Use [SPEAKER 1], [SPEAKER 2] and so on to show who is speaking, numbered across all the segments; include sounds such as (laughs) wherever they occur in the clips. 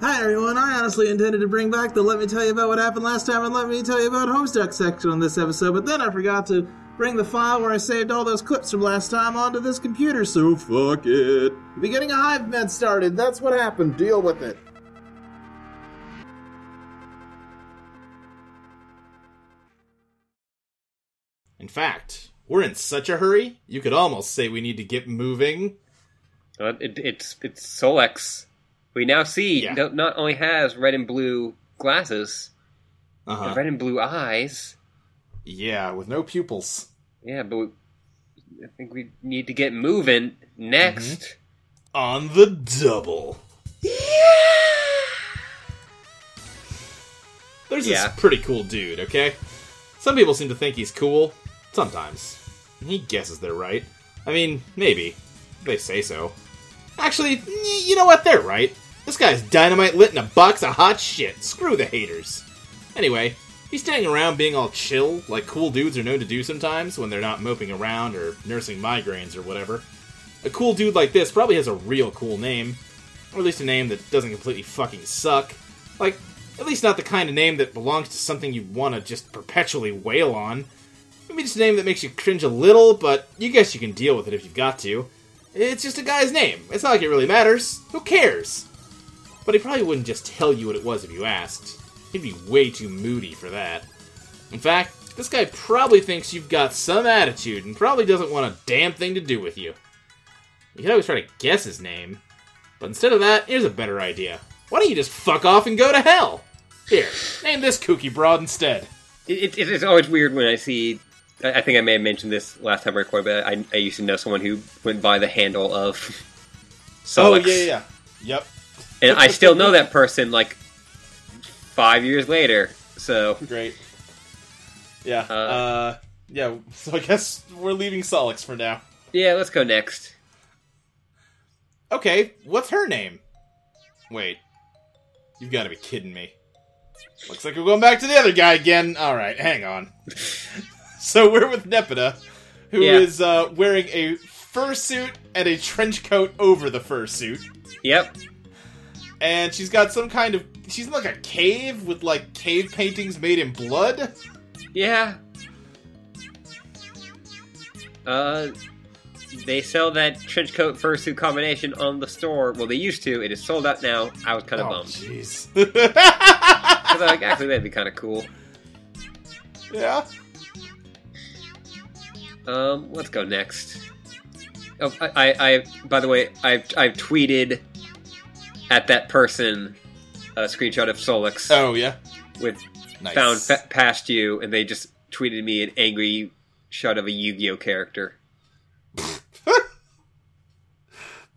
[SPEAKER 1] Hi everyone, I honestly intended to bring back the Let Me Tell You About What Happened Last Time and Let Me Tell You About Homestuck section on this episode, but then I forgot to bring the file where I saved all those clips from last time onto this computer, so fuck it. Be getting a hive med started, that's what happened, deal with it.
[SPEAKER 2] In fact, we're in such a hurry, you could almost say we need to get moving.
[SPEAKER 3] Uh, It, it's it's Solex. We now see
[SPEAKER 2] Yeah.
[SPEAKER 3] no- not only has red and blue glasses,
[SPEAKER 2] Uh
[SPEAKER 3] but
[SPEAKER 2] huh.
[SPEAKER 3] red and blue eyes.
[SPEAKER 2] Yeah, with no pupils.
[SPEAKER 3] Yeah, but we, I think we need to get moving next.
[SPEAKER 2] Mm-hmm. On the double. There's
[SPEAKER 3] Yeah.
[SPEAKER 2] this pretty cool dude, okay? Some people seem to think he's cool. Sometimes. He guesses they're right. I mean, maybe. They say so. Actually, y- you know what? They're right. This guy's dynamite lit in a box of hot shit. Screw the haters. Anyway, he's standing around being all chill, like cool dudes are known to do sometimes when they're not moping around or nursing migraines or whatever. A cool dude like this probably has a real cool name. Or at least a name that doesn't completely fucking suck. Like, at least not the kind of name that belongs to something you want to just perpetually wail on. Maybe just a name that makes you cringe a little, but you guess you can deal with it if you've got to. It's just a guy's name. It's not like it really matters. Who cares? But he probably wouldn't just tell you what it was if you asked. He'd be way too moody for that. In fact, this guy probably thinks you've got some attitude and probably doesn't want a damn thing to do with you. You could always try to guess his name. But instead of that, here's a better idea. Why don't you just fuck off and go to hell? Here, name this kooky broad instead.
[SPEAKER 3] It, it, it's always weird when I see. I, I think I may have mentioned this last time I recorded, but I, I used to know someone who went by the handle of (laughs) Solex.
[SPEAKER 2] Oh, yeah. Yep.
[SPEAKER 3] And I still know that person like five years later. So
[SPEAKER 2] Great. Yeah. Uh,
[SPEAKER 3] Uh,
[SPEAKER 2] yeah, (laughs) so I guess we're leaving Solix for now.
[SPEAKER 3] yeah, let's go next.
[SPEAKER 2] Okay, what's her name? Wait. You've got to be kidding me. Looks like we're going back to the other guy again. All right, hang on. (laughs) so we're with Nepeta, who is
[SPEAKER 3] Yeah.
[SPEAKER 2] uh, wearing a fursuit and a trench coat over the fursuit.
[SPEAKER 3] Yep.
[SPEAKER 2] and she's got some kind of she's in like a cave with like cave paintings made in blood
[SPEAKER 3] Yeah. Uh, they sell that trench coat fursuit combination on the store. Well, they used to. It is sold out now. I was kind of
[SPEAKER 2] oh
[SPEAKER 3] bummed
[SPEAKER 2] jeez
[SPEAKER 3] 'Cause I'm like, actually, that'd be kind of cool.
[SPEAKER 2] (laughs) yeah
[SPEAKER 3] Um, let's go next. Oh, I, I, I by the way, I've, I've tweeted at that person a screenshot of Solix
[SPEAKER 2] oh yeah
[SPEAKER 3] with
[SPEAKER 2] nice
[SPEAKER 3] found fa- past you, and they just tweeted me an angry shot of a Yu-Gi-Oh character.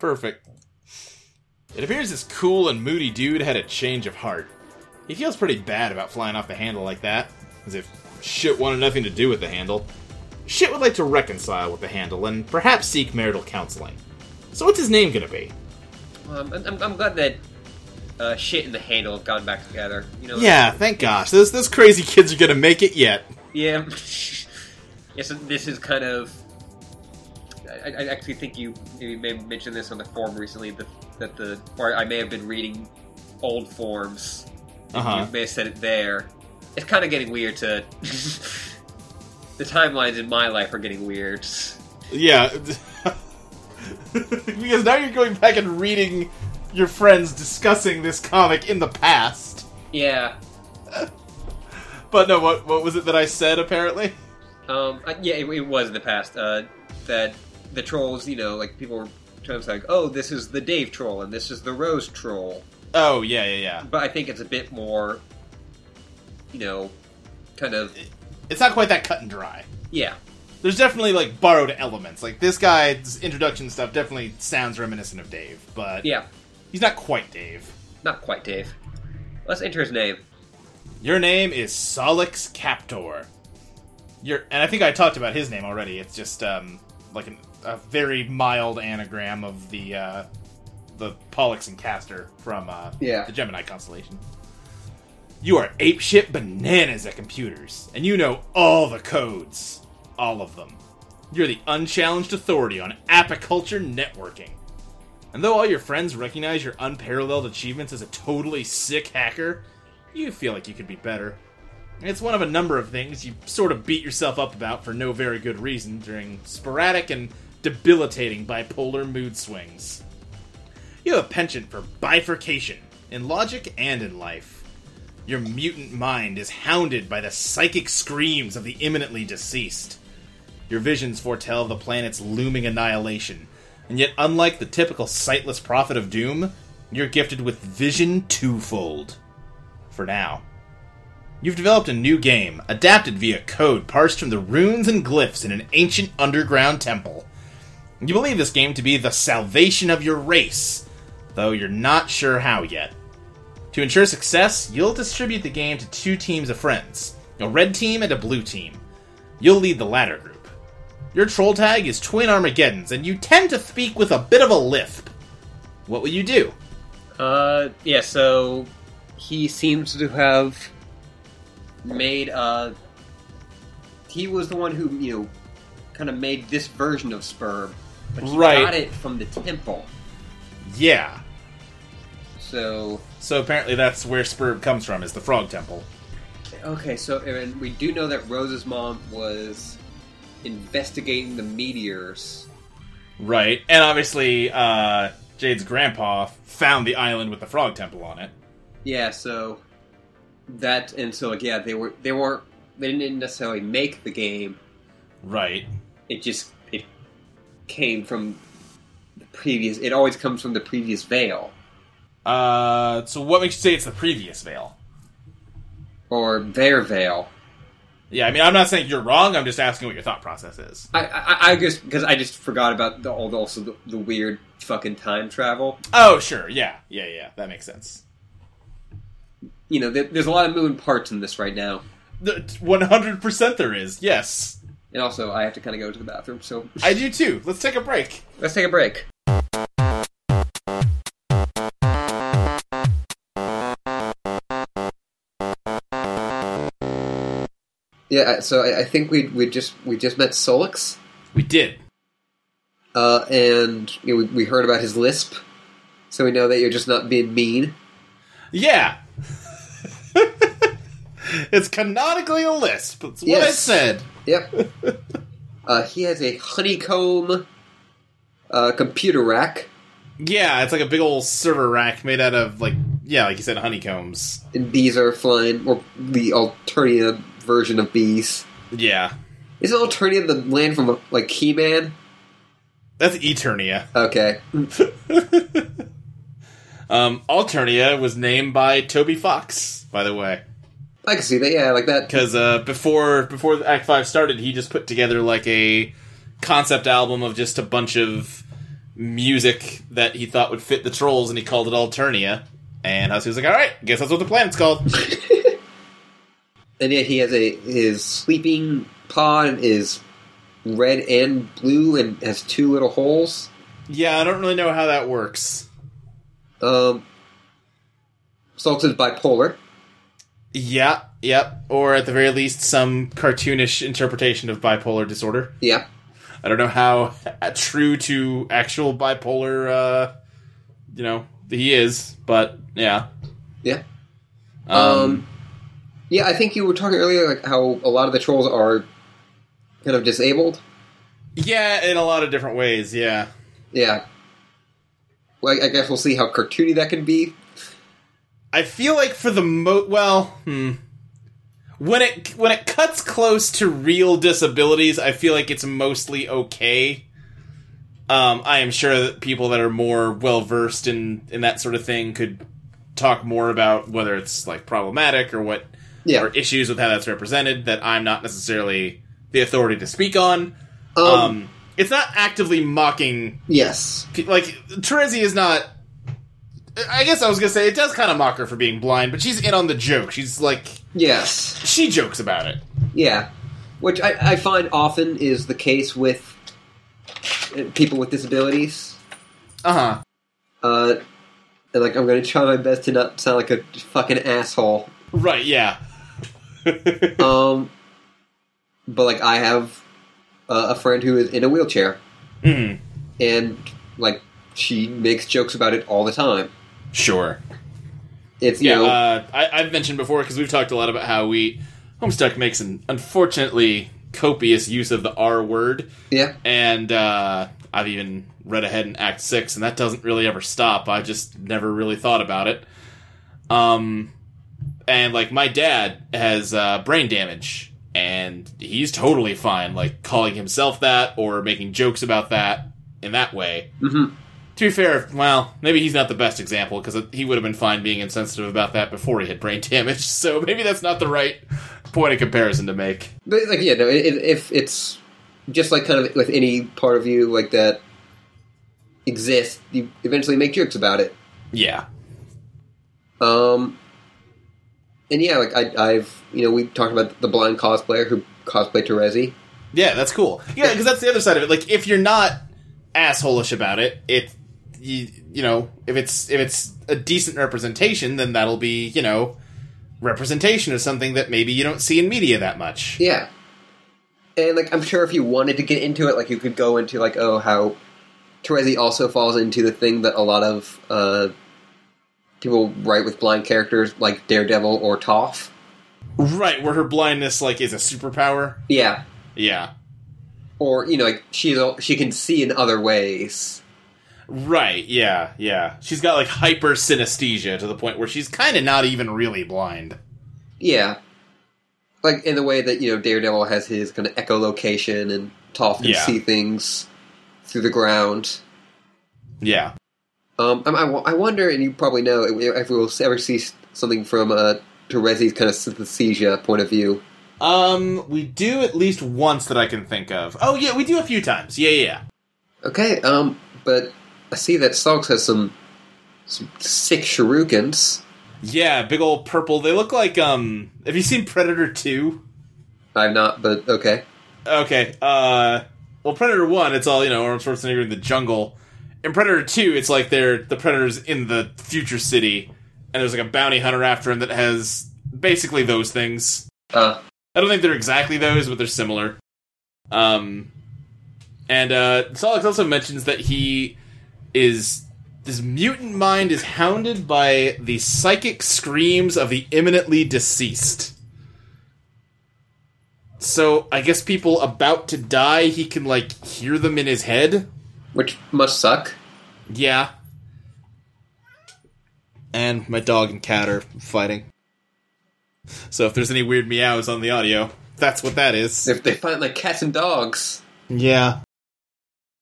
[SPEAKER 2] perfect it appears this cool and moody dude had a change of heart he feels pretty bad about flying off the handle like that as if shit wanted nothing to do with the handle shit would like to reconcile with the handle and perhaps seek marital counseling so what's his name gonna be
[SPEAKER 3] Um, I'm- I'm, I'm glad that uh, shit and the handle have gone back together. You know,
[SPEAKER 2] yeah thank gosh those, those crazy kids are gonna make it yet
[SPEAKER 3] yeah. (laughs) yeah so this is kind of. I, I actually think you maybe may have mentioned this on the forum recently that, that the or I may have been reading old forums.
[SPEAKER 2] uh-huh
[SPEAKER 3] You may have said it there. It's kind of getting weird to. (laughs) the timelines in my life are getting weird.
[SPEAKER 2] Yeah. (laughs) because now you're going back and reading your friends discussing this comic in the past.
[SPEAKER 3] Yeah.
[SPEAKER 2] But no, what what was it that I said apparently?
[SPEAKER 3] Um, uh, yeah, it, it was in the past uh, that the trolls, you know, like people were trying to say, like, oh, this is the Dave troll and this is the Rose troll.
[SPEAKER 2] Oh, yeah, yeah, yeah.
[SPEAKER 3] But I think it's a bit more, you know, kind of,
[SPEAKER 2] It's not quite that cut and dry.
[SPEAKER 3] yeah,
[SPEAKER 2] There's definitely like borrowed elements. Like this guy's introduction stuff definitely sounds reminiscent of Dave, but
[SPEAKER 3] yeah,
[SPEAKER 2] he's not quite Dave.
[SPEAKER 3] not quite Dave. Let's enter his name.
[SPEAKER 2] Your name is Solix Captor. Your and I think I talked about his name already. It's just um, like an, a very mild anagram of the uh, the Pollux and Castor from uh,
[SPEAKER 3] Yeah.
[SPEAKER 2] the Gemini constellation. You are apeshit bananas at computers, and you know all the codes, all of them. You're the unchallenged authority on apiculture networking. And though all your friends recognize your unparalleled achievements as a totally sick hacker, you feel like you could be better. And It's one of a number of things you sort of beat yourself up about for no very good reason during sporadic and debilitating bipolar mood swings. You have a penchant for bifurcation in logic and in life. Your mutant mind is hounded by the psychic screams of the imminently deceased. Your visions foretell the planet's looming annihilation, and yet, unlike the typical sightless prophet of doom, you're gifted with vision twofold. For now. You've developed a new game, adapted via code parsed from the runes and glyphs in an ancient underground temple. You believe this game to be the salvation of your race, though you're not sure how yet. To ensure success, you'll distribute the game to two teams of friends a red team and a blue team. You'll lead the latter group. Your troll tag is Twin Armageddons, and you tend to speak with a bit of a lisp. What will you do?
[SPEAKER 3] Uh, yeah, so he seems to have made, uh, he was the one who, you know, kind of made this version of Spurb, but he
[SPEAKER 2] Right.
[SPEAKER 3] got it from the temple.
[SPEAKER 2] Yeah.
[SPEAKER 3] So,
[SPEAKER 2] So apparently that's where Spurb comes from, is the Frog Temple.
[SPEAKER 3] okay, so, and we do know that Rose's mom was investigating the meteors.
[SPEAKER 2] Right. And obviously, uh, Jade's grandpa found the island with the Frog Temple on it.
[SPEAKER 3] Yeah, so that, and so, like, yeah, they were, they were, they didn't necessarily make the game,
[SPEAKER 2] Right.
[SPEAKER 3] it just it came from the previous it always comes from the previous veil
[SPEAKER 2] Uh, so what makes you say it's the previous veil?
[SPEAKER 3] or their veil
[SPEAKER 2] Yeah, I mean, I'm not saying you're wrong. I'm just asking what your thought process is.
[SPEAKER 3] i i, I guess because i just forgot about the all the- also the, the weird fucking time travel
[SPEAKER 2] Oh, sure. Yeah. Yeah, yeah. That makes sense.
[SPEAKER 3] you know there, there's a lot of moving parts in this right now
[SPEAKER 2] The- 100% there is. Yes.
[SPEAKER 3] and also i have to kind of go to the bathroom so (laughs)
[SPEAKER 2] I do too. Let's take a break.
[SPEAKER 3] let's take a break yeah I- so i, I think we we just we just met solix
[SPEAKER 2] We did.
[SPEAKER 3] uh, and you know, we, we heard about his lisp, so we know that you're just not being mean.
[SPEAKER 2] Yeah. (laughs) it's canonically a lisp. That's what I
[SPEAKER 3] Yes.
[SPEAKER 2] said.
[SPEAKER 3] Yep. uh, he has a honeycomb uh, computer rack,
[SPEAKER 2] Yeah, it's like a big old server rack made out of like yeah, like you said, honeycombs.
[SPEAKER 3] and bees are flying, or the Alternia version of bees.
[SPEAKER 2] Yeah,
[SPEAKER 3] Is Alternia the land from like He-Man?
[SPEAKER 2] that's Eternia.
[SPEAKER 3] Okay.
[SPEAKER 2] Um, Alternia was named by Toby Fox, by the way,
[SPEAKER 3] I can see that. Yeah, like that.
[SPEAKER 2] because uh, before before Act Five started, he just put together like a concept album of just a bunch of music that he thought would fit the trolls, and he called it Alternia. And Husky was like, "All right, guess that's what the planet's called."
[SPEAKER 3] And yet he has a his sleeping pod is red and blue and has two little holes.
[SPEAKER 2] yeah, I don't really know how that works.
[SPEAKER 3] Um, Solix is bipolar.
[SPEAKER 2] Yeah, yep. Or at the very least, some cartoonish interpretation of bipolar disorder.
[SPEAKER 3] Yeah.
[SPEAKER 2] I don't know how (laughs) true to actual bipolar, uh, you know, he is, but yeah.
[SPEAKER 3] Yeah.
[SPEAKER 2] Um,
[SPEAKER 3] Um, yeah, I think you were talking earlier like how a lot of the trolls are kind of disabled.
[SPEAKER 2] yeah, in a lot of different ways, yeah.
[SPEAKER 3] Yeah. Well, I I guess we'll see how cartoony that can be.
[SPEAKER 2] I feel like for the mo well, hmm. When it when it cuts close to real disabilities, I feel like it's mostly okay. Um, I am sure that people that are more well versed in in that sort of thing could talk more about whether it's like problematic or what
[SPEAKER 3] Yeah.
[SPEAKER 2] or issues with how that's represented that I'm not necessarily the authority to speak on.
[SPEAKER 3] Um,
[SPEAKER 2] Um, it's not actively mocking
[SPEAKER 3] yes.
[SPEAKER 2] like Terezi is not. I guess I was gonna say it does kind of mock her for being blind, but she's in on the joke. She's like
[SPEAKER 3] Yes.
[SPEAKER 2] she jokes about it.
[SPEAKER 3] Yeah. Which I, I find often is the case with uh, people with disabilities.
[SPEAKER 2] Uh huh.
[SPEAKER 3] Uh, and like, I'm going to try my best to not sound like a fucking asshole.
[SPEAKER 2] Right. Yeah.
[SPEAKER 3] Um, but like, I have uh, a friend who is in a wheelchair.
[SPEAKER 2] Mm.
[SPEAKER 3] and like she makes jokes about it all the time.
[SPEAKER 2] Sure.
[SPEAKER 3] It's you
[SPEAKER 2] Yeah,
[SPEAKER 3] know
[SPEAKER 2] uh, I, I've mentioned before because we've talked a lot about how we Homestuck makes an unfortunately copious use of the R word,
[SPEAKER 3] yeah
[SPEAKER 2] and uh, I've even read ahead in Act Six, and that doesn't really ever stop. I just never really thought about it. Um, and like my dad has uh, brain damage, and he's totally fine, like calling himself that or making jokes about that in that way.
[SPEAKER 3] Mhm.
[SPEAKER 2] To be fair, well, maybe he's not the best example because he would have been fine being insensitive about that before he had brain (laughs) damage. So maybe that's not the right point of comparison to make.
[SPEAKER 3] But like, yeah, no. It, it- if it's just like kind of with any part of you like that exists, you eventually make jokes about it.
[SPEAKER 2] Yeah.
[SPEAKER 3] Um, and yeah, like I, I've you know we talked about the blind cosplayer who cosplayed Terezi.
[SPEAKER 2] Yeah, that's cool. Yeah, because that's the other side of it. Like, if you're not assholeish about it, it you, you know if it's if it's a decent representation, then that'll be you know representation of something that maybe you don't see in media that much.
[SPEAKER 3] Yeah, and like I'm sure if you wanted to get into it, like you could go into like oh how Terezi also falls into the thing that a lot of uh, people write with blind characters like Daredevil or Toph.
[SPEAKER 2] Right, where her blindness like is a superpower.
[SPEAKER 3] Yeah,
[SPEAKER 2] Yeah.
[SPEAKER 3] or you know like she's al- she can see in other ways.
[SPEAKER 2] Right, yeah, yeah. She's got like hyper synesthesia to the point where she's kind of not even really blind.
[SPEAKER 3] Yeah. Like in the way that, you know, Daredevil has his kind of echolocation and Toph can
[SPEAKER 2] Yeah.
[SPEAKER 3] see things through the ground.
[SPEAKER 2] Yeah.
[SPEAKER 3] Um, I, I wo- I wonder, and you probably know, if we'll ever see s- something from uh, Terezi's kind of synesthesia point of view.
[SPEAKER 2] Um, we do at least once that I can think of. Oh yeah, we do a few times. Yeah, yeah, yeah.
[SPEAKER 3] Okay, um, but I see that Soggs has some, some sick shurikens.
[SPEAKER 2] Yeah, big old purple. They look like um have you seen Predator 2?
[SPEAKER 3] I've not, but okay.
[SPEAKER 2] Okay. Uh well Predator 1 it's all, you know, Arnold Schwarzenegger in the jungle. In Predator 2 it's like they're the predators in the future city and there's like a bounty hunter after him that has basically those things.
[SPEAKER 3] Uh,
[SPEAKER 2] I don't think they're exactly those, but they're similar. Um and uh Solix also mentions that he is his mutant mind is hounded by the psychic screams of the imminently deceased. So I guess people about to die, he can like hear them in his head.
[SPEAKER 3] which must suck.
[SPEAKER 2] Yeah. And my dog and cat are fighting. So if there's any weird meows on the audio, that's what that is.
[SPEAKER 3] If they find like cats and dogs.
[SPEAKER 2] Yeah.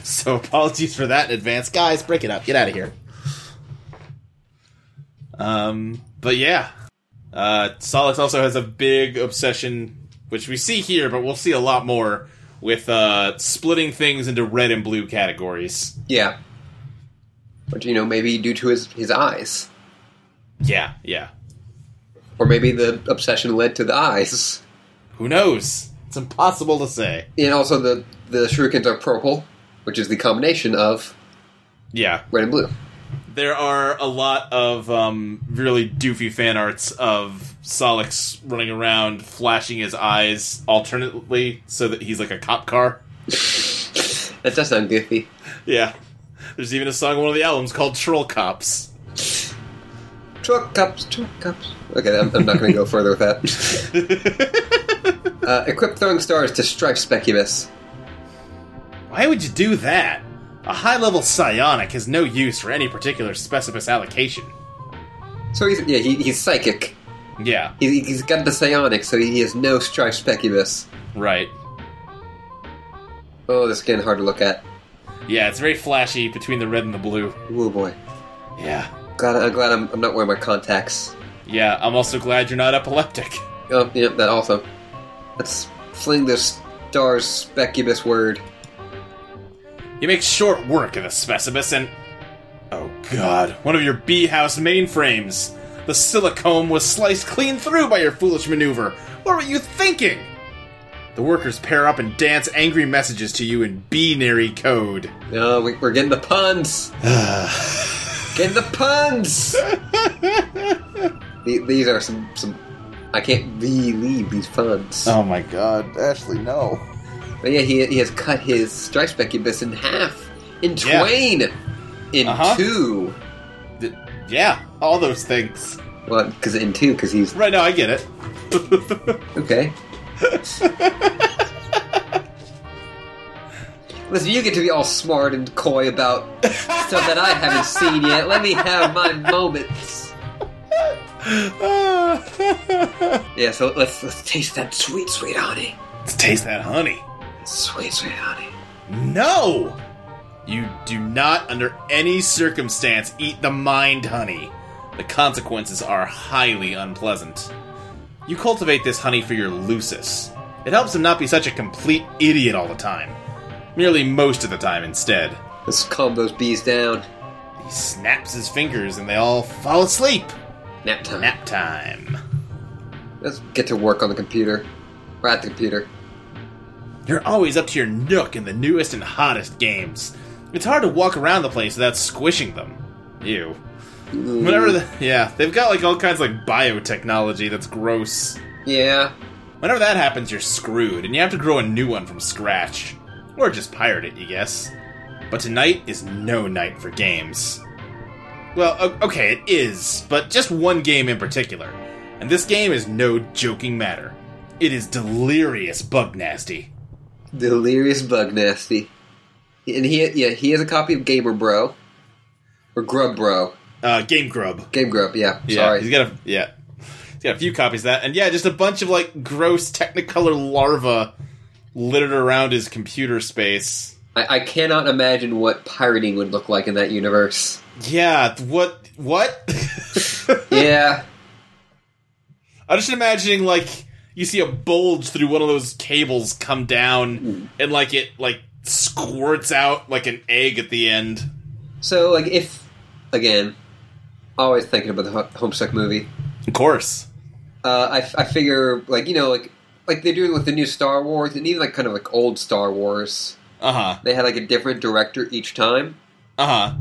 [SPEAKER 2] So apologies for that in advance, guys. Break it up. Get out of here. Um, but yeah, uh, Solix also has a big obsession, which we see here, but we'll see a lot more with uh, splitting things into red and blue categories.
[SPEAKER 3] Yeah. Which, you know, maybe due to his, his eyes.
[SPEAKER 2] Yeah, yeah.
[SPEAKER 3] Or maybe the obsession led to the eyes.
[SPEAKER 2] Who knows? It's impossible to say.
[SPEAKER 3] And also the the shurikens are purple, which is the combination of
[SPEAKER 2] Yeah,
[SPEAKER 3] red and blue.
[SPEAKER 2] there are a lot of um, really doofy fan arts of Solix running around, flashing his eyes alternately so that he's like a cop car.
[SPEAKER 3] That does sound goofy.
[SPEAKER 2] Yeah. There's even a song on one of the albums called Troll Cops.
[SPEAKER 3] Truck cups, truck cups. Okay, I'm, I'm not going to go further with (laughs) that. Uh, equip throwing stars to strike Specubus.
[SPEAKER 2] Why would you do that? A high level psionic has no use for any particular specific allocation.
[SPEAKER 3] So he's yeah he, he's psychic.
[SPEAKER 2] Yeah,
[SPEAKER 3] He, he's got the psionic, so he has no strike Specubus.
[SPEAKER 2] right.
[SPEAKER 3] Oh, this is getting hard to look at.
[SPEAKER 2] Yeah, it's very flashy between the red and the blue.
[SPEAKER 3] Oh boy.
[SPEAKER 2] Yeah.
[SPEAKER 3] Glad I'm glad I'm, I'm not wearing my contacts.
[SPEAKER 2] Yeah, I'm also glad you're not epileptic. (laughs)
[SPEAKER 3] Oh, yeah, that also. Let's fling this star's specubus word.
[SPEAKER 2] You make short work of the specimen and. Oh god, one of your bee house mainframes! The silicone was sliced clean through by your foolish maneuver! What were you thinking? The workers pair up and dance angry messages to you in binary (sighs) code.
[SPEAKER 3] No, we, we're getting the puns.
[SPEAKER 2] Oh
[SPEAKER 3] getting the
[SPEAKER 2] (laughs)
[SPEAKER 3] puns. The- these are some some. I can't believe these puns.
[SPEAKER 2] oh my god, Ashley, no.
[SPEAKER 3] But yeah, he, he has cut his strike specubus in half, in
[SPEAKER 2] Yeah.
[SPEAKER 3] twain. in
[SPEAKER 2] Uh-huh.
[SPEAKER 3] two.
[SPEAKER 2] Th- yeah, all those things.
[SPEAKER 3] Well, because in two, because he's
[SPEAKER 2] Right now, I get it. (laughs)
[SPEAKER 3] okay. Listen, you get to be all smart and coy about stuff that I haven't seen yet. Let me have my moments. Yeah, so let's let's taste that sweet, sweet honey.
[SPEAKER 2] Let's taste that honey.
[SPEAKER 3] Sweet, sweet honey.
[SPEAKER 2] No! You do not, under any circumstance, eat the mind honey. The consequences are highly unpleasant. You cultivate this honey for your Lucis. It helps him not be such a complete idiot all the time. Merely most of the time, instead.
[SPEAKER 3] Let's calm those bees down.
[SPEAKER 2] He snaps his fingers and they all fall asleep.
[SPEAKER 3] Nap time.
[SPEAKER 2] Nap time.
[SPEAKER 3] Let's get to work on the computer. We're at the computer.
[SPEAKER 2] You're always up to your nook in the newest and hottest games. It's hard to walk around the place without squishing them. Ew. Whenever the, (laughs) yeah, they've got like all kinds of like biotechnology that's gross.
[SPEAKER 3] Yeah.
[SPEAKER 2] Whenever that happens, you're screwed, and you have to grow a new one from scratch. Or just pirate it, you guess. But tonight is no night for games. Well, o- okay, it is, but just one game in particular. And this game is no joking matter. It is delirious bug nasty.
[SPEAKER 3] Delirious bug nasty. And he yeah, he has a copy of Gamer Bro. Or Grub Bro.
[SPEAKER 2] Uh, Game Grub.
[SPEAKER 3] Game Grub, yeah.
[SPEAKER 2] Yeah,
[SPEAKER 3] Sorry.
[SPEAKER 2] he's got a yeah, he's got a few copies of that, and yeah, just a bunch of like gross Technicolor larvae littered around his computer space.
[SPEAKER 3] I, I cannot imagine what pirating would look like in that universe. (laughs)
[SPEAKER 2] Yeah, what what? (laughs)
[SPEAKER 3] Yeah.
[SPEAKER 2] I'm just imagining like you see a bulge through one of those cables come down, and like it like squirts out like an egg at the end.
[SPEAKER 3] So like if again, always thinking about the Ho- Homestuck movie.
[SPEAKER 2] Of course,
[SPEAKER 3] Uh, I f- I figure like you know like like they're doing with the new Star Wars and even like kind of like old Star Wars.
[SPEAKER 2] uh huh,
[SPEAKER 3] They had like a different director each time.
[SPEAKER 2] uh huh.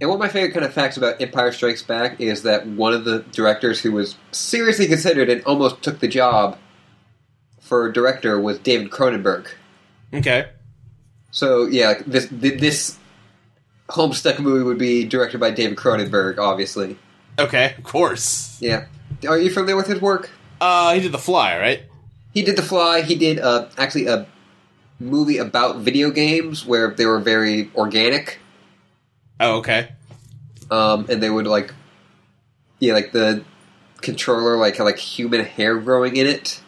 [SPEAKER 3] And one of my favorite kind of facts about Empire Strikes Back is that one of the directors who was seriously considered and almost took the job for director was David Cronenberg.
[SPEAKER 2] Okay,
[SPEAKER 3] So yeah, like, this th- this Homestuck movie would be directed by David Cronenberg, obviously.
[SPEAKER 2] okay, of course.
[SPEAKER 3] Yeah, are you familiar with his work?
[SPEAKER 2] Uh, he did the fly, right?
[SPEAKER 3] He did The Fly. He did uh, actually a movie about video games where they were very organic.
[SPEAKER 2] Oh, okay.
[SPEAKER 3] um, and they would like, yeah, like the controller like had like human hair growing in it,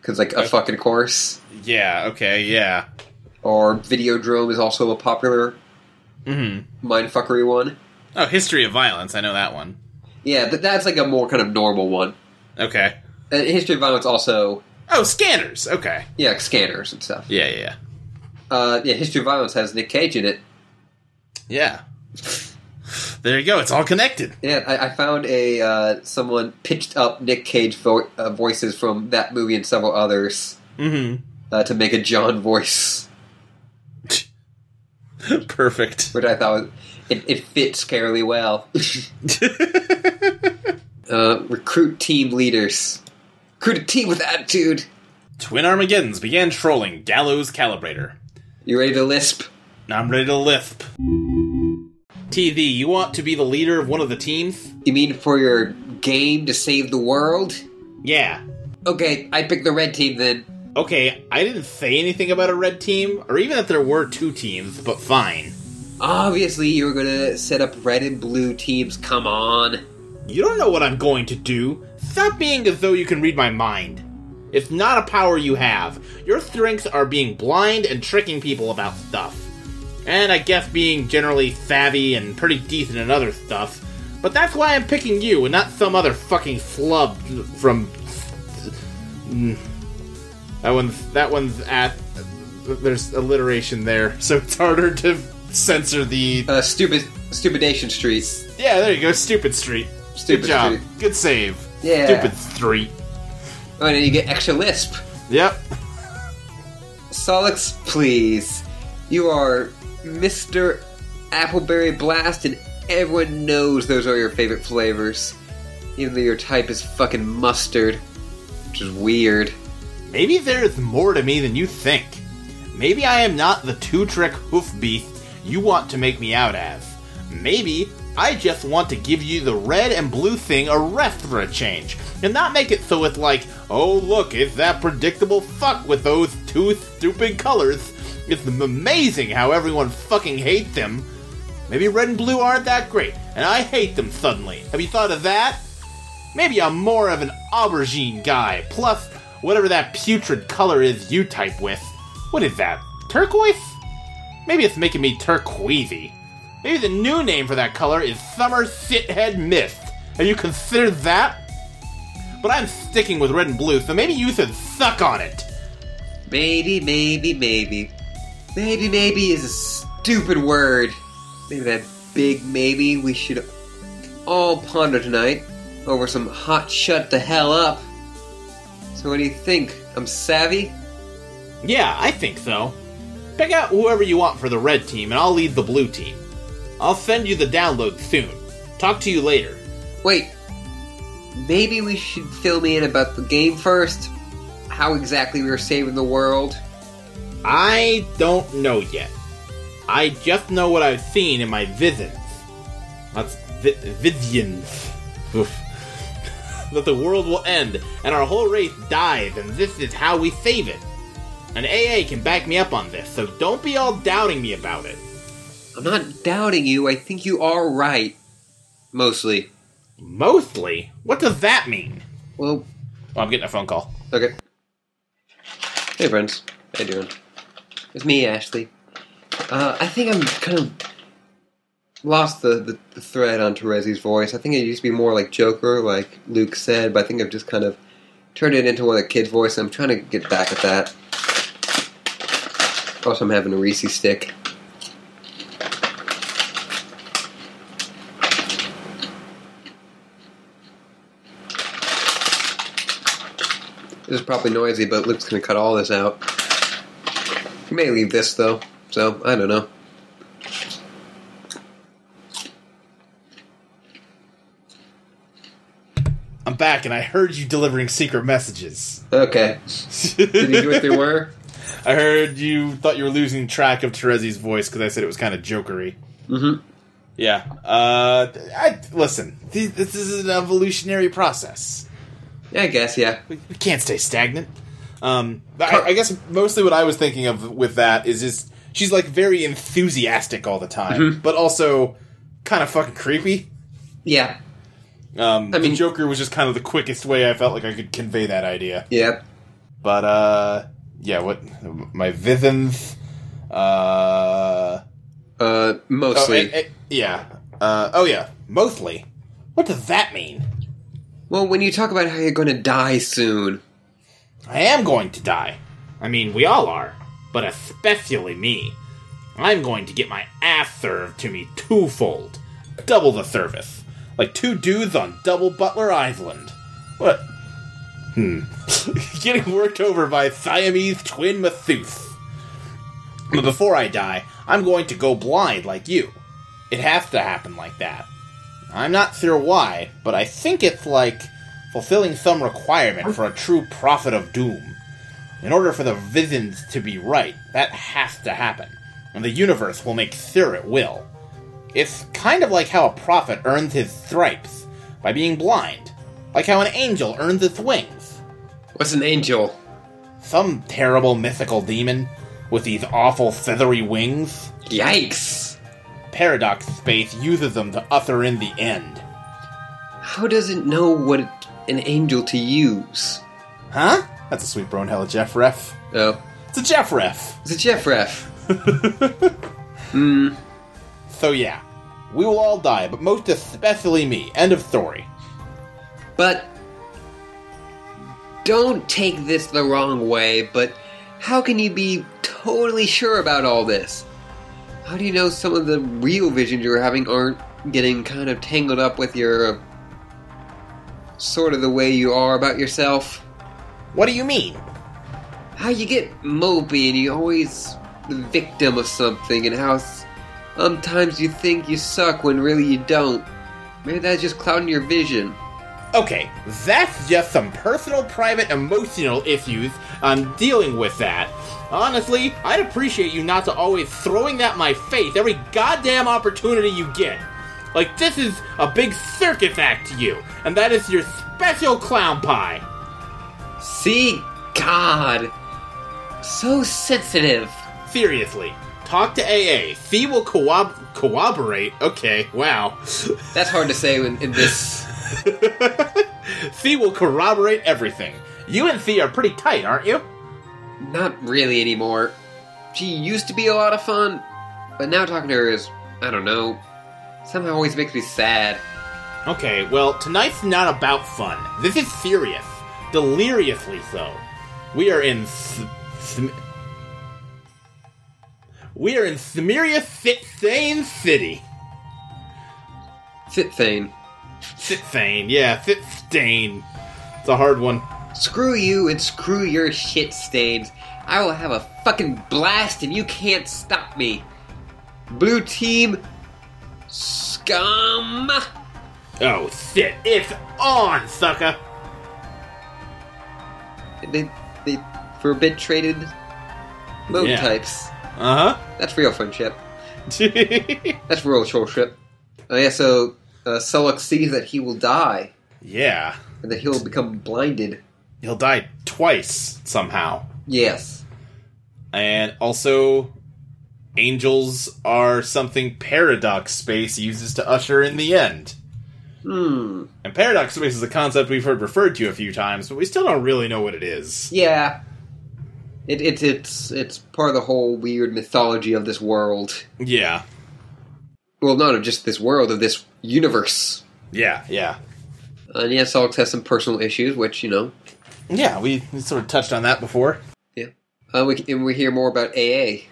[SPEAKER 3] because like a
[SPEAKER 2] Okay.
[SPEAKER 3] fucking course.
[SPEAKER 2] Yeah, okay, yeah.
[SPEAKER 3] Or Videodrome is also a popular
[SPEAKER 2] Mm-hmm.
[SPEAKER 3] mindfuckery one.
[SPEAKER 2] Oh, History of Violence. I know that one.
[SPEAKER 3] Yeah, but that's like a more kind of normal one.
[SPEAKER 2] Okay.
[SPEAKER 3] And History of Violence also,
[SPEAKER 2] Oh, Scanners. Okay.
[SPEAKER 3] yeah, like scanners and stuff.
[SPEAKER 2] Yeah, yeah, yeah.
[SPEAKER 3] Uh, yeah, History of Violence has Nick Cage in it.
[SPEAKER 2] Yeah. There you go. It's all connected.
[SPEAKER 3] Yeah, I, I found a uh, someone pitched up Nick Cage vo- uh, voices from that movie and several others
[SPEAKER 2] Mm-hmm.
[SPEAKER 3] uh, to make a John voice.
[SPEAKER 2] (laughs) Perfect.
[SPEAKER 3] which I thought was, it, it fits fairly well. uh, recruit team leaders. Recruit a team with attitude.
[SPEAKER 2] Twin Armageddons began trolling Gallows Calibrator.
[SPEAKER 3] You ready to lisp?
[SPEAKER 2] I'm ready to lisp. TV, you want to be the leader of one of the teams?
[SPEAKER 3] You mean for your game to save the world?
[SPEAKER 2] Yeah.
[SPEAKER 3] Okay, I pick the red team then.
[SPEAKER 2] Okay, I didn't say anything about a red team, or even that there were two teams, but fine.
[SPEAKER 3] Obviously, you were gonna set up red and blue teams. Come on.
[SPEAKER 2] You don't know what I'm going to do. Stop being as though you can read my mind. It's not a power you have. Your strengths are being blind and tricking people about stuff. And I guess being generally savvy and pretty decent in other stuff. But that's why I'm picking you and not some other fucking flub from. Mm. That one's, that one's at. There's alliteration there, (laughs) so it's harder to censor the
[SPEAKER 3] Uh, stupid, stupidation street.
[SPEAKER 2] yeah, there you go. Stupid Street.
[SPEAKER 3] Stupid
[SPEAKER 2] Good job.
[SPEAKER 3] Street.
[SPEAKER 2] Good save.
[SPEAKER 3] Yeah.
[SPEAKER 2] Stupid Street.
[SPEAKER 3] Oh, and then you get extra lisp.
[SPEAKER 2] Yep.
[SPEAKER 3] Solix, please. You are Mr. Appleberry Blast, and everyone knows those are your favorite flavors. Even though your type is fucking mustard, which is weird.
[SPEAKER 2] Maybe there's more to me than you think. Maybe I am not the two trick hoof beast you want to make me out as. Maybe I just want to give you the red and blue thing a ref for a change, and not make it so it's like, oh look, it's that predictable fuck with those two stupid colors. It's amazing how everyone fucking hates them. Maybe red and blue aren't that great, and I hate them suddenly. Have you thought of that? Maybe I'm more of an aubergine guy, plus whatever that putrid color is you type with. What is that? Turquoise? Maybe it's making me turquoisey. Maybe the new name for that color is Summer Sithead Mist. Have you considered that? But I'm sticking with red and blue, so maybe you should suck on it.
[SPEAKER 3] Maybe, maybe, maybe. Maybe, maybe is a stupid word. Maybe that big maybe we should all ponder tonight over some hot shut the hell up. So, what do you think? I'm savvy?
[SPEAKER 2] Yeah, I think so. Pick out whoever you want for the red team, and I'll lead the blue team. I'll send you the download soon. Talk to you later.
[SPEAKER 3] Wait, maybe we should fill me in about the game first. How exactly we are saving the world.
[SPEAKER 2] I don't know yet. I just know what I've seen in my visions. That's vi- visions. (laughs) Oof. that the world will end and our whole race dies, and this is how we save it. An AA can back me up on this, so don't be all doubting me about it.
[SPEAKER 3] I'm not doubting you. I think you are right. Mostly.
[SPEAKER 2] Mostly? What does that mean?
[SPEAKER 3] Well,
[SPEAKER 2] Oh, I'm getting a phone call.
[SPEAKER 3] okay. Hey, friends. How you doing? It's me, Ashley. Uh, I think I'm kind of lost the, the, the thread on Terezi's voice. I think it used to be more like Joker, like Luke said, but I think I've just kind of turned it into one of the kids' voice, and I'm trying to get back at that. Also, I'm having a Reese stick. This is probably noisy, but Luke's going to cut all this out. He may leave this, though, so I don't know.
[SPEAKER 2] I'm back, and I heard you delivering secret messages.
[SPEAKER 3] Okay. (laughs) Did you hear what they were?
[SPEAKER 2] I heard you thought you were losing track of Terezi's voice because I said it was kind of jokery.
[SPEAKER 3] Mm-hmm.
[SPEAKER 2] Yeah. Uh, I, listen, th- this is an evolutionary process.
[SPEAKER 3] Yeah, I guess, yeah.
[SPEAKER 2] We, we can't stay stagnant. Um, I, I guess mostly what I was thinking of with that is just she's like very enthusiastic all the time,
[SPEAKER 3] Mm-hmm.
[SPEAKER 2] but also kind of fucking creepy.
[SPEAKER 3] Yeah.
[SPEAKER 2] Um, I mean,
[SPEAKER 3] mean-
[SPEAKER 2] the Joker was just kind of the quickest way I felt like I could convey that idea.
[SPEAKER 3] Yeah.
[SPEAKER 2] But uh, yeah, what my Vithens, uh.
[SPEAKER 3] Uh,
[SPEAKER 2] Oh,
[SPEAKER 3] mostly.
[SPEAKER 2] eh, eh, yeah. Uh, oh, yeah. Mostly. What does that mean?
[SPEAKER 3] Well, when you talk about how you're going to die soon,
[SPEAKER 2] I am going to die. I mean, we all are, but especially me. I'm going to get my ass served to me twofold. Double the service. Like two dudes on double Butler Island. What? Hmm. (laughs) Getting worked over by Siamese twin Mathus. But before I die, I'm going to go blind like you. It has to happen like that. I'm not sure why, but I think it's like fulfilling some requirement for a true prophet of doom. In order for the visions to be right, that has to happen, and the universe will make sure it will. It's kind of like how a prophet earns his stripes by being blind, like how an angel earns its wings.
[SPEAKER 3] what's an angel?
[SPEAKER 2] Some terrible mythical demon with these awful feathery wings.
[SPEAKER 3] Yikes!
[SPEAKER 2] Paradox Space uses them to usher in the end.
[SPEAKER 3] How does it know what an angel to use?
[SPEAKER 2] Huh? That's a sweet bone hell of Jeff ref.
[SPEAKER 3] Oh,
[SPEAKER 2] It's a Jeff ref.
[SPEAKER 3] it's a Jeff ref.
[SPEAKER 2] So yeah, we will all die, but most especially me. End of story.
[SPEAKER 3] But don't take this the wrong way, but how can you be totally sure about all this? How do you know some of the real visions you're having aren't getting kind of tangled up with your uh, sort of the way you are about yourself?
[SPEAKER 2] What do you mean?
[SPEAKER 3] How you get mopey and you always the victim of something, and how s- sometimes you think you suck when really you don't. Maybe that's just clouding your vision.
[SPEAKER 2] Okay, that's just some personal, private, emotional issues I'm dealing with that. Honestly, I'd appreciate you not to always throwing that in my face every goddamn opportunity you get. Like, this is a big circus act to you, and that is your special clown pie.
[SPEAKER 3] See? God. So sensitive.
[SPEAKER 2] Seriously, talk to AA. C will co- cooperate. Okay, wow. (laughs)
[SPEAKER 3] That's hard to say in, in this.
[SPEAKER 2] (laughs) C will corroborate everything. You and C are pretty tight, aren't you?
[SPEAKER 3] Not really anymore. She used to be a lot of fun, but now talking to her is, I don't know, somehow always makes me sad.
[SPEAKER 2] Okay, well, tonight's not about fun. This is serious. Deliriously so. We are in. S- Sm- we are in Smiria Sithane City.
[SPEAKER 3] Fit Thane.
[SPEAKER 2] Sithane, yeah, Sithane. It's a hard one.
[SPEAKER 3] Screw you and screw your shit stains. I will have a fucking blast and you can't stop me. Blue team scum.
[SPEAKER 2] Oh, shit. It's on, sucker.
[SPEAKER 3] They they forbid traded mode
[SPEAKER 2] Yeah.
[SPEAKER 3] types.
[SPEAKER 2] Uh
[SPEAKER 3] That's real friendship.
[SPEAKER 2] huh.
[SPEAKER 3] That's real trollship. Oh yeah, so uh, Solok sees that he will die
[SPEAKER 2] (laughs) yeah.
[SPEAKER 3] and that he'll become blinded.
[SPEAKER 2] He'll die twice somehow.
[SPEAKER 3] Yes.
[SPEAKER 2] And also, angels are something Paradox Space uses to usher in the end.
[SPEAKER 3] Hmm.
[SPEAKER 2] And Paradox Space is a concept we've heard referred to a few times, but we still don't really know what it is.
[SPEAKER 3] Yeah. It, it, it's it's part of the whole weird mythology of this world.
[SPEAKER 2] Yeah.
[SPEAKER 3] Well, not of just this world, of this universe.
[SPEAKER 2] Yeah, yeah.
[SPEAKER 3] And yes, Solix has some personal issues, which, you know,
[SPEAKER 2] Yeah, we, we sort of touched on that before.
[SPEAKER 3] uh, we, and we hear more about AA.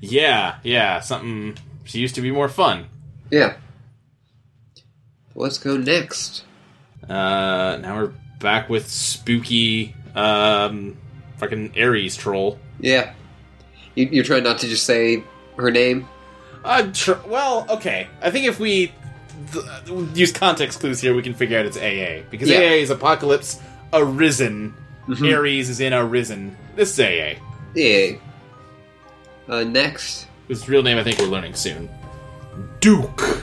[SPEAKER 2] Yeah, yeah, something. She used to be more fun.
[SPEAKER 3] Yeah. Let's go next.
[SPEAKER 2] Uh, now we're back with spooky, um, fucking Ares troll.
[SPEAKER 3] Yeah. You, you're trying not to just say her name?
[SPEAKER 2] Uh, tr- well, okay. I think if we th- use context clues here, we can figure out it's AA because
[SPEAKER 3] Yeah.
[SPEAKER 2] AA is Apocalypse Arisen. Ares is in Arisen. This is AA.
[SPEAKER 3] Yeah. Uh, next.
[SPEAKER 2] Whose real name I think we're learning soon. Duke.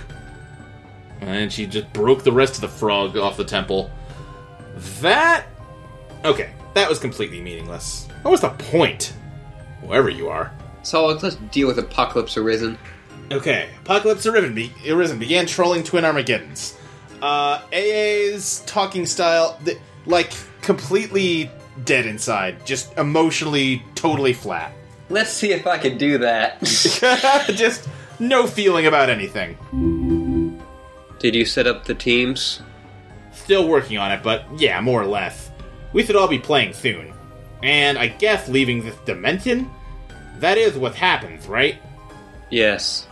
[SPEAKER 2] And she just broke the rest of the frog off the temple. That. Okay, that was completely meaningless. What was the point? Whoever you are.
[SPEAKER 3] Solix, let's deal with Apocalypse Arisen.
[SPEAKER 2] Okay, Apocalypse Arisen, be- Arisen began trolling Twin Armageddons. Uh, AA's talking style, th- like, completely dead inside, just emotionally totally flat. (laughs)
[SPEAKER 3] Let's see if I can do that. (laughs)
[SPEAKER 2] just no feeling about anything.
[SPEAKER 3] Did you set up the teams?
[SPEAKER 2] Still working on it, but yeah, more or less. We should all be playing soon. And I guess leaving this dimension? That is what happens, right?
[SPEAKER 3] Yes.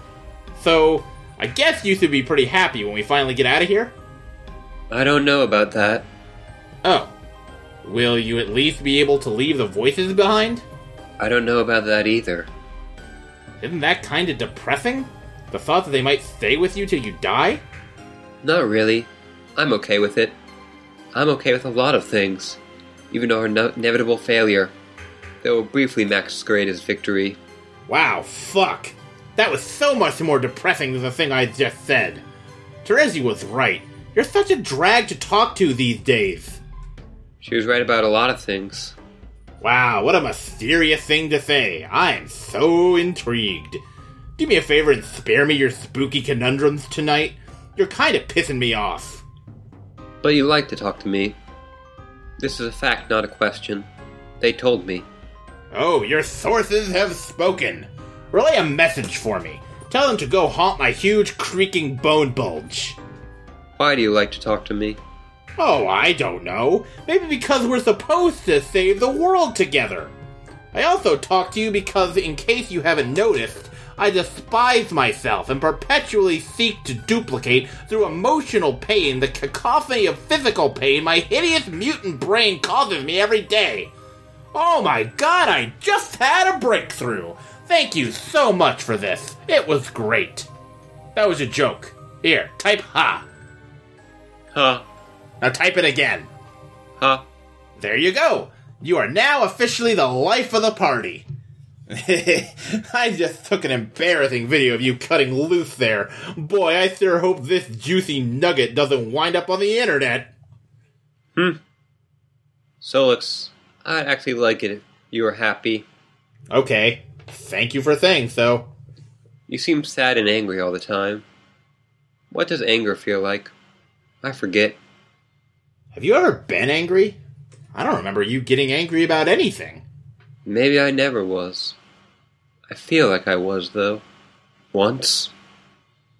[SPEAKER 2] So, I guess you should be pretty happy when we finally get out of here?
[SPEAKER 3] I don't know about that.
[SPEAKER 2] Oh. Will you at least be able to leave the voices behind?
[SPEAKER 3] I don't know about that either.
[SPEAKER 2] Isn't that kinda depressing? The thought that they might stay with you till you die?
[SPEAKER 3] Not really. I'm okay with it. I'm okay with a lot of things, even our no- inevitable failure that will briefly masquerade as victory.
[SPEAKER 2] Wow, fuck. That was so much more depressing than the thing I just said. Terezi was right. You're such a drag to talk to these days.
[SPEAKER 3] She was right about a lot of things.
[SPEAKER 2] Wow, what a mysterious thing to say. I'm so intrigued. Do me a favor and spare me your spooky conundrums tonight. You're kinda pissing me off.
[SPEAKER 3] But you like to talk to me. This is a fact, not a question. They told me.
[SPEAKER 2] Oh, your sources have spoken. Relay a message for me. Tell them to go haunt my huge creaking bone bulge.
[SPEAKER 3] Why do you like to talk to me?
[SPEAKER 2] Oh, I don't know. Maybe because we're supposed to save the world together. I also talk to you because, in case you haven't noticed, I despise myself and perpetually seek to duplicate through emotional pain the cacophony of physical pain my hideous mutant brain causes me every day. Oh my god, I just had a breakthrough! Thank you so much for this. It was great. That was a joke. Here, type ha.
[SPEAKER 3] Huh.
[SPEAKER 2] Now type it again.
[SPEAKER 3] Huh?
[SPEAKER 2] There you go. You are now officially the life of the party. (laughs) I just took an embarrassing video of you cutting loose there. Boy, I sure hope this juicy nugget doesn't wind up on the internet.
[SPEAKER 3] Solix, I'd actually like it if you were happy.
[SPEAKER 2] Okay. Thank you for things, though.
[SPEAKER 3] You seem sad and angry all the time. What does anger feel like? I forget.
[SPEAKER 2] Have you ever been angry? I don't remember you getting angry about anything.
[SPEAKER 3] Maybe I never was. I feel like I was, though. Once.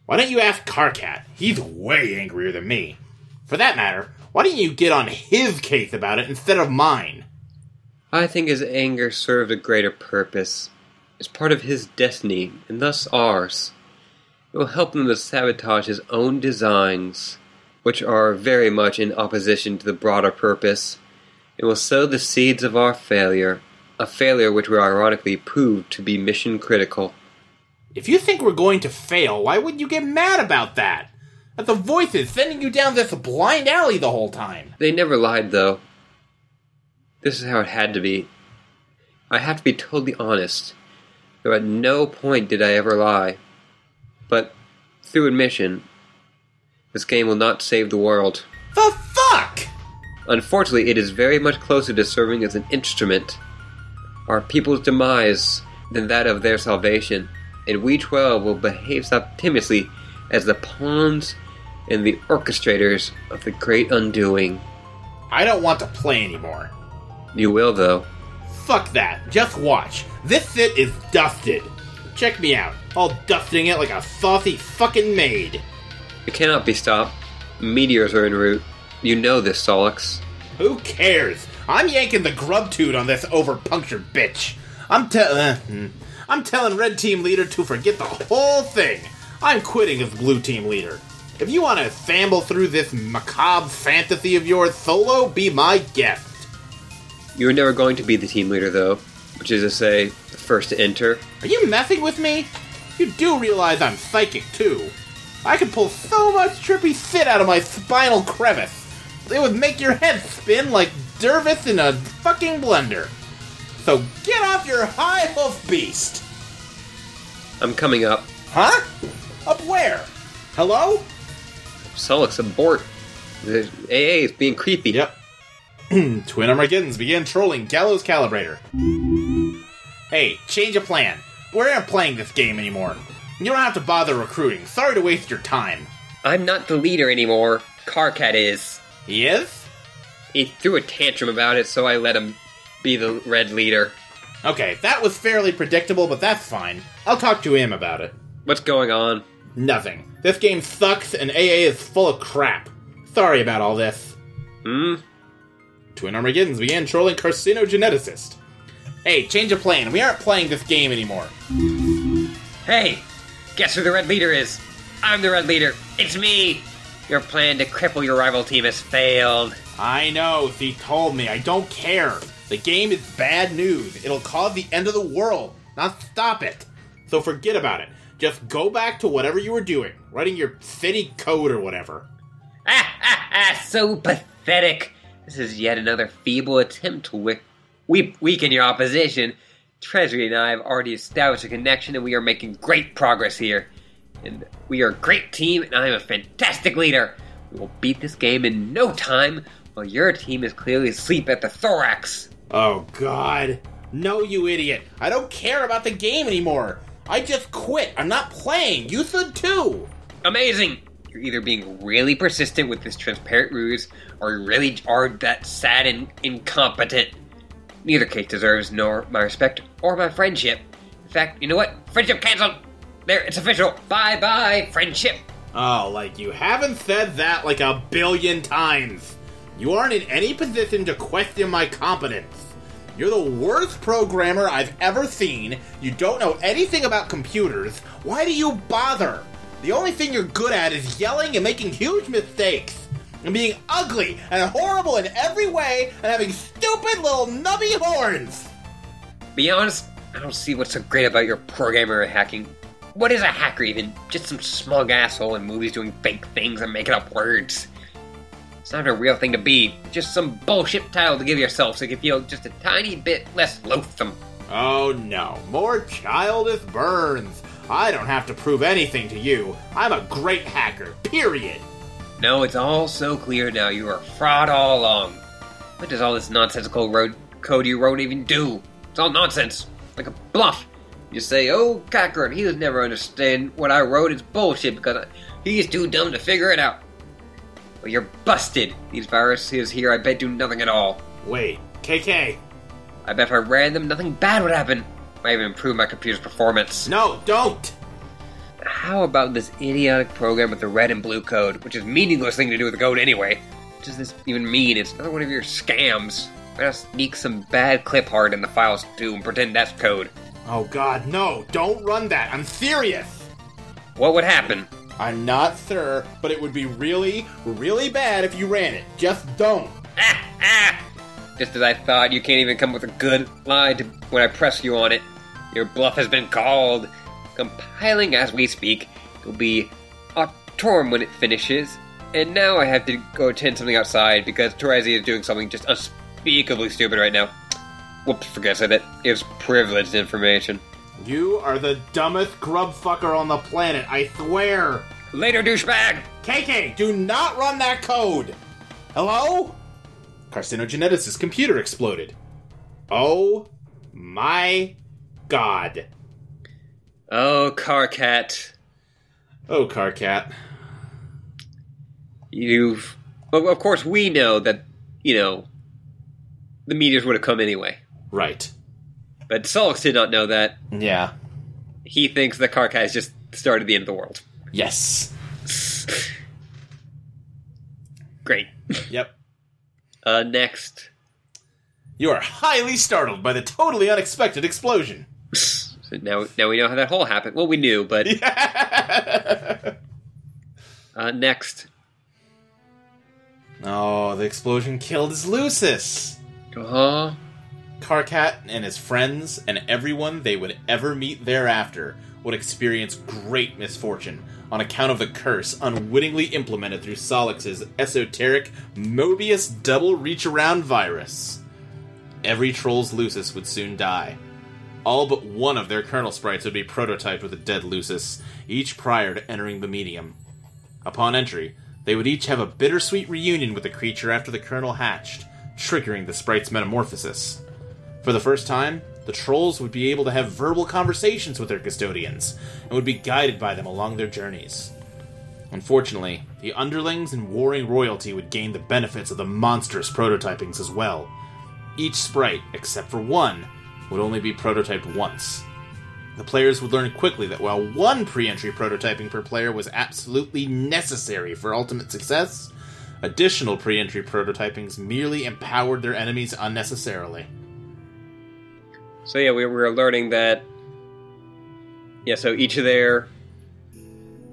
[SPEAKER 2] Why don't you ask Carcat? He's way angrier than me. For that matter, why don't you get on his case about it instead of mine?
[SPEAKER 3] I think his anger served a greater purpose. It's part of his destiny, and thus ours. It will help him to sabotage his own designs, which are very much in opposition to the broader purpose. It will sow the seeds of our failure, a failure which will ironically prove to be mission critical.
[SPEAKER 2] If you think we're going to fail, why would you get mad about that? At the voices sending you down this blind alley the whole time.
[SPEAKER 3] They never lied, though. This is how it had to be. I have to be totally honest, though at no point did I ever lie. But through admission, this game will not save the world.
[SPEAKER 2] The fuck?
[SPEAKER 3] Unfortunately, it is very much closer to serving as an instrument, our people's demise, than that of their salvation, and we twelve will behave subtimulously as the pawns and the orchestrators of the great undoing.
[SPEAKER 2] I don't want to play anymore.
[SPEAKER 3] You will, though.
[SPEAKER 2] Fuck that. Just watch. This sit is dusted. Check me out. All dusting it like a saucy fucking maid.
[SPEAKER 3] It cannot be stopped. Meteors are en route. You know this, Solix.
[SPEAKER 2] Who cares? I'm yanking the grub toot on this overpunctured bitch. I'm telling, I'm telling red team leader to forget the whole thing. I'm quitting as blue team leader. If you want to famble through this macabre fantasy of yours solo, be my guest.
[SPEAKER 3] You are never going to be the team leader, though, which is to say, the first to enter.
[SPEAKER 2] Are you messing with me? You do realize I'm psychic too. I could pull so much trippy fit out of my spinal crevice. It would make your head spin like Dervis in a fucking blender. So get off your high hoof beast.
[SPEAKER 3] I'm coming up.
[SPEAKER 2] Huh? Up where? Hello?
[SPEAKER 3] Solix, abort. The AA is being creepy.
[SPEAKER 2] Yep. (clears throat) Twin Armageddons begin trolling Gallows Calibrator. Hey, change of plan. We're not playing this game anymore. You don't have to bother recruiting. Sorry to waste your time.
[SPEAKER 3] I'm not the leader anymore. Carcat is.
[SPEAKER 2] He is?
[SPEAKER 3] He threw a tantrum about it, so I let him be the red leader.
[SPEAKER 2] Okay, that was fairly predictable, but that's fine. I'll talk to him about it.
[SPEAKER 3] What's going on?
[SPEAKER 2] Nothing. This game sucks, and AA is full of crap. Sorry about all this.
[SPEAKER 3] Hmm?
[SPEAKER 2] Twin Armageddons began trolling carcinogeneticist. Hey, change of plan. We aren't playing this game anymore.
[SPEAKER 4] Hey, guess who the red leader is? I'm the red leader. It's me. Your plan to cripple your rival team has failed.
[SPEAKER 2] I know, he told me. I don't care. The game is bad news. It'll cause the end of the world. Now stop it. So forget about it. Just go back to whatever you were doing, writing your city code or whatever.
[SPEAKER 4] Ah, ah,
[SPEAKER 3] (laughs)
[SPEAKER 4] ah, so pathetic.
[SPEAKER 3] This is yet another feeble attempt to wi- we- weaken your opposition. Treasury and I have already established a connection, and we are making great progress here. And we are a great team, and I am a fantastic leader. We will beat this game in no time, while your team is clearly asleep at the thorax.
[SPEAKER 2] Oh god. No, you idiot. I don't care about the game anymore. I just quit. I'm not playing. You should too.
[SPEAKER 3] Amazing! You're either being really persistent with this transparent ruse, or you really are that sad and incompetent. Neither case deserves nor my respect or my friendship. In fact, you know what? Friendship canceled. There, it's official. Bye bye, friendship.
[SPEAKER 2] Oh, like you haven't said that like a billion times. You aren't in any position to question my competence. You're the worst programmer I've ever seen. You don't know anything about computers. Why do you bother? The only thing you're good at is yelling and making huge mistakes. And being ugly and horrible in every way and having stupid little nubby horns.
[SPEAKER 3] Be honest, I don't see what's so great about your programmer and hacking. What is a hacker even? Just some smug asshole in movies doing fake things and making up words. It's not a real thing to be. Just some bullshit title to give yourself so you can feel just a tiny bit less loathsome.
[SPEAKER 2] Oh no, more childish burns. I don't have to prove anything to you. I'm a great hacker, period.
[SPEAKER 3] No, it's all so clear now. You were a fraud all along. What does all this nonsensical road code you wrote even do? It's all nonsense. Like a bluff. You say, oh, Cochran, he'll never understand what I wrote. It's bullshit because I, he's too dumb to figure it out. Well, you're busted. These viruses here, I bet, do nothing at all.
[SPEAKER 2] Wait, KK.
[SPEAKER 3] I bet if I ran them, nothing bad would happen. Might even improve my computer's performance.
[SPEAKER 2] No, don't!
[SPEAKER 3] How about this idiotic program with the red and blue code, which is meaningless thing to do with the code anyway? What does this even mean? It's another one of your scams. Why not sneak some bad clip art in the files too and pretend that's code?
[SPEAKER 2] Oh god, no, don't run that. I'm serious.
[SPEAKER 3] What would happen?
[SPEAKER 2] I'm not sure, but it would be really, really bad if you ran it. Just don't.
[SPEAKER 3] Ah, ah! (laughs) Just as I thought, you can't even come with a good lie to when I press you on it. Your bluff has been called. Compiling as we speak. It'll be autumn when it finishes. And now I have to go attend something outside because Terezi is doing something just unspeakably stupid right now. Whoops, forgot I said that. It was privileged information.
[SPEAKER 2] You are the dumbest grub fucker on the planet, I swear.
[SPEAKER 3] Later, douchebag!
[SPEAKER 2] KK, do not run that code! Hello? Carcinogeneticist's computer exploded. Oh my god.
[SPEAKER 3] Oh, Carcat.
[SPEAKER 2] Oh, Carcat.
[SPEAKER 3] You've. Of of course, we know that, you know, the meteors would have come anyway.
[SPEAKER 2] Right.
[SPEAKER 3] But Solix did not know that.
[SPEAKER 5] Yeah.
[SPEAKER 3] He thinks that Karkai has just started the end of the world.
[SPEAKER 5] Yes.
[SPEAKER 3] Great.
[SPEAKER 2] Yep.
[SPEAKER 3] Uh, next.
[SPEAKER 2] You are highly startled by the totally unexpected explosion. (laughs)
[SPEAKER 3] So now, now we know how that whole happened. Well, we knew, but
[SPEAKER 2] (laughs) Oh,
[SPEAKER 3] uh, next.
[SPEAKER 2] oh, the explosion killed his Lucis.
[SPEAKER 3] Uh huh.
[SPEAKER 2] Carcat and his friends and everyone they would ever meet thereafter would experience great misfortune on account of the curse unwittingly implemented through Solix's esoteric Mobius double reach around virus. Every troll's Lucis would soon die. All but one of their kernel sprites would be prototyped with a dead Lucis, each prior to entering the medium. Upon entry, they would each have a bittersweet reunion with the creature after the kernel hatched, triggering the sprite's metamorphosis. For the first time, the trolls would be able to have verbal conversations with their custodians and would be guided by them along their journeys. Unfortunately, the underlings and warring royalty would gain the benefits of the monstrous prototypings as well. Each sprite, except for one, would only be prototyped once. The players would learn quickly that while one pre entry prototyping per player was absolutely necessary for ultimate success, additional pre entry prototypings merely empowered their enemies unnecessarily.
[SPEAKER 3] So yeah, we were learning that. Yeah, so each of their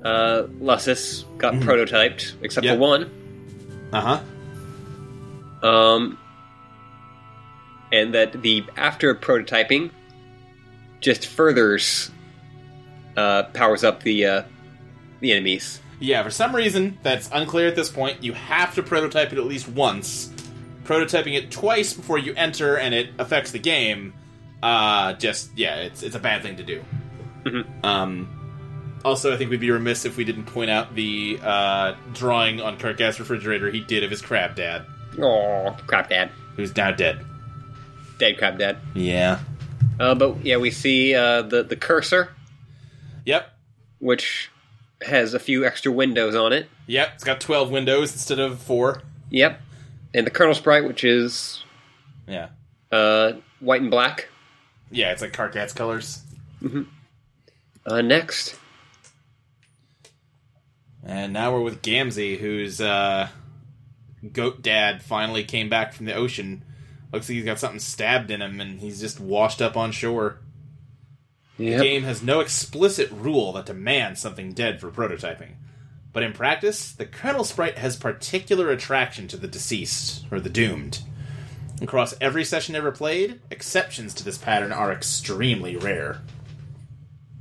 [SPEAKER 3] uh, Lussus got prototyped, except
[SPEAKER 2] Yeah.
[SPEAKER 3] for one,
[SPEAKER 2] Uh huh.
[SPEAKER 3] um, and that the after prototyping just furthers uh, powers up the uh, the enemies.
[SPEAKER 2] Yeah, for some reason that's unclear at this point, you have to prototype it at least once. Prototyping it twice before you enter and it affects the game. Uh, just yeah, it's it's a bad thing to do. Um, also, I think we'd be remiss if we didn't point out the uh, drawing on Kirk's refrigerator he did of his crab dad,
[SPEAKER 3] Oh, crap, dad,
[SPEAKER 2] who's now dead.
[SPEAKER 3] dead crap, dad.
[SPEAKER 2] Yeah.
[SPEAKER 3] Uh, but yeah, we see uh, the the cursor,
[SPEAKER 2] Yep.
[SPEAKER 3] which has a few extra windows on it.
[SPEAKER 2] Yep. It's got twelve windows instead of four.
[SPEAKER 3] Yep, and the kernel sprite, which is
[SPEAKER 2] Yeah.
[SPEAKER 3] uh, white and black.
[SPEAKER 2] Yeah, it's like Carcat's colors.
[SPEAKER 3] Uh, next,
[SPEAKER 2] And now we're with Gamzee, whose uh, goat dad finally came back from the ocean. Looks like he's got something stabbed in him, and he's just washed up on shore.
[SPEAKER 3] yep.
[SPEAKER 2] The game has no explicit rule that demands something dead for prototyping. But in practice, the kernel sprite has particular attraction to the deceased, or the doomed. Across every session ever played, exceptions to this pattern are extremely rare.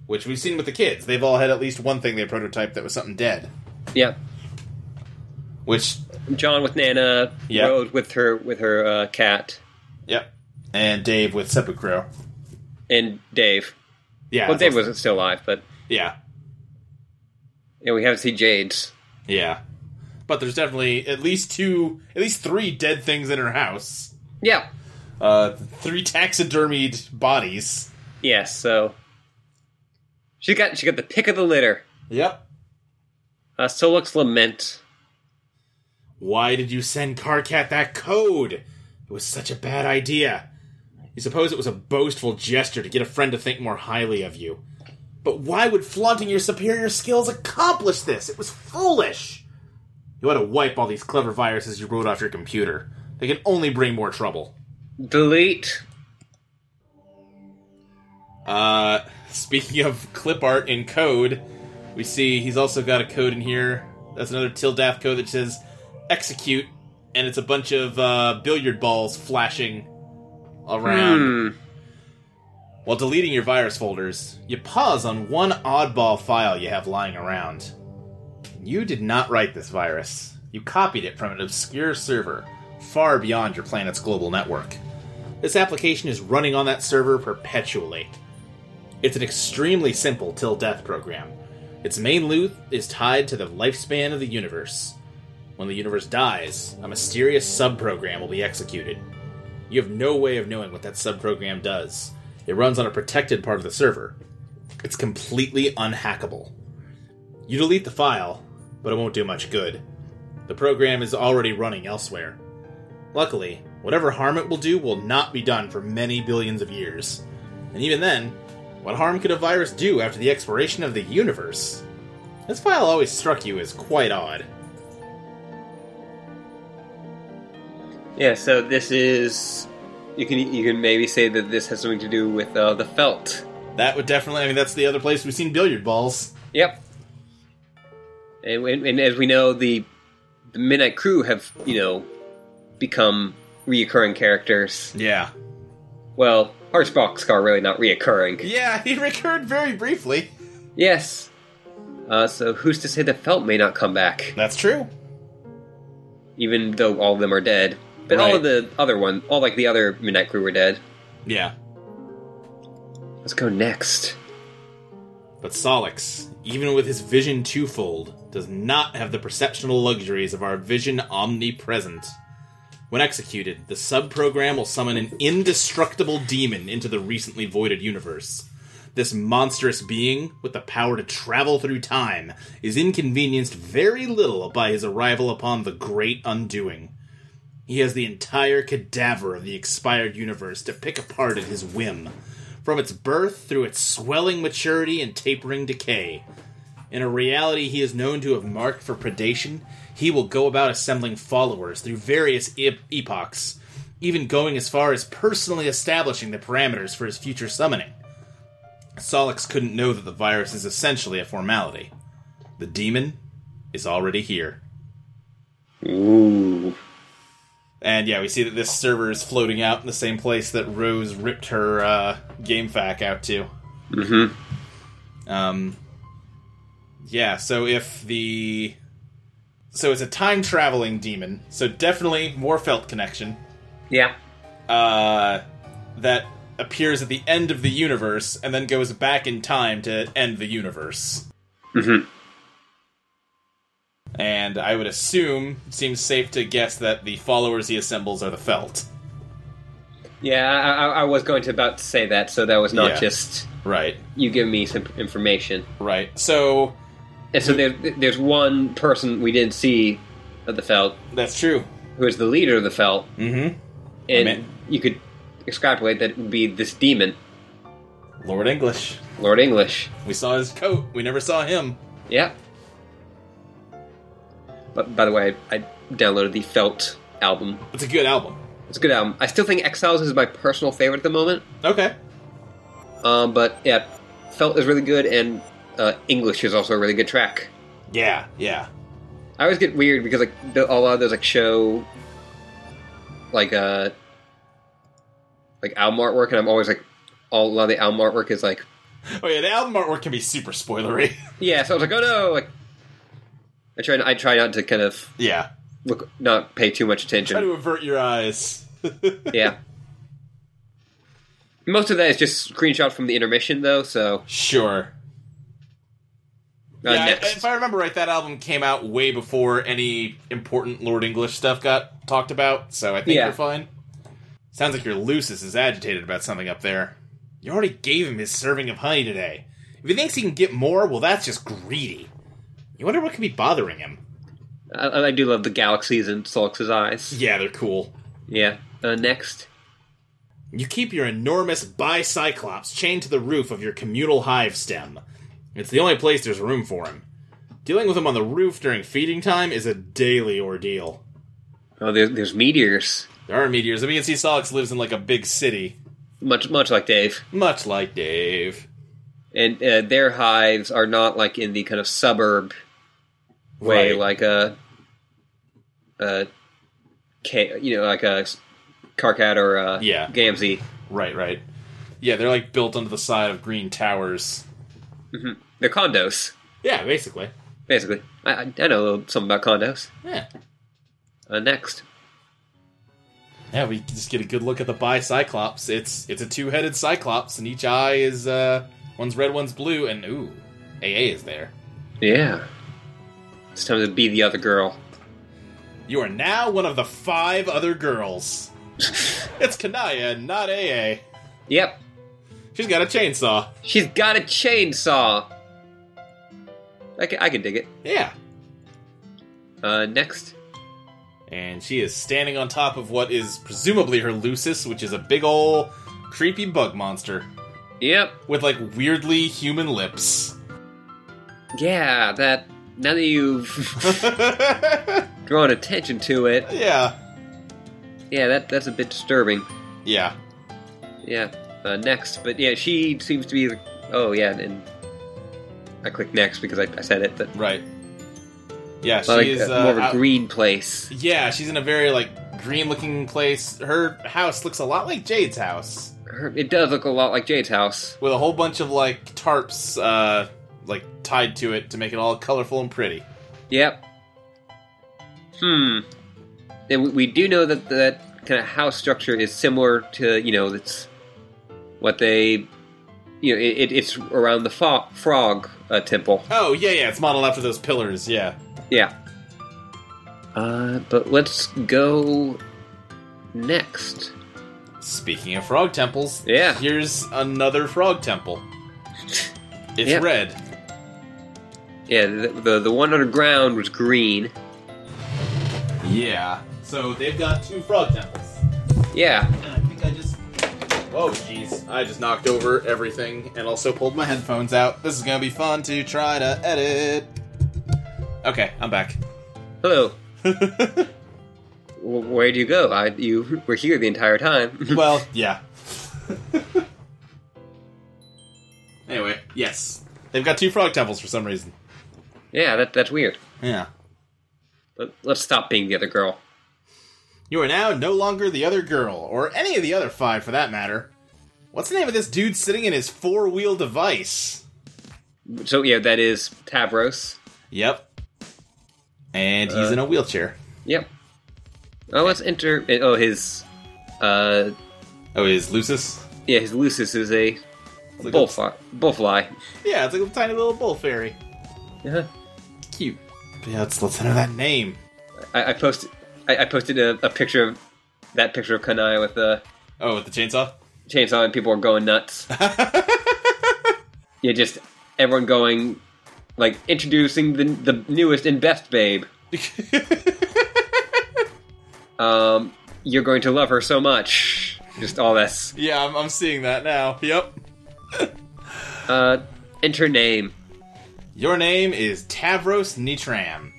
[SPEAKER 2] Which we've seen with the kids. They've all had at least one thing they prototyped that was something dead.
[SPEAKER 3] Yep.
[SPEAKER 2] Which
[SPEAKER 3] John with Nana,
[SPEAKER 2] Yeah.
[SPEAKER 3] Rose with her with her uh, cat,
[SPEAKER 2] Yep. And Dave with sepulchro.
[SPEAKER 3] and Dave.
[SPEAKER 6] Yeah.
[SPEAKER 3] Well,
[SPEAKER 6] that's
[SPEAKER 3] Dave
[SPEAKER 6] awesome.
[SPEAKER 3] wasn't still alive, but
[SPEAKER 6] Yeah.
[SPEAKER 3] you know, we haven't seen Jade's.
[SPEAKER 6] Yeah.
[SPEAKER 2] But there's definitely at least two, at least three dead things in her house.
[SPEAKER 3] Yeah.
[SPEAKER 2] Uh, three taxidermied bodies.
[SPEAKER 3] Yes. so she got she got the pick of the litter.
[SPEAKER 2] Yep.
[SPEAKER 3] Uh, Solux lament.
[SPEAKER 6] Why did you send Carcat that code? It was such a bad idea. You suppose it was a boastful gesture to get a friend to think more highly of you. But why would flaunting your superior skills accomplish this? It was foolish! You ought to wipe all these clever viruses you wrote off your computer. They can only bring more trouble.
[SPEAKER 3] Delete.
[SPEAKER 2] Uh, speaking of clip art in code, we see he's also got a code in here. That's another Tildath code that says execute, and it's a bunch of uh, billiard balls flashing around.
[SPEAKER 3] Hmm.
[SPEAKER 2] While deleting your virus folders, you pause on one oddball file you have lying around. You did not write this virus. You copied it from an obscure server far beyond your planet's global network. This application is running on that server perpetually. It's an extremely simple till death program. Its main loop is tied to the lifespan of the universe. When the universe dies, a mysterious subprogram will be executed. You have no way of knowing what that subprogram does. It runs on a protected part of the server. It's completely unhackable. You delete the file, but it won't do much good. The program is already running elsewhere. Luckily, whatever harm it will do will not be done for many billions of years. And even then, what harm could a virus do after the expiration of the universe? This file always struck you as quite odd.
[SPEAKER 3] Yeah. So this is. You can you can maybe say that this has something to do with uh, the felt.
[SPEAKER 2] That would definitely, I mean, that's the other place we've seen billiard balls.
[SPEAKER 3] Yep. And, and, and as we know, the the Midnight Crew have you know become reoccurring characters.
[SPEAKER 2] Yeah.
[SPEAKER 3] Well, Arch Boxcar really not reoccurring.
[SPEAKER 2] Yeah, (laughs) he recurred very briefly.
[SPEAKER 3] Yes. Uh, so who's to say the felt may not come back,
[SPEAKER 2] That's true.
[SPEAKER 3] even though all of them are dead? But all of
[SPEAKER 2] Right.
[SPEAKER 3] the other one, all like the other Midnight Crew were dead.
[SPEAKER 2] Yeah.
[SPEAKER 3] Let's go next.
[SPEAKER 2] But Solix, even with his vision twofold, does not have the perceptional luxuries of our vision omnipresent. When executed, the subprogram will summon an indestructible demon into the recently voided universe. This monstrous being, with the power to travel through time, is inconvenienced very little by his arrival upon the Great Undoing. He has the entire cadaver of the expired universe to pick apart at his whim from its birth through its swelling maturity and tapering decay. In a reality he is known to have marked for predation, he will go about assembling followers through various ep- epochs, even going as far as personally establishing the parameters for his future summoning. Solix couldn't know that the virus is essentially a formality. The demon is already here.
[SPEAKER 3] Ooh.
[SPEAKER 2] And yeah, we see that this server is floating out in the same place that Rose ripped her uh, GameFAQ out to.
[SPEAKER 3] Mm-hmm.
[SPEAKER 2] Um, yeah, so if the. So it's a time traveling demon, so definitely more felt connection,
[SPEAKER 3] Yeah.
[SPEAKER 2] uh, that appears at the end of the universe and then goes back in time to end the universe.
[SPEAKER 3] Mm-hmm.
[SPEAKER 2] And I would assume, seems safe to guess that the followers he assembles are the felt.
[SPEAKER 3] Yeah. I, I, I was going to about to say that, so that was not
[SPEAKER 2] Yeah.
[SPEAKER 3] just
[SPEAKER 2] Right,
[SPEAKER 3] you give me some information.
[SPEAKER 2] right. So
[SPEAKER 3] And so there, there's one person we didn't see of the Felt
[SPEAKER 2] that's true.
[SPEAKER 3] who is the leader of the Felt,
[SPEAKER 2] Mm
[SPEAKER 3] and
[SPEAKER 2] Amen.
[SPEAKER 3] you could extrapolate that it would be this demon,
[SPEAKER 2] hmm. Lord English.
[SPEAKER 3] Lord English.
[SPEAKER 2] We saw his coat, we never saw him.
[SPEAKER 3] Yeah. But by the way, I, I downloaded the Felt album.
[SPEAKER 2] It's a good album.
[SPEAKER 3] It's a good album. I still think Exiles is my personal favorite at the moment.
[SPEAKER 2] Okay.
[SPEAKER 3] Um, but yeah, Felt is really good, and uh, English is also a really good track.
[SPEAKER 2] Yeah, yeah.
[SPEAKER 3] I always get weird because like the, a lot of those like show like uh like album artwork, and I'm always like all, a lot of the album artwork is like
[SPEAKER 2] Oh yeah, the album artwork can be super spoilery. (laughs)
[SPEAKER 3] yeah. So I was like, oh no, like I try I try not to kind of
[SPEAKER 2] yeah.
[SPEAKER 3] look, not pay too much
[SPEAKER 2] Try
[SPEAKER 3] attention.
[SPEAKER 2] to avert your eyes.
[SPEAKER 3] Yeah. Most of that is just screenshot from the intermission, though. So
[SPEAKER 2] sure.
[SPEAKER 3] uh,
[SPEAKER 2] yeah,
[SPEAKER 3] next,
[SPEAKER 2] if I remember right, that album came out way before any important Lord English stuff got talked about, so I think
[SPEAKER 3] Yeah.
[SPEAKER 2] you're fine. Sounds like your Lucis is agitated about something up there. You already gave him his serving of honey today. If he thinks he can get more, well, that's just greedy. You wonder what could be bothering him.
[SPEAKER 3] I, I do love the galaxies in Solix's eyes.
[SPEAKER 2] Yeah, they're cool.
[SPEAKER 3] Yeah. Uh, next,
[SPEAKER 2] You keep your enormous bicyclops chained to the roof of your communal hive stem. It's the only place there's room for him. Dealing with him on the roof during feeding time is a daily ordeal.
[SPEAKER 3] oh, there, there's meteors,
[SPEAKER 2] There are meteors. I mean, you can see Solix lives in like a big city,
[SPEAKER 3] much much like Dave,
[SPEAKER 2] much like Dave.
[SPEAKER 3] and uh, their hives are not like in the kind of suburb way,
[SPEAKER 2] Right.
[SPEAKER 3] like uh, a, a, K, you know, like a Carcat or a
[SPEAKER 2] Yeah.
[SPEAKER 3] Gamzee.
[SPEAKER 2] Right, right. Yeah, they're like built onto the side of green towers.
[SPEAKER 3] They're condos,
[SPEAKER 2] Yeah, basically.
[SPEAKER 3] basically. I, I I know a little something about condos.
[SPEAKER 2] Yeah.
[SPEAKER 3] Uh, next,
[SPEAKER 2] Yeah, we can just get a good look at the bicyclops. It's it's a two-headed cyclops, and each eye is uh one's red, one's blue, and ooh, AA is there.
[SPEAKER 3] yeah, it's time to be the other girl.
[SPEAKER 2] You are now one of the five other girls. it's Kanaya, not AA.
[SPEAKER 3] Yep,
[SPEAKER 2] She's got a chainsaw.
[SPEAKER 3] she's got a chainsaw. I can, I can dig it.
[SPEAKER 2] Yeah.
[SPEAKER 3] Uh, next,
[SPEAKER 2] and she is standing on top of what is presumably her Lucis, which is a big ol' creepy bug monster
[SPEAKER 3] yep,
[SPEAKER 2] with like weirdly human lips. (laughs)
[SPEAKER 3] yeah. That now that you've (laughs)
[SPEAKER 2] yeah.
[SPEAKER 3] drawn attention to it, yeah, that that's a bit disturbing.
[SPEAKER 2] Yeah.
[SPEAKER 3] Yeah. Uh, next, but yeah, she seems to be. The, oh yeah, and I clicked next because I, I said it, but
[SPEAKER 2] Right. Yeah, she
[SPEAKER 3] like,
[SPEAKER 2] is
[SPEAKER 3] uh,
[SPEAKER 2] uh,
[SPEAKER 3] more of a
[SPEAKER 2] out-
[SPEAKER 3] green place.
[SPEAKER 2] Yeah, she's in a very like green looking place. Her house looks a lot like Jade's house
[SPEAKER 3] Her- It does look a lot like Jade's house.
[SPEAKER 2] with a whole bunch of like tarps uh like tied to it to make it all colorful and pretty.
[SPEAKER 3] Yep. Hmm. And we, we do know that that kind of house structure is similar to you know that's what they you know it, it, it's around the fo- frog uh, temple.
[SPEAKER 2] Oh, yeah, yeah, it's modeled after those pillars, yeah.
[SPEAKER 3] Yeah. Uh, but let's go next.
[SPEAKER 2] Speaking of frog temples,
[SPEAKER 3] Yeah.
[SPEAKER 2] here's another frog temple. It's
[SPEAKER 3] Yeah.
[SPEAKER 2] red.
[SPEAKER 3] Yeah, the, the the one underground was green.
[SPEAKER 2] Yeah. So they've got two frog temples.
[SPEAKER 3] Yeah.
[SPEAKER 2] And I think I just Whoa, jeez. I just knocked over everything and also pulled my headphones out. This is gonna be fun to try to edit. Okay, I'm back.
[SPEAKER 3] Hello. W- Where'd you go? I you were here the entire time. (laughs)
[SPEAKER 2] well, yeah. anyway, yes. They've got two frog temples for some reason.
[SPEAKER 3] yeah, that that's weird.
[SPEAKER 2] Yeah.
[SPEAKER 3] Let, let's stop being the other girl.
[SPEAKER 2] You are now no longer the other girl, or any of the other five for that matter. What's the name of this dude sitting in his four wheel device?
[SPEAKER 3] So yeah, that is Tavros.
[SPEAKER 2] Yep. And he's
[SPEAKER 3] Uh,
[SPEAKER 2] in a wheelchair.
[SPEAKER 3] Yep. Oh, let's enter. Oh, his, uh,
[SPEAKER 2] Oh, is Lucis?
[SPEAKER 3] yeah, his Lucis is a
[SPEAKER 2] It's like a-
[SPEAKER 3] bullfly. Bullfly. Uh-huh.
[SPEAKER 2] yeah, it's like a tiny little bull fairy.
[SPEAKER 3] Yeah.
[SPEAKER 2] Cute. Yeah, let's, let's enter that name.
[SPEAKER 3] I, I posted. I, I posted a, a picture of that picture of Kanai with the
[SPEAKER 2] Oh, with the chainsaw?
[SPEAKER 3] chainsaw, and people are going nuts. yeah, just everyone going, like introducing the the newest and best babe. Um, you're going to love her so much. Just all this.
[SPEAKER 2] yeah, I'm, I'm seeing that now. Yep.
[SPEAKER 3] Uh, enter name.
[SPEAKER 2] Your name is Tavros Nitram.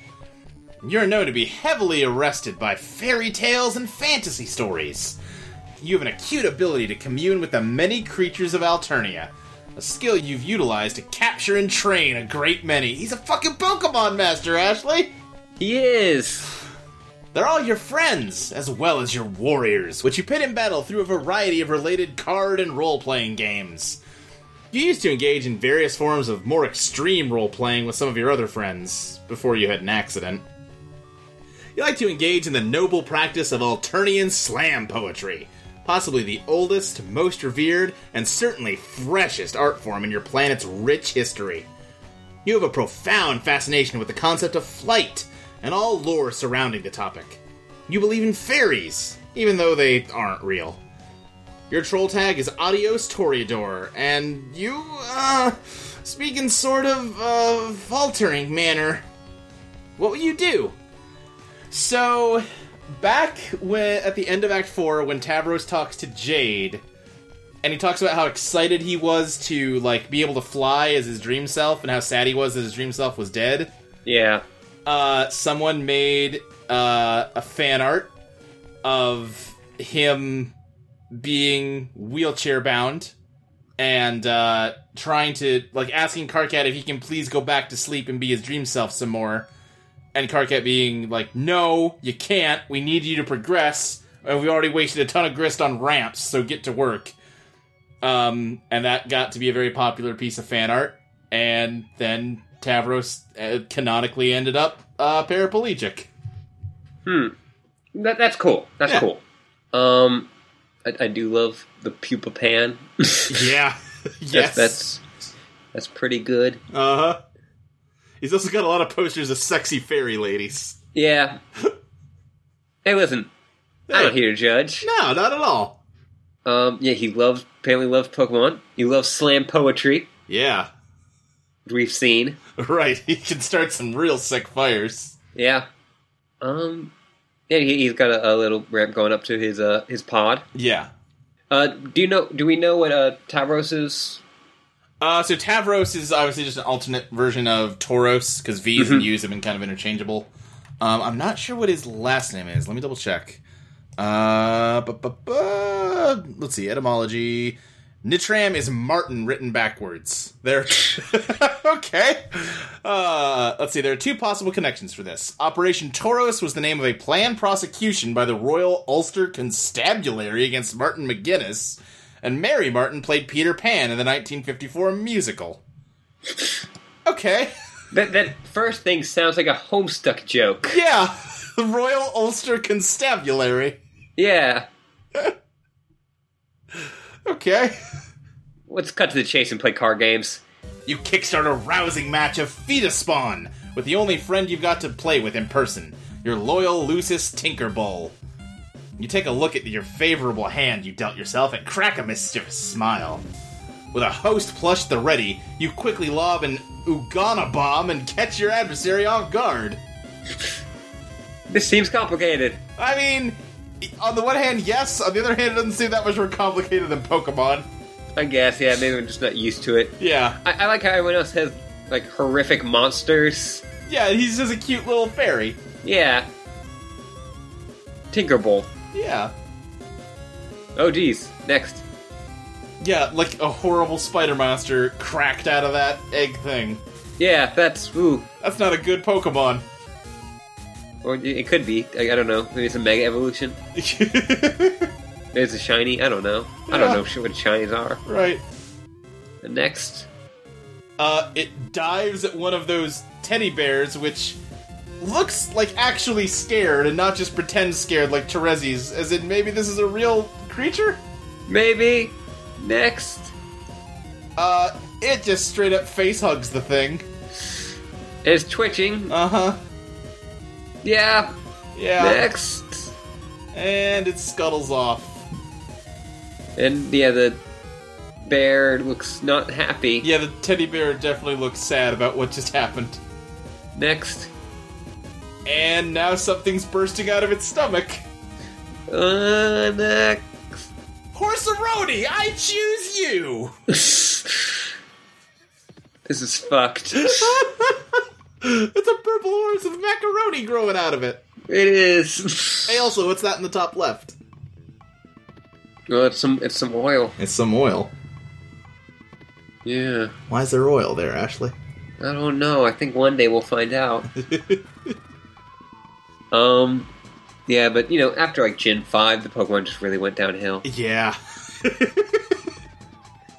[SPEAKER 2] You're known to be heavily arrested by fairy tales and fantasy stories. You have an acute ability to commune with the many creatures of Alternia, a skill you've utilized to capture and train a great many. He's a fucking Pokemon master, Ashley!
[SPEAKER 3] He is.
[SPEAKER 2] They're all your friends, as well as your warriors, which you pit in battle through a variety of related card and role playing games. You used to engage in various forms of more extreme role playing with some of your other friends before you had an accident. you like to engage in the noble practice of Alternian slam poetry, possibly the oldest, most revered, and certainly freshest art form in your planet's rich history. You have a profound fascination with the concept of flight and all lore surrounding the topic. You believe in fairies, even though they aren't real. Your troll tag is Adios Toreador, and you, uh, speak in sort of, uh, faltering manner. What will you do? So, back when, at the end of Act 4, when Tavros talks to Jade, and he talks about how excited he was to, like, be able to fly as his dream self, and how sad he was that his dream self was dead,
[SPEAKER 3] Yeah.
[SPEAKER 2] uh, someone made uh, a fan art of him being wheelchair bound and uh, trying to like asking Karkat if he can please go back to sleep and be his dream self some more, and Karkat being like, "No, you can't. We need you to progress, and we already wasted a ton of grist on ramps, so get to work." Um, and that got to be a very popular piece of fan art, and then Tavros uh, canonically ended up uh, paraplegic.
[SPEAKER 3] That, that's cool. That's
[SPEAKER 2] Yeah.
[SPEAKER 3] cool. Um, I, I do love the pupa pan. (laughs)
[SPEAKER 2] (laughs) Yeah.
[SPEAKER 3] That's, that's that's pretty good.
[SPEAKER 2] Uh huh. He's also got a lot of posters of sexy fairy ladies.
[SPEAKER 3] Yeah. hey, listen, I'm not
[SPEAKER 2] Hey.
[SPEAKER 3] here to judge.
[SPEAKER 2] No, not at all.
[SPEAKER 3] Um, yeah, he loves apparently loves Pokemon. He loves slam poetry.
[SPEAKER 2] Yeah. (laughs)
[SPEAKER 3] We've seen.
[SPEAKER 2] Right. He can start some real sick fires.
[SPEAKER 3] Yeah. Um, yeah, he, he's got a, a little ramp going up to his uh his pod.
[SPEAKER 2] Yeah.
[SPEAKER 3] Uh, do you know? Do we know what uh Tavros's?
[SPEAKER 2] Uh, so Tavros is obviously just an alternate version of Tauros because V's and U's have been kind of interchangeable. Um, I'm not sure what his last name is. Let me double check. Uh, bu- bu- bu- let's see etymology. Nitram is Martin written backwards. There. (laughs) okay. Uh, let's see. There are two possible connections for this. Operation Tauros was the name of a planned prosecution by the Royal Ulster Constabulary against Martin McGuinness, and Mary Martin played Peter Pan in the 1954 musical. Okay. (laughs)
[SPEAKER 3] That that first thing sounds like a Homestuck joke.
[SPEAKER 2] Yeah. The Royal Ulster Constabulary.
[SPEAKER 3] Yeah.
[SPEAKER 2] Okay.
[SPEAKER 3] Let's cut to the chase and play card games.
[SPEAKER 2] You kickstart a rousing match of fetus spawn with the only friend you've got to play with in person, your loyal Lucis Tinkerbull. You take a look at your favorable hand you dealt yourself and crack a mischievous smile. With a host plush at the ready, you quickly lob an Ugana bomb and catch your adversary off guard.
[SPEAKER 3] This seems complicated.
[SPEAKER 2] I mean, on the one hand, yes. On the other hand, it doesn't seem that much more complicated than Pokemon.
[SPEAKER 3] I guess, yeah, maybe I'm just not used to it.
[SPEAKER 2] Yeah.
[SPEAKER 3] I, I like how everyone else has, like, horrific monsters.
[SPEAKER 2] Yeah, he's just a cute little fairy.
[SPEAKER 3] Yeah. Tinkerbell.
[SPEAKER 2] Yeah.
[SPEAKER 3] Oh, geez. Next.
[SPEAKER 2] Yeah, like a horrible spider monster cracked out of that egg thing.
[SPEAKER 3] Yeah, that's. Ooh.
[SPEAKER 2] That's not a good Pokemon. (laughs)
[SPEAKER 3] Or it it could be. I, I don't know. Maybe it's a mega evolution. Maybe it's a shiny. I don't know. I don't
[SPEAKER 2] Yeah.
[SPEAKER 3] know sh- what shinies are.
[SPEAKER 2] right.
[SPEAKER 3] And Next.
[SPEAKER 2] Uh, it dives at one of those teddy bears, which looks like actually scared and not just pretend scared like Terezi's, as in maybe this is a real creature?
[SPEAKER 3] Maybe. Next.
[SPEAKER 2] Uh, it just straight up face hugs the thing.
[SPEAKER 3] It's twitching.
[SPEAKER 2] Uh huh.
[SPEAKER 3] Yeah.
[SPEAKER 2] Yeah.
[SPEAKER 3] Next.
[SPEAKER 2] And it scuttles off.
[SPEAKER 3] And yeah, the bear looks not happy.
[SPEAKER 2] Yeah, the teddy bear definitely looks sad about what just happened.
[SPEAKER 3] Next.
[SPEAKER 2] And now something's bursting out of its stomach.
[SPEAKER 3] Uh, (laughs)
[SPEAKER 2] Horseroni, I choose you! (laughs)
[SPEAKER 3] next. this is
[SPEAKER 2] (laughs)
[SPEAKER 3] fucked.
[SPEAKER 2] it's a purple horse with macaroni growing out of it.
[SPEAKER 3] It is.
[SPEAKER 2] Hey, also, what's that in the top left?
[SPEAKER 3] well, it's some it's some oil.
[SPEAKER 2] It's some oil.
[SPEAKER 3] Yeah.
[SPEAKER 2] Why is there oil there, Ashley?
[SPEAKER 3] I don't know. I think one day we'll find
[SPEAKER 2] (laughs)
[SPEAKER 3] out. um. Yeah, but you know, after like Gen five, the Pokemon just really went downhill.
[SPEAKER 2] Yeah.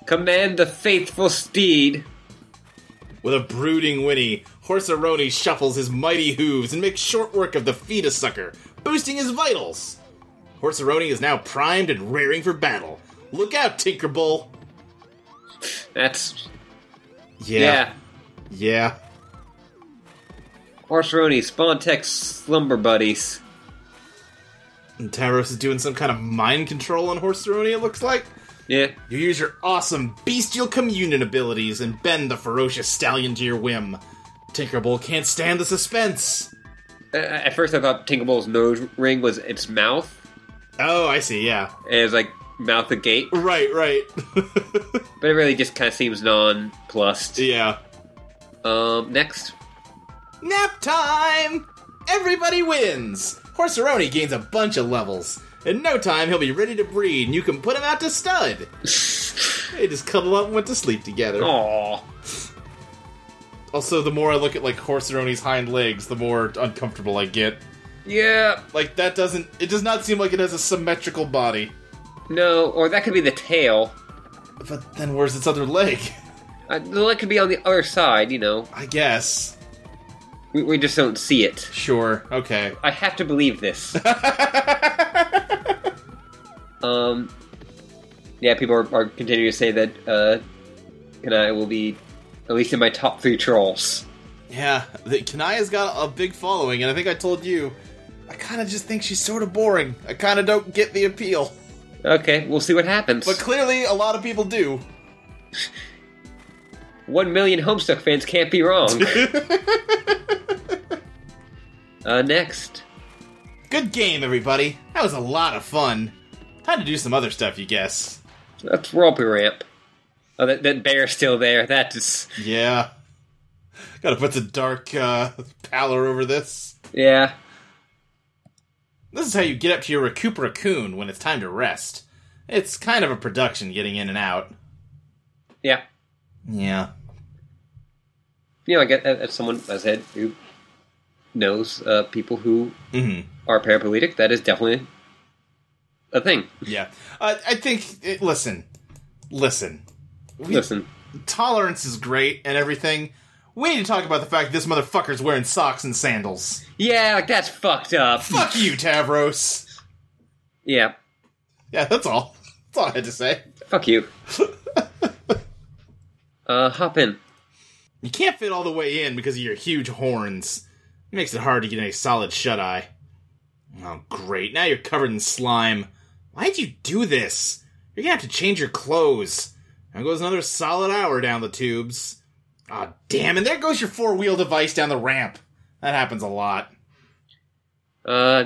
[SPEAKER 3] Command the faithful steed.
[SPEAKER 2] With a brooding whinny, Horseroni shuffles his mighty hooves and makes short work of the fetus sucker, boosting his vitals. Horseroni is now primed and raring for battle. Look out, Tinkerbull!
[SPEAKER 3] That's
[SPEAKER 2] Yeah. Yeah.
[SPEAKER 3] Horseroni, Spawn Tech Slumber Buddies.
[SPEAKER 2] And Tyros is doing some kind of mind control on Horseroni, it looks like.
[SPEAKER 3] Yeah.
[SPEAKER 2] You use your awesome bestial communion abilities and bend the ferocious stallion to your whim. Tinkerbull can't stand the suspense.
[SPEAKER 3] Uh, At first, I thought Tinkerbell's nose ring was its mouth,
[SPEAKER 2] Oh, I see, yeah.
[SPEAKER 3] and it's like mouth agate.
[SPEAKER 2] Right, right. (laughs)
[SPEAKER 3] But it really just kind of seems nonplussed.
[SPEAKER 2] yeah.
[SPEAKER 3] Um, next,
[SPEAKER 2] Nap time! Everybody wins! Horseroni gains a bunch of levels. In no time, he'll be ready to breed, and you can put him out to stud. they just cuddle up and went to sleep together.
[SPEAKER 3] Aww.
[SPEAKER 2] Also, the more I look at like Horseroni's hind legs, the more uncomfortable I get.
[SPEAKER 3] Yeah.
[SPEAKER 2] Like that doesn't. It does not seem like it has a symmetrical body.
[SPEAKER 3] No, or that could be the tail.
[SPEAKER 2] But then, where's its other leg? (laughs)
[SPEAKER 3] Uh, the leg could be on the other side. You know,
[SPEAKER 2] I guess.
[SPEAKER 3] we, we just don't see it.
[SPEAKER 2] Sure. Okay. (laughs)
[SPEAKER 3] I have to believe this. um, yeah, people are, are continuing to say that uh, Kanai will be at least in my top three trolls.
[SPEAKER 2] Yeah, the, Kanaya's got a big following, and I think I told you, I kind of just think she's sort of boring. I kind of don't get the appeal,
[SPEAKER 3] Okay, we'll see what happens.
[SPEAKER 2] but clearly a lot of people do.
[SPEAKER 3] One million Homestuck fans can't be wrong. uh, next.
[SPEAKER 2] Good game, everybody. That was a lot of fun. Time to do some other stuff, you guess.
[SPEAKER 3] That's Rompy Ramp. Oh, that, that bear's still there. That is.
[SPEAKER 2] Yeah, gotta put some dark uh, pallor over this.
[SPEAKER 3] Yeah.
[SPEAKER 2] This is how you get up to your recupera coon when it's time to rest. It's kind of a production getting in and out.
[SPEAKER 3] Yeah.
[SPEAKER 2] Yeah.
[SPEAKER 3] You know, I get uh, as someone, as head who knows uh, people who
[SPEAKER 2] hmm
[SPEAKER 3] are paraplegic, that is definitely a thing.
[SPEAKER 2] Yeah. Uh, I think. It, listen, listen. We-
[SPEAKER 3] Listen.
[SPEAKER 2] tolerance is great and everything. We need to talk about the fact that this motherfucker's wearing socks and sandals.
[SPEAKER 3] Yeah, like that's fucked up.
[SPEAKER 2] Fuck you, Tavros.
[SPEAKER 3] Yeah.
[SPEAKER 2] Yeah, that's all. That's all I had to say.
[SPEAKER 3] Fuck you. uh, hop in.
[SPEAKER 2] You can't fit all the way in because of your huge horns. It makes it hard to get any solid shut eye. Oh, great. Now you're covered in slime. Why'd you do this? You're gonna have to change your clothes. Now goes another solid hour down the tubes. Ah, damn, and there goes your four wheel device down the ramp. That happens a lot.
[SPEAKER 3] Uh,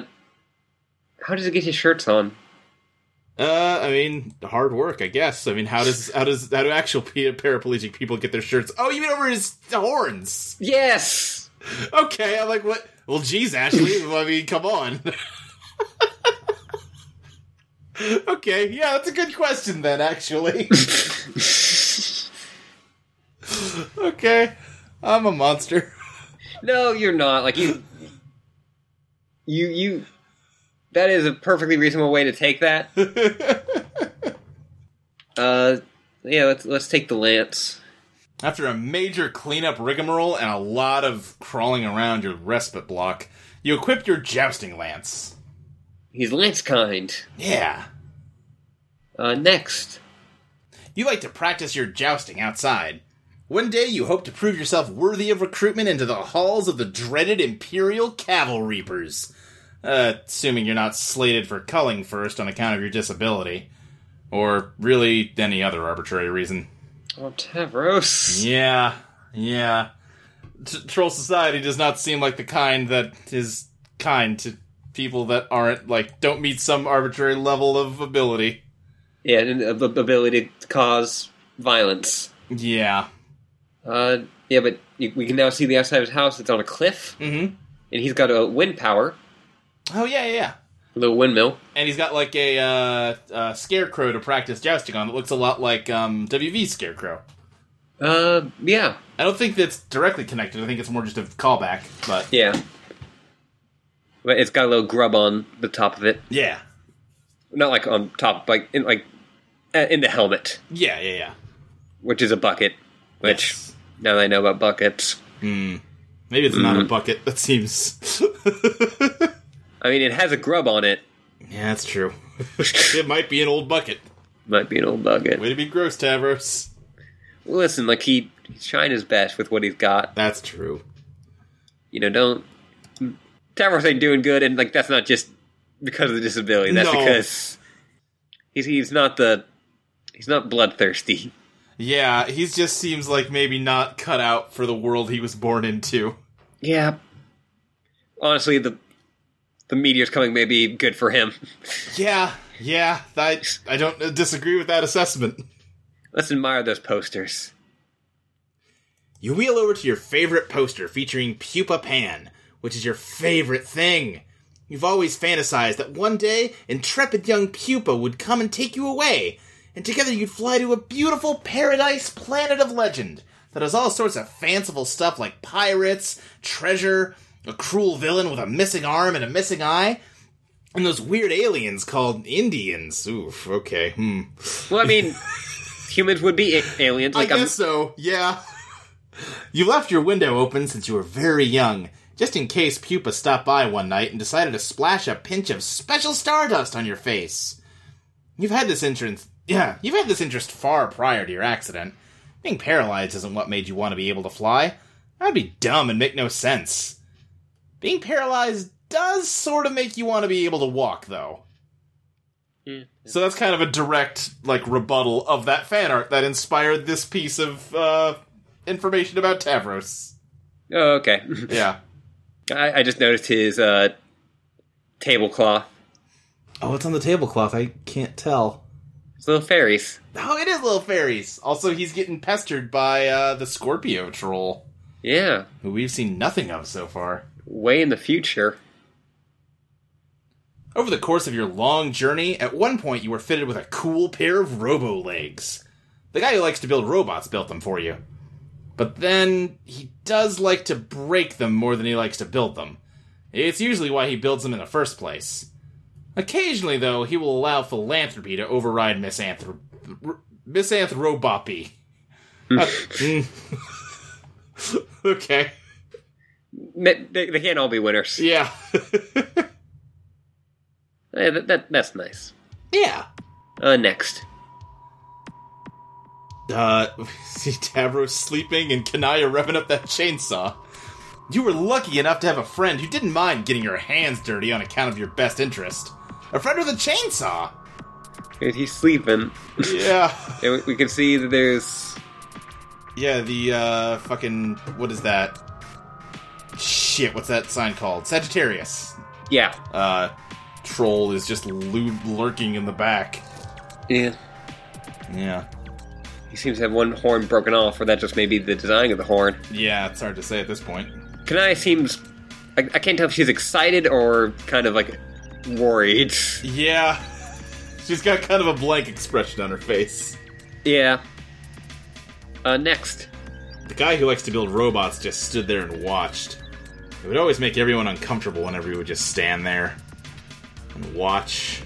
[SPEAKER 3] how does it get his shirts on?
[SPEAKER 2] Uh, I mean, hard work, I guess. I mean, how does how does how do actual pe- paraplegic people get their shirts? Oh, you mean over his horns?
[SPEAKER 3] Yes!
[SPEAKER 2] Okay, I'm like, what? Well, geez, Ashley. I mean, come on. (laughs) okay, yeah, that's a good question then. Actually, (laughs) okay, I'm a monster.
[SPEAKER 3] No, you're not. Like, you. You, you. That is a perfectly reasonable way to take that. Uh, yeah, let's, let's take the lance.
[SPEAKER 2] After a major cleanup rigmarole and a lot of crawling around your respite block, you equip your jousting lance.
[SPEAKER 3] He's lance kind.
[SPEAKER 2] Yeah.
[SPEAKER 3] Uh, next.
[SPEAKER 2] You like to practice your jousting outside. One day you hope to prove yourself worthy of recruitment into the halls of the dreaded Imperial Cavil Reapers. Uh, assuming you're not slated for culling first on account of your disability. Or really any other arbitrary reason.
[SPEAKER 3] Oh, Tavros.
[SPEAKER 2] Yeah, yeah. T- Troll Society does not seem like the kind that is kind to people that aren't, like, don't meet some arbitrary level of ability.
[SPEAKER 3] Yeah, and uh, the ability to cause violence.
[SPEAKER 2] Yeah.
[SPEAKER 3] Uh, yeah, but you, we can now see the outside of his house. It's on a cliff,
[SPEAKER 2] Mm hmm.
[SPEAKER 3] and he's got a wind power,
[SPEAKER 2] Oh, yeah, yeah, yeah.
[SPEAKER 3] a little windmill.
[SPEAKER 2] and he's got like a uh, uh, scarecrow to practice jousting on that looks a lot like um, WV's scarecrow.
[SPEAKER 3] Uh, yeah,
[SPEAKER 2] I don't think that's directly connected. I think it's more just a callback. But
[SPEAKER 3] yeah. But it's got a little grub on the top of it.
[SPEAKER 2] yeah,
[SPEAKER 3] Not like on top, like in like uh, in the helmet,
[SPEAKER 2] yeah, yeah, yeah.
[SPEAKER 3] which is a bucket. Which
[SPEAKER 2] Yes.
[SPEAKER 3] now that I know about buckets,
[SPEAKER 2] Hmm.
[SPEAKER 7] Maybe it's not a bucket. That
[SPEAKER 2] (laughs)
[SPEAKER 7] seems.
[SPEAKER 3] I mean, it has a grub on it.
[SPEAKER 7] yeah, that's true. it might be an old bucket.
[SPEAKER 3] Might be an old bucket.
[SPEAKER 2] Way to be gross, Tavros.
[SPEAKER 3] Listen, like he, he's trying his best with what he's got.
[SPEAKER 7] That's true.
[SPEAKER 3] You know, don't. Tavros ain't doing good, and like that's not just because of the disability. That's
[SPEAKER 7] No.
[SPEAKER 3] because he's he's not the he's not bloodthirsty.
[SPEAKER 2] Yeah, he just seems like maybe not cut out for the world he was born into.
[SPEAKER 3] Yeah. Honestly, the the meteor's coming may be good for him.
[SPEAKER 2] Yeah, yeah, I, I don't uh, disagree with that assessment.
[SPEAKER 3] Let's admire those posters.
[SPEAKER 7] You wheel over to your favorite poster featuring Pupa Pan, which is your favorite thing. You've always fantasized that one day intrepid young Pupa would come and take you away, and together you'd fly to a beautiful paradise planet of legend that has all sorts of fanciful stuff like pirates, treasure, a cruel villain with a missing arm and a missing eye, and those weird aliens called Indians. Oof, okay, hmm.
[SPEAKER 3] Well, I mean, humans would be a- aliens. Like
[SPEAKER 7] I
[SPEAKER 3] I'm-
[SPEAKER 7] guess so, yeah. (laughs) you left your window open since you were very young, just in case Pupa stopped by one night and decided to splash a pinch of special stardust on your face. You've had this interest yeah, you've had this interest far prior to your accident. Being paralyzed isn't what made you want to be able to fly. That would be dumb and make no sense. Being paralyzed does sort of make you want to be able to walk, though.
[SPEAKER 2] So that's kind of a direct like rebuttal of that fan art that inspired this piece of uh, information about Tavros.
[SPEAKER 3] oh, okay.
[SPEAKER 2] Yeah,
[SPEAKER 3] I, I just noticed his uh, tablecloth.
[SPEAKER 7] Oh, it's on the tablecloth. I can't tell.
[SPEAKER 3] His little fairies.
[SPEAKER 2] Oh, it is little fairies. Also, he's getting pestered by uh, the Scorpio troll,
[SPEAKER 3] Yeah.
[SPEAKER 2] who we've seen nothing of so far.
[SPEAKER 3] Way in the future.
[SPEAKER 2] Over the course of your long journey, at one point you were fitted with a cool pair of robo legs. The guy who likes to build robots built them for you. But then he does like to break them more than he likes to build them. It's usually why he builds them in the first place. Occasionally, though, he will allow philanthropy to override misanthro- r- misanthropopy. Uh, mm. (laughs) okay.
[SPEAKER 3] Ma- They, they can't all be winners.
[SPEAKER 2] Yeah. (laughs)
[SPEAKER 3] Eh, that, that, that's nice.
[SPEAKER 2] yeah.
[SPEAKER 3] Uh, next.
[SPEAKER 2] Uh, (laughs) we see Tavros sleeping and Kanaya revving up that chainsaw. You were lucky enough to have a friend who didn't mind getting your hands dirty on account of your best interest. A friend with a chainsaw!
[SPEAKER 3] He's- He's sleeping.
[SPEAKER 2] Yeah.
[SPEAKER 3] And we, we can see that there's.
[SPEAKER 2] (laughs) Yeah, the, uh, fucking. What is that? Shit, what's that sign called? Sagittarius.
[SPEAKER 3] Yeah.
[SPEAKER 2] Uh, troll is just lu- lurking in the back.
[SPEAKER 3] Yeah.
[SPEAKER 2] Yeah.
[SPEAKER 3] He seems to have one horn broken off, or that just may be the design of the horn.
[SPEAKER 2] Yeah, it's hard to say at this point.
[SPEAKER 3] Kanaya seems. I, I can't tell if she's excited or kind of like worried.
[SPEAKER 2] Yeah. (laughs) She's got kind of a blank expression on her face.
[SPEAKER 3] Yeah. Uh, next.
[SPEAKER 7] The guy who likes to build robots just stood there and watched. It would always make everyone uncomfortable whenever he would just stand there and watch.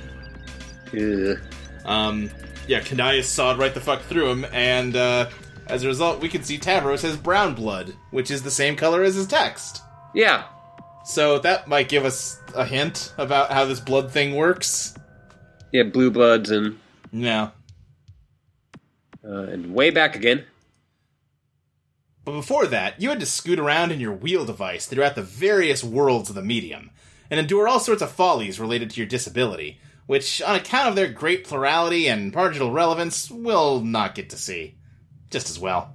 [SPEAKER 3] Ugh.
[SPEAKER 2] Um, yeah, Kanaya sawed right the fuck through him, and uh, as a result, we can see Tavros has brown blood, which is the same color as his text.
[SPEAKER 3] Yeah.
[SPEAKER 2] So that might give us a hint about how this blood thing works.
[SPEAKER 3] Yeah, blue bloods and
[SPEAKER 2] No.
[SPEAKER 3] uh, and way back again.
[SPEAKER 2] But before that, you had to scoot around in your wheel device throughout the various worlds of the medium, and endure all sorts of follies related to your disability, which, on account of their great plurality and marginal relevance, we'll not get to see. Just as well.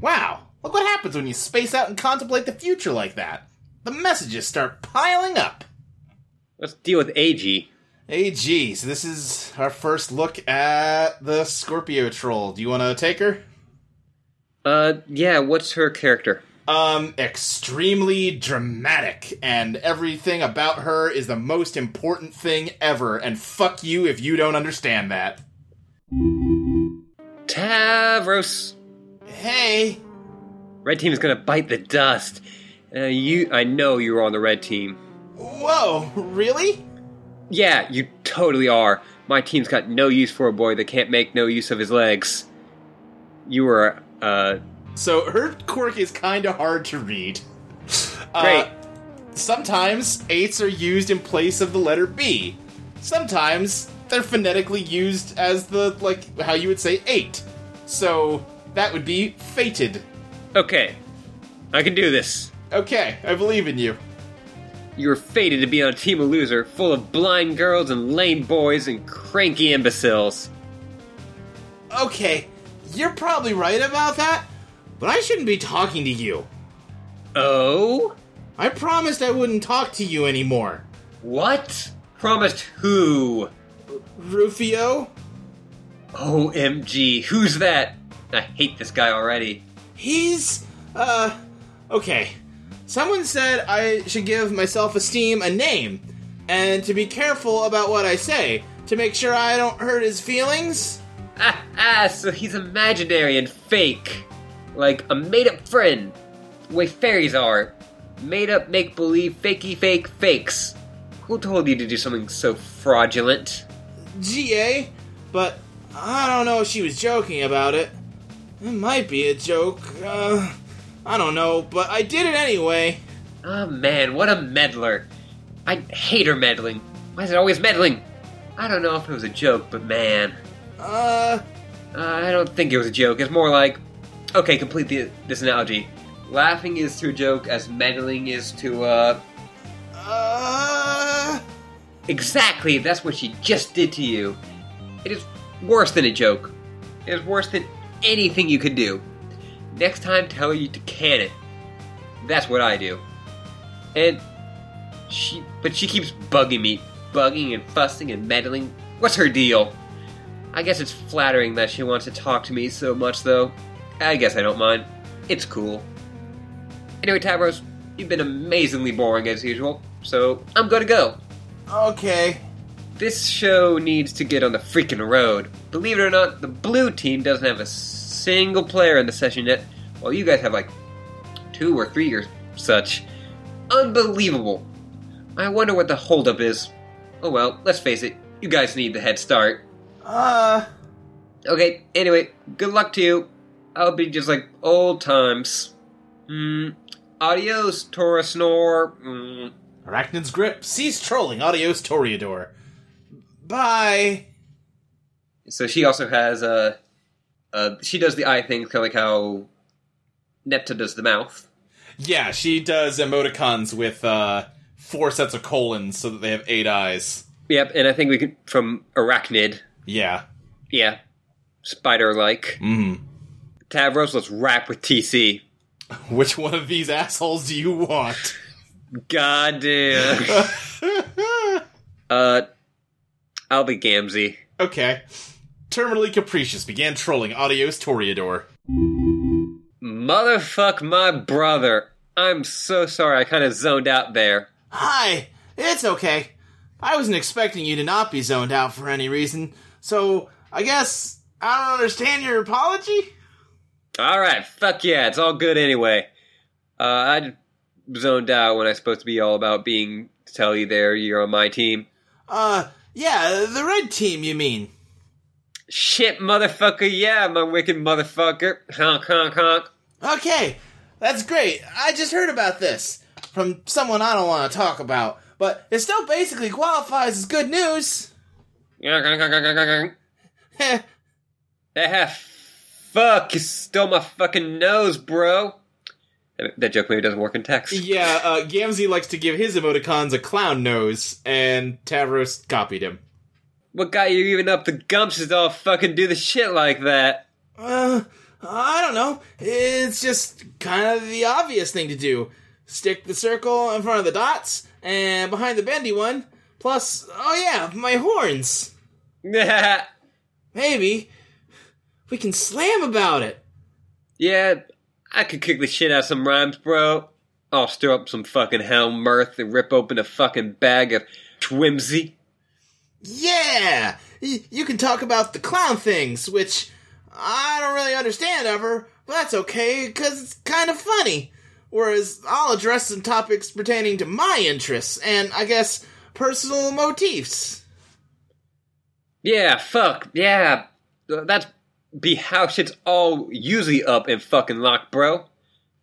[SPEAKER 2] Wow! Look what happens when you space out and contemplate the future like that! The messages start piling up!
[SPEAKER 3] Let's deal with AG.
[SPEAKER 2] AG, so this is our first look at the Scorpio Troll. Do you want to take her?
[SPEAKER 3] Uh, yeah. What's her character?
[SPEAKER 2] um extremely dramatic and everything about her is the most important thing ever and fuck you if you don't understand that
[SPEAKER 3] Tavros.
[SPEAKER 2] hey
[SPEAKER 3] Red team is gonna bite the dust. Uh, you, I know you were on the red team.
[SPEAKER 2] whoa really
[SPEAKER 3] Yeah, you totally are. My team's got no use for a boy that can't make no use of his legs. You were, uh,
[SPEAKER 2] so her quirk is kind of hard to read
[SPEAKER 8] Uh, sometimes eights are used in place of the letter B. Sometimes they're phonetically used as the like how you would say eight. So that would be fated.
[SPEAKER 3] Okay. I can do this.
[SPEAKER 8] Okay, I believe in you.
[SPEAKER 3] You were fated to be on a team of loser, full of blind girls and lame boys and cranky imbeciles.
[SPEAKER 2] Okay, you're probably right about that, but I shouldn't be talking to you.
[SPEAKER 3] Oh?
[SPEAKER 2] I promised I wouldn't talk to you anymore.
[SPEAKER 3] What? Promised who?
[SPEAKER 2] Rufio?
[SPEAKER 3] OMG, who's that? I hate this guy already.
[SPEAKER 2] He's. uh. Okay. Someone said I should give my self esteem a name, and to be careful about what I say, to make sure I don't hurt his feelings?
[SPEAKER 3] Ah, ah, so he's imaginary and fake. Like a made up friend. The way fairies are. Made up, make believe, fakey fake fakes. Who told you to do something so fraudulent?
[SPEAKER 2] GA? But I don't know if she was joking about it. It might be a joke. Uh, I don't know, but I did it anyway.
[SPEAKER 3] Ah, man, what a meddler. I hate her meddling. Why is it always meddling? I don't know if it was a joke, but man.
[SPEAKER 2] Uh.
[SPEAKER 3] Uh, I don't think it was a joke. It's more like, okay, complete the, this analogy. Laughing is to a joke as meddling is to, uh.
[SPEAKER 2] Uh.
[SPEAKER 3] Exactly, that's what she just did to you. It is worse than a joke. It is worse than anything you could do. Next time, tell her you to can it. That's what I do. And she, but she keeps bugging me, bugging and fussing and meddling. What's her deal? I guess it's flattering that she wants to talk to me so much, though. I guess I don't mind. It's cool. Anyway, Tavros, you've been amazingly boring as usual, so I'm gonna go.
[SPEAKER 2] Okay.
[SPEAKER 3] This show needs to get on the freaking road. Believe it or not, the blue team doesn't have a single player in the session yet, while you guys have like two or three or such. Unbelievable. I wonder what the holdup is. Oh well, let's face it, you guys need the head start.
[SPEAKER 2] Uh.
[SPEAKER 3] Okay, anyway, good luck to you. I'll be just like old times. Hmm. Adios, Torosnor. Mm.
[SPEAKER 2] Arachnid's grip. Cease trolling. Adios, Toreador. Bye.
[SPEAKER 3] So she also has uh, uh, she does the eye thing, kind of like how Nepta does the mouth.
[SPEAKER 8] Yeah, she does emoticons with uh, four sets of colons so that they have eight eyes.
[SPEAKER 3] Yep, and I think we could from Arachnid.
[SPEAKER 8] Yeah.
[SPEAKER 3] Yeah, spider-like.
[SPEAKER 8] Mm.
[SPEAKER 3] Tavros, let's rap with TC.
[SPEAKER 8] Which one of these assholes do you want?
[SPEAKER 3] God damn. uh, I'll be Gamzee.
[SPEAKER 8] okay. Terminally capricious began trolling Adios Toreador.
[SPEAKER 3] Motherfuck my brother. I'm so sorry. I kind of zoned out there.
[SPEAKER 2] Hi. It's okay. I wasn't expecting you to not be zoned out for any reason, so I guess I don't understand your apology?
[SPEAKER 3] All right, fuck yeah, it's all good anyway. Uh, I zoned out when I was supposed to be all about being to tell you there you're on my team.
[SPEAKER 2] Uh, yeah, the red team, you mean.
[SPEAKER 3] Shit, motherfucker, yeah, my wicked motherfucker. Honk, honk, honk.
[SPEAKER 2] Okay, that's great. I just heard about this from someone I don't want to talk about, but it still basically qualifies as good news. (laughs)
[SPEAKER 3] Honk, honk, honk, honk, honk, honk.
[SPEAKER 2] Heh.
[SPEAKER 3] Ah, fuck, you stole my fucking nose, bro. That- That joke maybe doesn't work in text.
[SPEAKER 8] Yeah, uh, Gamzee likes to give his emoticons a clown nose, and Tavros copied him.
[SPEAKER 3] What got you even up the gumps is all fucking do the shit like that? (laughs)
[SPEAKER 2] Uh, I don't know. It's just kind of the obvious thing to do. Stick the circle in front of the dots and behind the bendy one. Plus, oh yeah, my horns.
[SPEAKER 3] yeah,
[SPEAKER 2] Maybe we can slam about it.
[SPEAKER 3] I could kick the shit out of some rhymes, bro. I'll stir up some fucking hell mirth and rip open a fucking bag of twimsy.
[SPEAKER 2] Yeah, Y- you can talk about the clown things, which I don't really understand ever, but that's okay because it's kind of funny. Whereas I'll address some topics pertaining to my interests and I guess personal motifs.
[SPEAKER 3] Yeah, fuck, yeah. Uh, That's be how shit's all usually up and fucking locked, bro.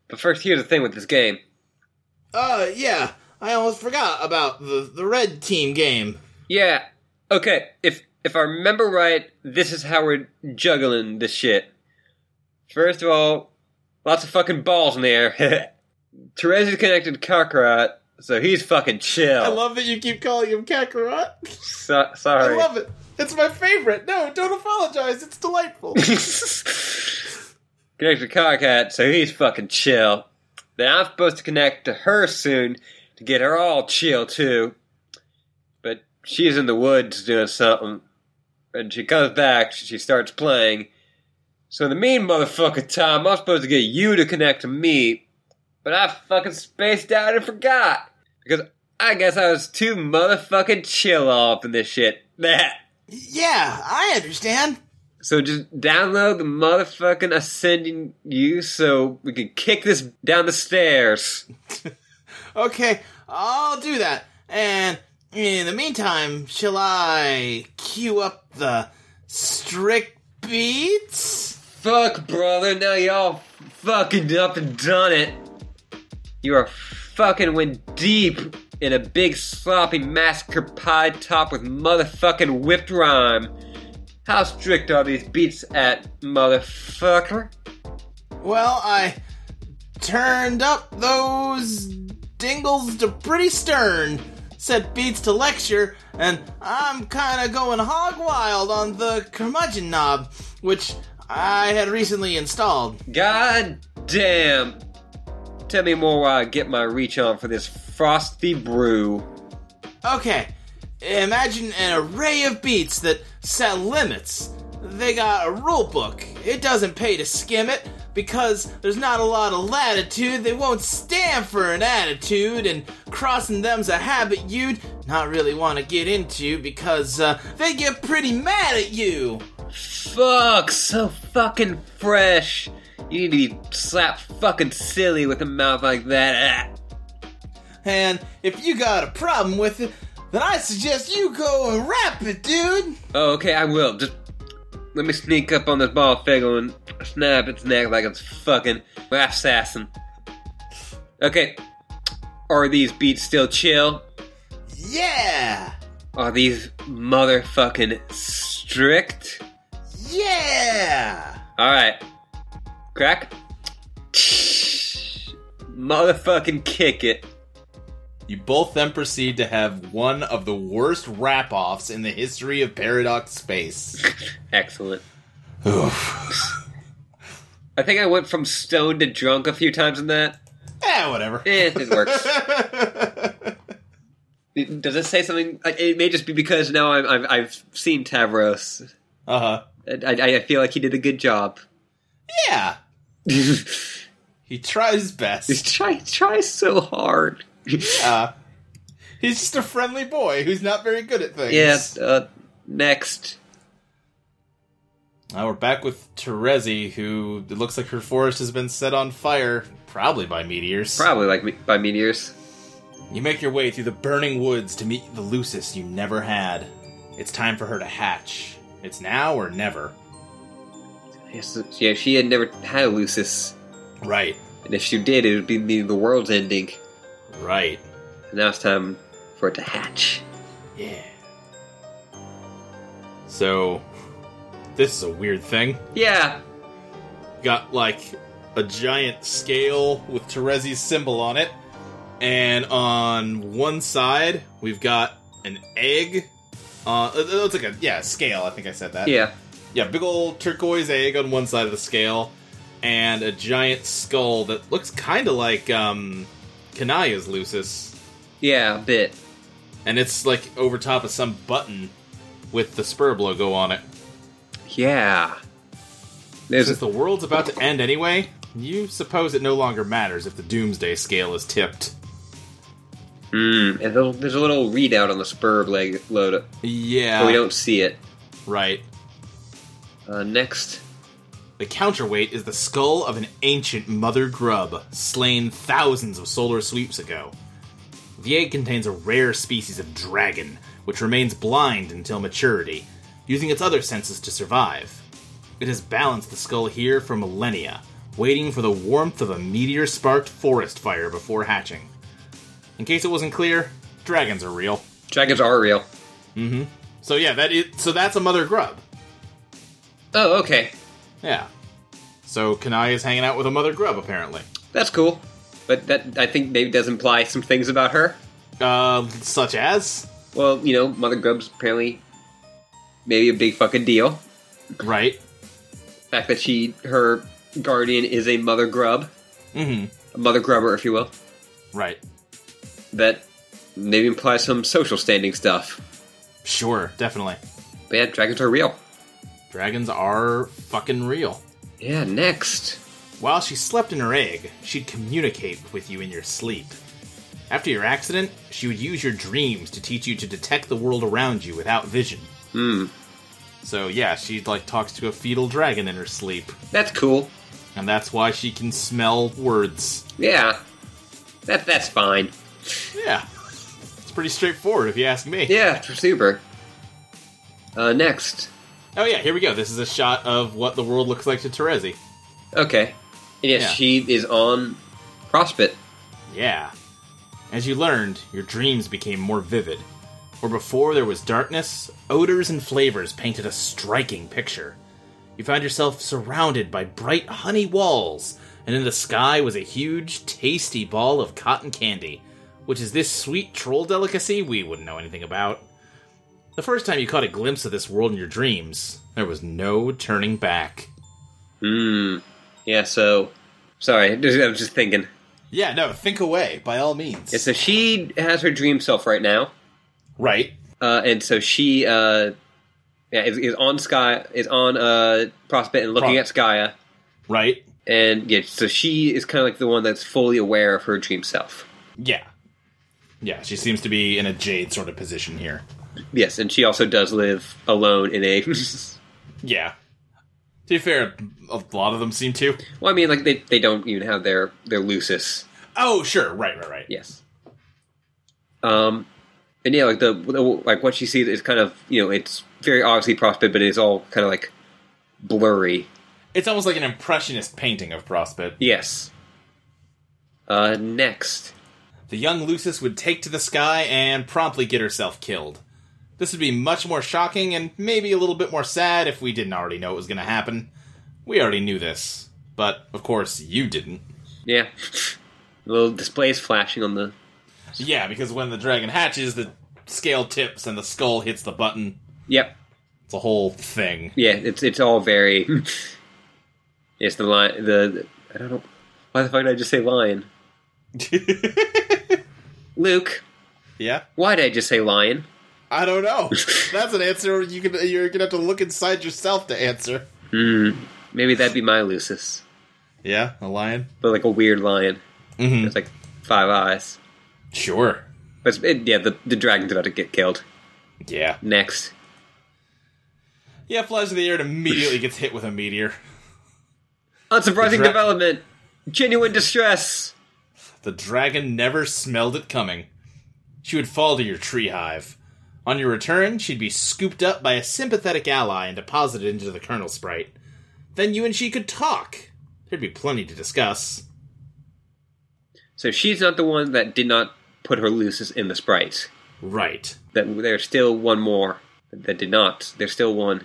[SPEAKER 3] But first, here's the thing with this game.
[SPEAKER 1] Uh, yeah. I almost forgot about the, the red team game.
[SPEAKER 3] Yeah. Okay. If if I remember right, this is how we're juggling this shit. First of all, lots of fucking balls in the air. (laughs) Therese is connected to Kakarot, so he's fucking chill.
[SPEAKER 1] I love that you keep calling him Kakarot.
[SPEAKER 3] So-
[SPEAKER 1] I
[SPEAKER 3] (laughs) sorry.
[SPEAKER 1] love it. It's my favorite. No, don't apologize. It's delightful.
[SPEAKER 3] connect to Cockhat, so he's fucking chill. Then I'm supposed to connect to her soon to get her all chill too. But she's in the woods doing something. And she comes back, she starts playing. So in the mean motherfucker time, I'm supposed to get you to connect to me. But I fucking spaced out and forgot. Because I guess I was too motherfucking chill off in this shit. (laughs) That.
[SPEAKER 1] yeah, I understand.
[SPEAKER 3] So just download the motherfucking ascending you so we can kick this down the stairs.
[SPEAKER 1] Okay, I'll do that. And in the meantime, shall I cue up the strict beats?
[SPEAKER 3] Fuck, brother, now y'all fucking up and done it. You are fucking went deep in a big sloppy massacre pie top with motherfucking whipped rhyme. How strict are these beats at, motherfucker?
[SPEAKER 1] Well, I turned up those dingles to pretty stern, set beats to lecture, and I'm kinda going hog wild on the curmudgeon knob, which I had recently installed.
[SPEAKER 3] God damn. Tell me more while I get my reach on for this frosty brew.
[SPEAKER 1] Okay, imagine an array of beats that set limits. They got a rule book. It doesn't pay to skim it because there's not a lot of latitude. They won't stand for an attitude, and crossing them's a habit you'd not really want to get into because uh, they get pretty mad at you.
[SPEAKER 3] Fuck, so fucking fresh. You need to be slapped fucking silly with a mouth like that. Ah.
[SPEAKER 1] And if you got a problem with it, then I suggest you go and rap it, dude.
[SPEAKER 3] Oh, okay, I will. Just let me sneak up on this ball figure and snap its neck like it's fucking rap assassin. Okay, are these beats still chill?
[SPEAKER 1] (laughs) Yeah,
[SPEAKER 3] Are these motherfucking strict?
[SPEAKER 1] yeah.
[SPEAKER 3] All right, crack. Motherfucking kick it.
[SPEAKER 2] You both then proceed to have one of the worst rap offs in the history of Paradox Space.
[SPEAKER 1] (laughs)
[SPEAKER 3] Excellent.
[SPEAKER 2] Oof.
[SPEAKER 3] I think I went from stoned to drunk a few times in that.
[SPEAKER 2] Yeah, whatever.
[SPEAKER 3] Eh, it works. It- Does it say something? like, It may just be because now I'm, I've, I've seen Tavros.
[SPEAKER 2] Uh huh.
[SPEAKER 3] I, I- I feel like he did a good job.
[SPEAKER 2] Yeah.
[SPEAKER 3] He's
[SPEAKER 2] (laughs) He tries
[SPEAKER 1] (laughs)
[SPEAKER 2] his best.
[SPEAKER 3] try try so hard.
[SPEAKER 2] Uh, he's just a friendly boy who's not very good at things.
[SPEAKER 3] yeah. Uh, next.
[SPEAKER 2] Now we're back with Terezi, who it looks like her forest has been set on fire, probably by meteors.
[SPEAKER 3] Probably like me- by meteors.
[SPEAKER 2] You make your way through the burning woods to meet the Lucis you never had. It's time for her to hatch. It's now or never.
[SPEAKER 3] Yes, yeah. If she had never had a Lucis,
[SPEAKER 2] Right,
[SPEAKER 3] and if she did, it would be the, the world's ending.
[SPEAKER 2] right.
[SPEAKER 3] And now it's time for it to hatch.
[SPEAKER 2] Yeah. So,
[SPEAKER 1] This is a weird thing.
[SPEAKER 3] Yeah.
[SPEAKER 1] got like a giant scale with Terezi's symbol on it. And on one side, we've got an egg. Uh, it- it's like a yeah scale. I think I said that.
[SPEAKER 3] Yeah.
[SPEAKER 1] yeah, big old turquoise egg on one side of the scale, and a giant skull that looks kind of like um, Kanaya's Lucis,
[SPEAKER 3] Yeah. A bit.
[SPEAKER 1] and it's like over top of some button with the Spurb logo on it.
[SPEAKER 3] Yeah. There's a
[SPEAKER 1] Since the world's about to end anyway, you suppose it no longer matters if the doomsday scale is tipped.
[SPEAKER 3] Mm, and there's a- there's a little readout on the spur leg load,
[SPEAKER 1] Yeah.
[SPEAKER 3] but we don't see it.
[SPEAKER 1] Right.
[SPEAKER 3] Uh, next,
[SPEAKER 1] The counterweight is the skull of an ancient mother grub, slain thousands of solar sweeps ago. The egg contains a rare species of dragon, which remains blind until maturity, using its other senses to survive. It has balanced the skull here for millennia, waiting for the warmth of a meteor sparked forest fire before hatching.
[SPEAKER 2] In case it wasn't clear, dragons are real.
[SPEAKER 3] Dragons are real.
[SPEAKER 2] So yeah, that is so that's a mother grub.
[SPEAKER 3] Oh, okay.
[SPEAKER 2] Yeah. So Kanai is hanging out with a mother grub apparently.
[SPEAKER 3] That's cool. But that I think maybe does imply some things about her.
[SPEAKER 2] Uh, such as
[SPEAKER 3] Well, you know, Mother Grub's apparently maybe a big fucking deal.
[SPEAKER 2] right.
[SPEAKER 3] The fact that she her guardian is a mother grub.
[SPEAKER 2] Mm-hmm.
[SPEAKER 3] A mother grubber, if you will.
[SPEAKER 2] Right.
[SPEAKER 3] That maybe implies some social standing stuff.
[SPEAKER 2] Sure. Definitely.
[SPEAKER 3] But yeah, dragons are real.
[SPEAKER 2] Dragons are fucking real.
[SPEAKER 3] Yeah, next.
[SPEAKER 2] While she slept in her egg, she'd communicate with you in your sleep. After your accident, she would use your dreams to teach you to detect the world around you without vision. Hmm. So yeah, she like talks to a fetal dragon in her sleep,
[SPEAKER 3] That's cool.
[SPEAKER 2] and that's why she can smell words.
[SPEAKER 3] Yeah. That that's fine.
[SPEAKER 2] Yeah. It's pretty straightforward if you ask me.
[SPEAKER 3] Yeah, super. Uh next.
[SPEAKER 2] Oh yeah, here we go. This is a shot of what the world looks like to Terezi.
[SPEAKER 3] Okay. And yes,
[SPEAKER 2] Yeah.
[SPEAKER 3] she is on CrossFit.
[SPEAKER 2] Yeah. As you learned, your dreams became more vivid. Where before there was darkness, odors and flavors painted a striking picture. You found yourself surrounded by bright honey walls, and in the sky was a huge, tasty ball of cotton candy, which is this sweet troll delicacy we wouldn't know anything about. The first time you caught a glimpse of this world in your dreams, there was no turning back.
[SPEAKER 3] Hmm. Yeah, so sorry, (laughs) I was just thinking.
[SPEAKER 2] Yeah, no, think away, by all means.
[SPEAKER 3] Yeah, so she has her dream self right now,
[SPEAKER 2] right.
[SPEAKER 3] uh, and so she uh, yeah, is, is on Sky is on uh, Prospect and looking
[SPEAKER 2] Pro-
[SPEAKER 3] at Skya,
[SPEAKER 2] Right.
[SPEAKER 3] and yeah, so she is kind of like the one that's fully aware of her dream self.
[SPEAKER 2] Yeah. Yeah, she seems to be in a jade sort of position here.
[SPEAKER 3] Yes, and she also does live alone in a. (laughs)
[SPEAKER 2] Yeah. To be fair, a lot of them seem to.
[SPEAKER 3] well, I mean, like they, they don't even have their their lucis.
[SPEAKER 2] Oh, sure, right, right, right.
[SPEAKER 3] Yes. Um, and yeah, like the, the like what she sees is kind of you know it's very obviously Prospect, but it's all kind of like blurry.
[SPEAKER 2] It's almost like an impressionist painting of Prospect.
[SPEAKER 3] Yes. Uh, next.
[SPEAKER 2] The young Lucis would take to the sky and promptly get herself killed. This would be much more shocking and maybe a little bit more sad if we didn't already know it was going to happen. We already knew this, but of course you didn't.
[SPEAKER 3] Yeah. (laughs) Little displays flashing on the.
[SPEAKER 2] Yeah, because when the dragon hatches, the scale tips and the skull hits the button.
[SPEAKER 3] Yep.
[SPEAKER 2] It's a whole thing. (laughs)
[SPEAKER 3] Yeah. It's it's all very. (laughs) it's the lion. The, I don't know. Why the fuck did I just say lion? Luke,
[SPEAKER 2] yeah?
[SPEAKER 3] why did I just say lion?
[SPEAKER 2] I don't (laughs) know. That's an answer you can you're gonna have to look inside yourself to answer.
[SPEAKER 3] Maybe that'd be my Lucis,
[SPEAKER 2] Yeah, a lion.
[SPEAKER 3] but like a weird lion.
[SPEAKER 2] Mm-hmm.
[SPEAKER 3] It's like five eyes.
[SPEAKER 2] Sure.
[SPEAKER 3] But it's- it, yeah, the the dragon's about to get killed.
[SPEAKER 2] Yeah.
[SPEAKER 3] Next.
[SPEAKER 2] Yeah, flies in the air and immediately gets hit with a meteor.
[SPEAKER 3] Unsurprising
[SPEAKER 2] Dra-
[SPEAKER 3] development. Genuine distress.
[SPEAKER 2] The dragon never smelled it coming. She would fall to your tree hive. On your return, she'd be scooped up by a sympathetic ally and deposited into the Colonel Sprite. Then you and she could talk. There'd be plenty to discuss.
[SPEAKER 3] So she's not the one that did not put her Lucis in the sprites.
[SPEAKER 2] Right.
[SPEAKER 3] that there's still one more that did not. There's still one.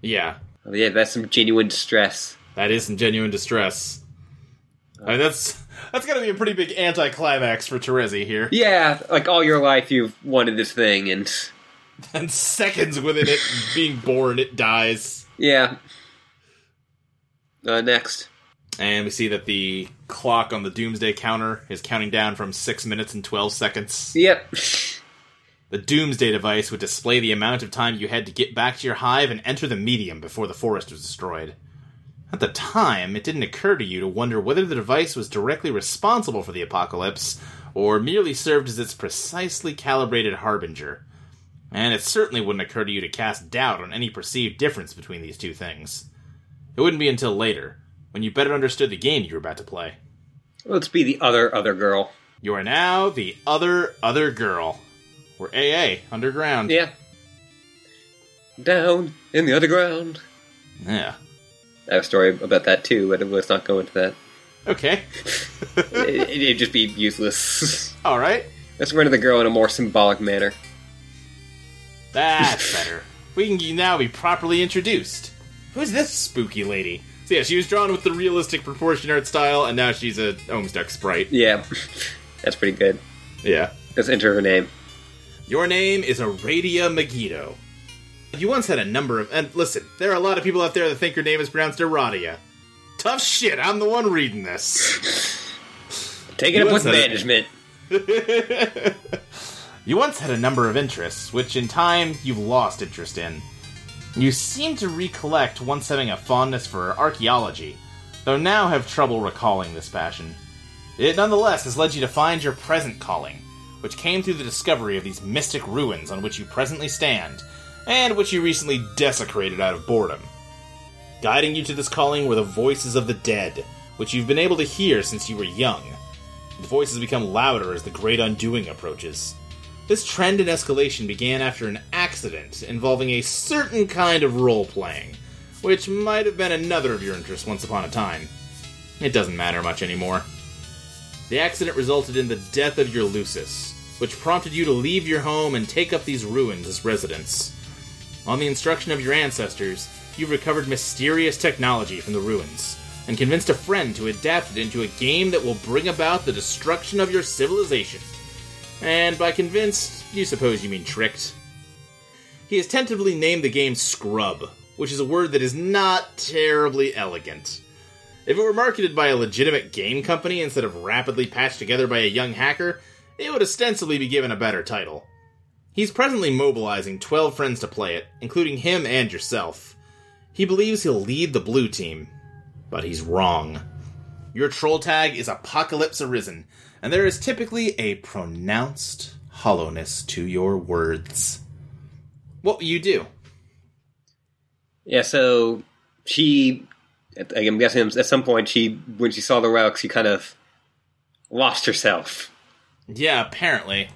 [SPEAKER 2] Yeah.
[SPEAKER 3] Oh, yeah, that's some genuine distress.
[SPEAKER 2] That is some genuine distress. I mean, that's that's got to be a pretty big anticlimax for Terezi here.
[SPEAKER 3] Yeah, like all your life you've wanted this thing, and
[SPEAKER 2] And seconds within it being born, it dies.
[SPEAKER 3] yeah. Uh, next.
[SPEAKER 2] And we see that the clock on the doomsday counter is counting down from six minutes and twelve seconds.
[SPEAKER 3] Yep. (laughs)
[SPEAKER 2] The doomsday device would display the amount of time you had to get back to your hive and enter the medium before the forest was destroyed. At the time, it didn't occur to you to wonder whether the device was directly responsible for the apocalypse or merely served as its precisely calibrated harbinger. And it certainly wouldn't occur to you to cast doubt on any perceived difference between these two things. It wouldn't be until later, when you better understood the game you were about to play.
[SPEAKER 3] Let's be the other other girl.
[SPEAKER 2] You are now the other, other girl. We're AA, underground.
[SPEAKER 3] Yeah. Down in the underground.
[SPEAKER 2] Yeah.
[SPEAKER 3] I have a story about that too, but let's not go into that.
[SPEAKER 2] Okay.
[SPEAKER 3] it, it'd just be useless. (laughs)
[SPEAKER 2] All right.
[SPEAKER 3] Let's run to the girl in a more symbolic manner.
[SPEAKER 2] That's better. We can now be properly introduced. Who's this spooky lady? So yeah, she was drawn with the realistic proportion art style, and now she's a Homestuck sprite.
[SPEAKER 3] Yeah, (laughs) that's pretty good.
[SPEAKER 2] Yeah.
[SPEAKER 3] Let's enter her name.
[SPEAKER 2] Your name is Aradia Megiddo. You once had a number of. And listen, there are a lot of people out there that think your name is pronounced Aradia. Tough shit, I'm the one reading this.
[SPEAKER 3] Take it
[SPEAKER 2] You
[SPEAKER 3] up with
[SPEAKER 2] said it.
[SPEAKER 3] management.
[SPEAKER 2] (laughs) You once had a number of interests, which in time you've lost interest in. You seem to recollect once having a fondness for archaeology, though now have trouble recalling this passion. It nonetheless has led you to find your present calling, which came through the discovery of these mystic ruins on which you presently stand, and which you recently desecrated out of boredom. Guiding you to this calling were the voices of the dead, which you've been able to hear since you were young. The voices become louder as the great undoing approaches. This trend and escalation began after an accident involving a certain kind of role playing, which might have been another of your interests once upon a time. It doesn't matter much anymore. The accident resulted in the death of your Lucis, which prompted you to leave your home and take up these ruins as residence. On the instruction of your ancestors, you've recovered mysterious technology from the ruins, and convinced a friend to adapt it into a game that will bring about the destruction of your civilization. And by convinced, you suppose you mean tricked. He has tentatively named the game Scrub, which is a word that is not terribly elegant. If it were marketed by a legitimate game company instead of rapidly patched together by a young hacker, it would ostensibly be given a better title. He's presently mobilizing 12 friends to play it, including him and yourself. He believes he'll lead the blue team, but he's wrong. Your troll tag is Apocalypse Arisen, and there is typically a pronounced hollowness to your words. What will you do?
[SPEAKER 3] Yeah, so she, I'm guessing at some point she, when she saw the relics, she kind of lost herself.
[SPEAKER 2] Yeah, apparently.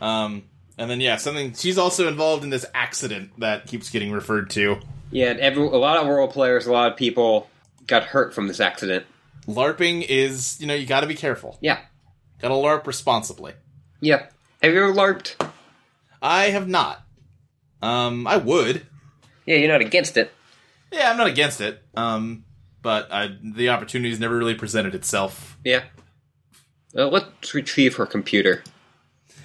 [SPEAKER 2] Um, and then yeah, something. She's also involved in this accident that keeps getting referred to.
[SPEAKER 3] Yeah, and every, a lot of role players, a lot of people got hurt from this accident.
[SPEAKER 2] LARPing is, you know, you got to be careful.
[SPEAKER 3] Yeah,
[SPEAKER 2] Got to LARP responsibly.
[SPEAKER 3] yeah. Have you ever LARPed?
[SPEAKER 2] I have not. Um, I would.
[SPEAKER 3] Yeah, you're not against it.
[SPEAKER 2] Yeah, I'm not against it. Um, but I, the opportunity's never really presented itself.
[SPEAKER 3] Yeah. Well, Uh, let's retrieve her computer.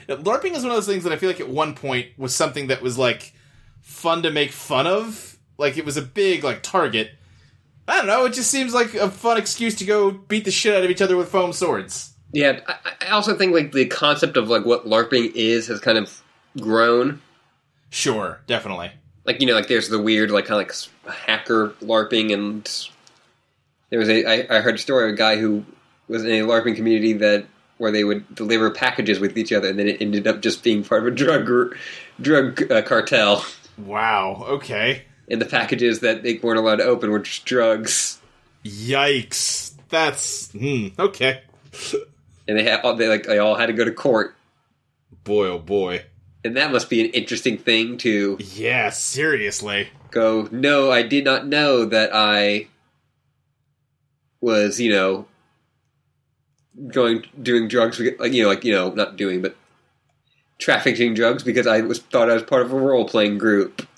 [SPEAKER 2] Yeah, LARPing is one of those things that I feel like at one point was something that was like fun to make fun of. Like it was a big like target. I don't know. It just seems like a fun excuse to go beat the shit out of each other with foam swords.
[SPEAKER 3] Yeah, I, I also think like the concept of like what LARPing is has kind of grown.
[SPEAKER 2] Sure, definitely.
[SPEAKER 3] like you know, like there's the weird like kind of like s- hacker LARPing, and there was a I, I heard a story of a guy who was in a LARPing community that where they would deliver packages with each other, and then it ended up just being part of a drug gr- drug uh, cartel,
[SPEAKER 2] Wow. Okay.
[SPEAKER 3] and the packages that they weren't allowed to open were just drugs,
[SPEAKER 2] Yikes. That's hmm, okay.
[SPEAKER 3] and they had all they like they all had to go to court,
[SPEAKER 2] Boy, oh boy.
[SPEAKER 3] and that must be an interesting thing to
[SPEAKER 2] Yeah. Seriously.
[SPEAKER 3] go. No, I did not know that I was, you know, going doing drugs. beca- Like you know, like you know, not doing, but trafficking drugs because I was thought I was part of a role playing group. (laughs)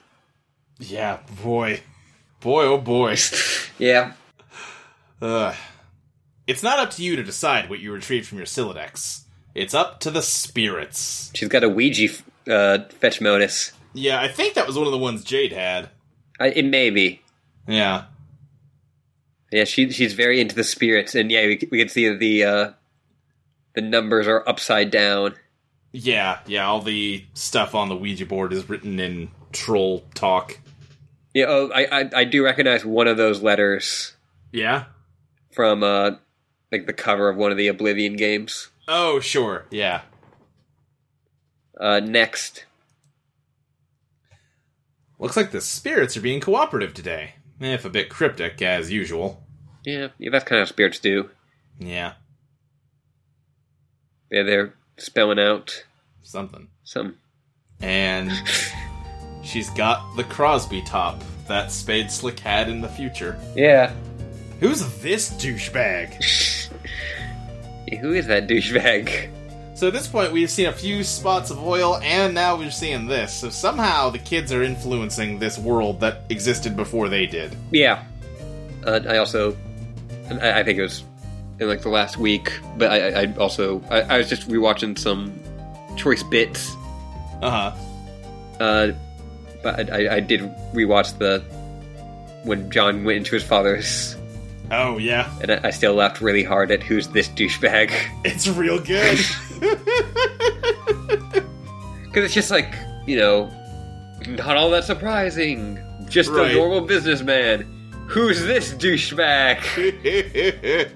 [SPEAKER 2] Yeah. Boy. Boy, oh boy.
[SPEAKER 3] Yeah,
[SPEAKER 2] Ugh. It's not up to you to decide what you retrieved from your Silodex. It's up to the spirits.
[SPEAKER 3] she's got a Ouija f- uh, fetch modus.
[SPEAKER 2] Yeah, I think that was one of the ones Jade had.
[SPEAKER 3] I, it may be.
[SPEAKER 2] Yeah.
[SPEAKER 3] Yeah, she she's very into the spirits, and yeah, we, c- we can see the uh, the numbers are upside down.
[SPEAKER 2] Yeah, yeah, all the stuff on the Ouija board is written in troll talk.
[SPEAKER 3] Yeah, oh, I I, I do recognize one of those letters.
[SPEAKER 2] Yeah?
[SPEAKER 3] from uh like the cover of one of the Oblivion games.
[SPEAKER 2] Oh, sure. Yeah.
[SPEAKER 3] Uh next.
[SPEAKER 2] Looks like the spirits are being cooperative today. Eh, If a bit cryptic, as usual.
[SPEAKER 3] Yeah, yeah, that's kind of how spirits do.
[SPEAKER 2] Yeah,
[SPEAKER 3] Yeah, they're spelling out
[SPEAKER 2] something.
[SPEAKER 3] some
[SPEAKER 2] And she's got the Crosby top that Spade Slick had in the future.
[SPEAKER 3] Yeah.
[SPEAKER 2] Who's this douchebag?
[SPEAKER 3] Who is that douchebag? (laughs)
[SPEAKER 2] So at this point, we've seen a few spots of oil, and now we're seeing this. So somehow the kids are influencing this world that existed before they did.
[SPEAKER 3] Yeah.
[SPEAKER 4] Uh, I also,
[SPEAKER 3] And I, I think it was in like the last week, but I, I- I also I, I was just rewatching some choice bits.
[SPEAKER 2] Uh huh.
[SPEAKER 3] Uh, but I, I- I did rewatch the when John went into his father's,
[SPEAKER 2] Oh yeah,
[SPEAKER 3] and I, I still laughed really hard at who's this douchebag (laughs)
[SPEAKER 2] it's real (laughs) good.
[SPEAKER 3] because it's just like you know, not all that surprising. Just
[SPEAKER 2] Right.
[SPEAKER 3] a normal businessman. Who's this douchebag?
[SPEAKER 2] you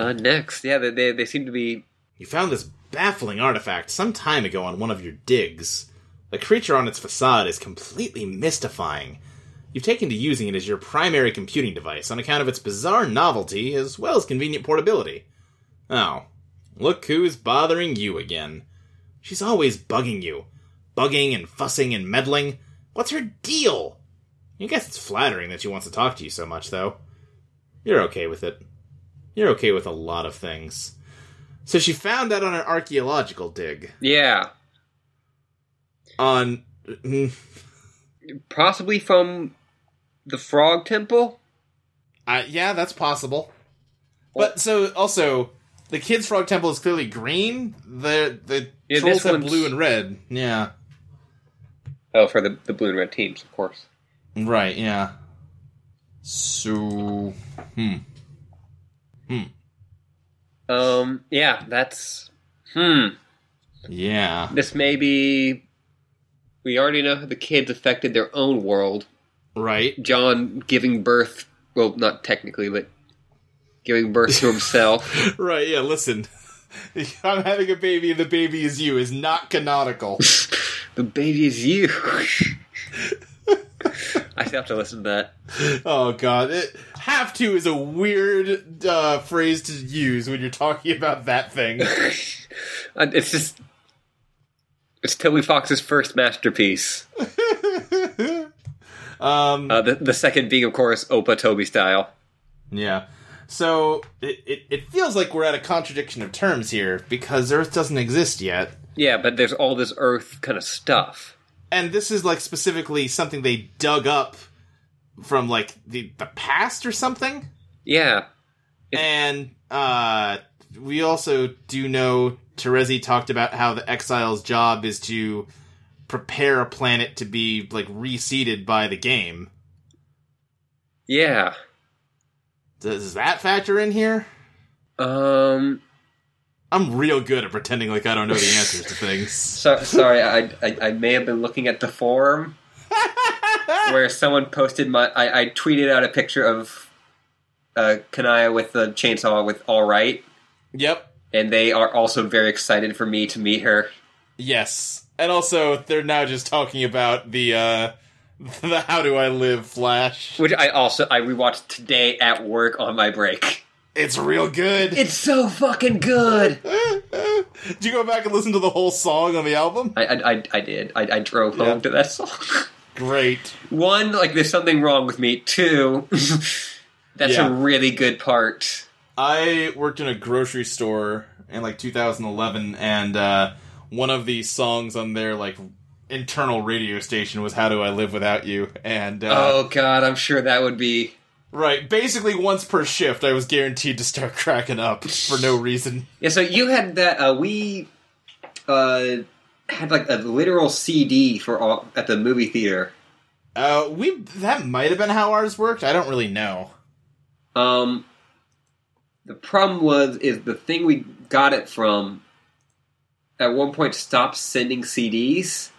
[SPEAKER 3] Uh, next, yeah, they, they they seem to be
[SPEAKER 2] found this baffling artifact some time ago on one of your digs. The creature on its facade is completely mystifying. You've taken to using it as your primary computing device on account of its bizarre novelty as well as convenient portability. Oh, look who's bothering you again. She's always bugging you. Bugging and fussing and meddling. What's her deal? I guess it's flattering that she wants to talk to you so much, though. You're okay with it. You're okay with a lot of things. So she found that on an archaeological dig.
[SPEAKER 3] yeah,
[SPEAKER 2] On. mm,
[SPEAKER 3] possibly from the Frog Temple.
[SPEAKER 2] Uh, yeah, that's possible. But so also, the kids' frog temple is clearly green. The the
[SPEAKER 3] Yeah,
[SPEAKER 2] trolls
[SPEAKER 3] this
[SPEAKER 2] have
[SPEAKER 3] one's-
[SPEAKER 2] blue and red. Yeah,
[SPEAKER 3] Oh, for the, the blue and red teams, of course.
[SPEAKER 2] right. Yeah. So hmm.
[SPEAKER 3] Um, yeah, that's. Hmm.
[SPEAKER 2] Yeah.
[SPEAKER 3] This may be. We already know how the kids affected their own world.
[SPEAKER 2] Right. (laughs)
[SPEAKER 3] John giving birth. Well, not technically, but giving birth to himself.
[SPEAKER 2] Right. Yeah. Listen, (laughs) I'm having a baby, and the baby is you is not canonical.
[SPEAKER 3] (laughs) the baby is you. (laughs) I still have to listen to that.
[SPEAKER 2] Oh god, it, have to is a weird uh, phrase to use when you're talking about
[SPEAKER 3] (laughs)
[SPEAKER 2] that thing.
[SPEAKER 3] Uh, It's just. It's Toby Fox's first masterpiece.
[SPEAKER 2] um,
[SPEAKER 3] Uh, the, the second being, of course, Opa Toby style.
[SPEAKER 2] yeah. So it, it it feels like we're at a contradiction of terms here because Earth doesn't exist yet,
[SPEAKER 3] Yeah, but there's all this Earth kind of stuff.
[SPEAKER 2] and this is like specifically something they dug up from like the the past or something.
[SPEAKER 3] Yeah,
[SPEAKER 2] And uh, we also do know Terezi talked about how the exile's job is to prepare a planet to be like reseeded by the game.
[SPEAKER 3] yeah.
[SPEAKER 2] Does that factor in here?
[SPEAKER 3] Um,
[SPEAKER 2] I'm real good at pretending like I don't know the answers to things.
[SPEAKER 3] so, sorry, I, I I may have been looking at the forum where someone posted my. I, I tweeted out a picture of uh, Kanaya with the chainsaw with all right,
[SPEAKER 2] Yep.
[SPEAKER 3] and they are also very excited for me to meet her.
[SPEAKER 2] Yes. And also, they're now just talking about the uh, (laughs) the how do I live Flash.
[SPEAKER 3] Which I also I rewatched today at work on my break.
[SPEAKER 2] It's real good.
[SPEAKER 3] It's so fucking good.
[SPEAKER 2] Did you go back and listen to the whole song on the album?
[SPEAKER 3] I I, I, I did. I, I drove
[SPEAKER 2] Yeah.
[SPEAKER 3] home to that song.
[SPEAKER 2] Great.
[SPEAKER 3] one, like there's something wrong with me. Two, (laughs) that's
[SPEAKER 2] Yeah.
[SPEAKER 3] a really good part.
[SPEAKER 2] I worked in a grocery store in like 2011, and uh, one of the songs on their like internal radio station was "How Do I Live Without You?" And uh,
[SPEAKER 3] oh God, I'm sure that would be.
[SPEAKER 2] right, basically once per shift, I was guaranteed to start (laughs) cracking up for no reason.
[SPEAKER 3] Yeah, so you had that. Uh, we uh, had like a literal CD for all, at the movie theater.
[SPEAKER 2] Uh, we that might have been how ours worked. I don't really know.
[SPEAKER 3] Um, the problem was is the thing we got it from at one point stopped sending CDs,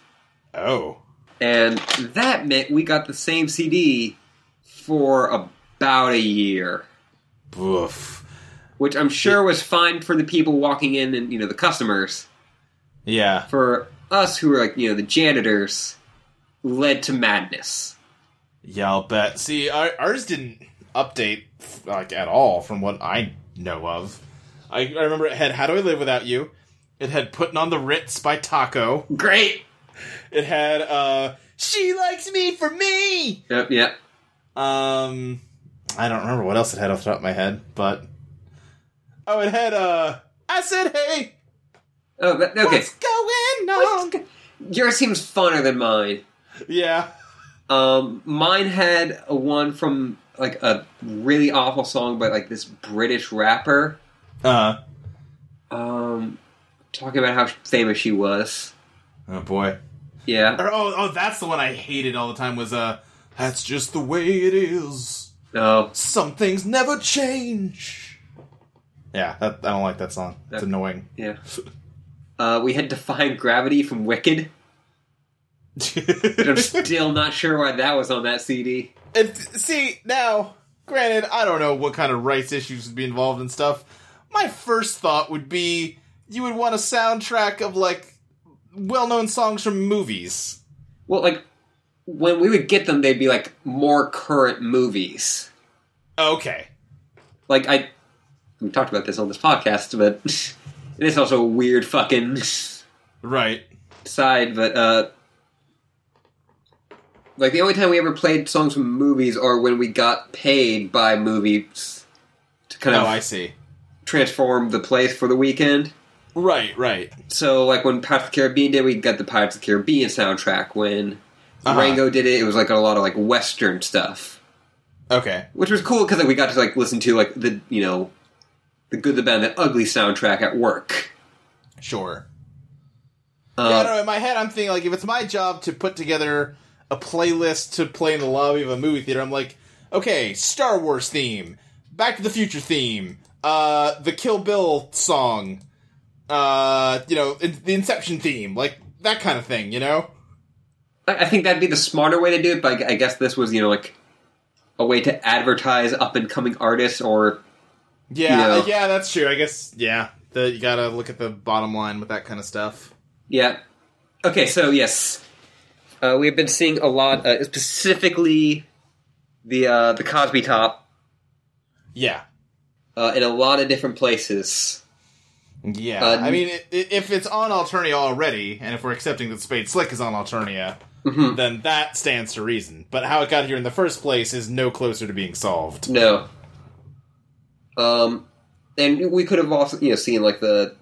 [SPEAKER 2] Oh,
[SPEAKER 3] and that meant we got the same CD for about a year.
[SPEAKER 2] boof.
[SPEAKER 3] which I'm sure was fine for the people walking in and you know the customers.
[SPEAKER 2] Yeah,
[SPEAKER 3] For us who were like you know the janitors, led to madness.
[SPEAKER 2] yeah, I'll bet. See, our, ours didn't update like at all from what I know of. I, I remember it had "How Do I Live Without You." It had "Putting on the Ritz" by Taco.
[SPEAKER 3] Great.
[SPEAKER 2] It had uh, "She Likes Me for Me."
[SPEAKER 3] Yep. Yep.
[SPEAKER 2] Um, I don't remember what else it had off the top of my head, but oh, it had uh, "I Said Hey."
[SPEAKER 3] Oh, that, okay.
[SPEAKER 2] What's going on?
[SPEAKER 3] Yours seems funner than mine.
[SPEAKER 9] Yeah.
[SPEAKER 3] Um, mine had a one from like a really awful song by like this British rapper.
[SPEAKER 2] Uh,
[SPEAKER 3] Um, talking about how famous she was.
[SPEAKER 2] oh boy.
[SPEAKER 3] Yeah.
[SPEAKER 2] Or, oh, oh, that's the one I hated all the time. Was uh, that's just the way it is.
[SPEAKER 3] No.
[SPEAKER 2] Some things never change. Yeah, that, I don't like that song. It's
[SPEAKER 3] That-
[SPEAKER 2] annoying. (laughs)
[SPEAKER 3] Yeah. Uh, we had Define Gravity from Wicked. And I'm still not sure why that was on that CD.
[SPEAKER 2] And see, now, granted, I don't know what kind of rights issues would be involved and stuff. My first thought would be you would want a soundtrack of like well-known songs from movies.
[SPEAKER 3] Well, like when we would get them, they'd be like more current movies.
[SPEAKER 2] Okay.
[SPEAKER 3] Like I, we talked about this on this podcast, but (laughs) it is also a weird fucking (laughs)
[SPEAKER 2] Right.
[SPEAKER 3] side. But uh, like the only time we ever played songs from movies are when we got paid by movies to kind
[SPEAKER 2] Oh,
[SPEAKER 3] of
[SPEAKER 2] I see.
[SPEAKER 3] transform the place for the weekend.
[SPEAKER 9] Right, right.
[SPEAKER 3] So, like when Pirates of the Caribbean did, we got the Pirates of the Caribbean soundtrack. When
[SPEAKER 2] Uh-huh.
[SPEAKER 3] Rango did it, it was like a lot of like Western stuff,
[SPEAKER 2] Okay.
[SPEAKER 3] which was cool because like, we got to like listen to like the you know the good, the bad, and the ugly soundtrack at work.
[SPEAKER 2] Sure. yeah, I don't
[SPEAKER 3] Uh,
[SPEAKER 2] know, in my head I'm thinking like if it's my job to put together a playlist to play in the lobby of a movie theater, I'm like, okay, Star Wars theme, Back to the Future theme, uh the Kill Bill song, uh you know, in- the Inception theme, like that kind of thing, you know?
[SPEAKER 3] I I think that'd be the smarter way to do it, but I I guess this was you know like a way to advertise up and coming artists or
[SPEAKER 2] Yeah, yeah,
[SPEAKER 3] Yeah.
[SPEAKER 2] that's true. I guess yeah. The, you gotta look at the bottom line with that kind of stuff.
[SPEAKER 3] Yeah. Okay, so yes, uh, we've been seeing a lot, uh, specifically the uh, the Cosby Top
[SPEAKER 2] Yeah.
[SPEAKER 3] uh, in a lot of different places.
[SPEAKER 2] Yeah,
[SPEAKER 3] Uh,
[SPEAKER 2] I mean, i- i- if it's on Alternia already, and if we're accepting that Spade Slick is on Alternia, then that stands to reason. But how it got here in the first place is no closer to being (laughs) solved.
[SPEAKER 3] No. Um, and we could have also you know seen like the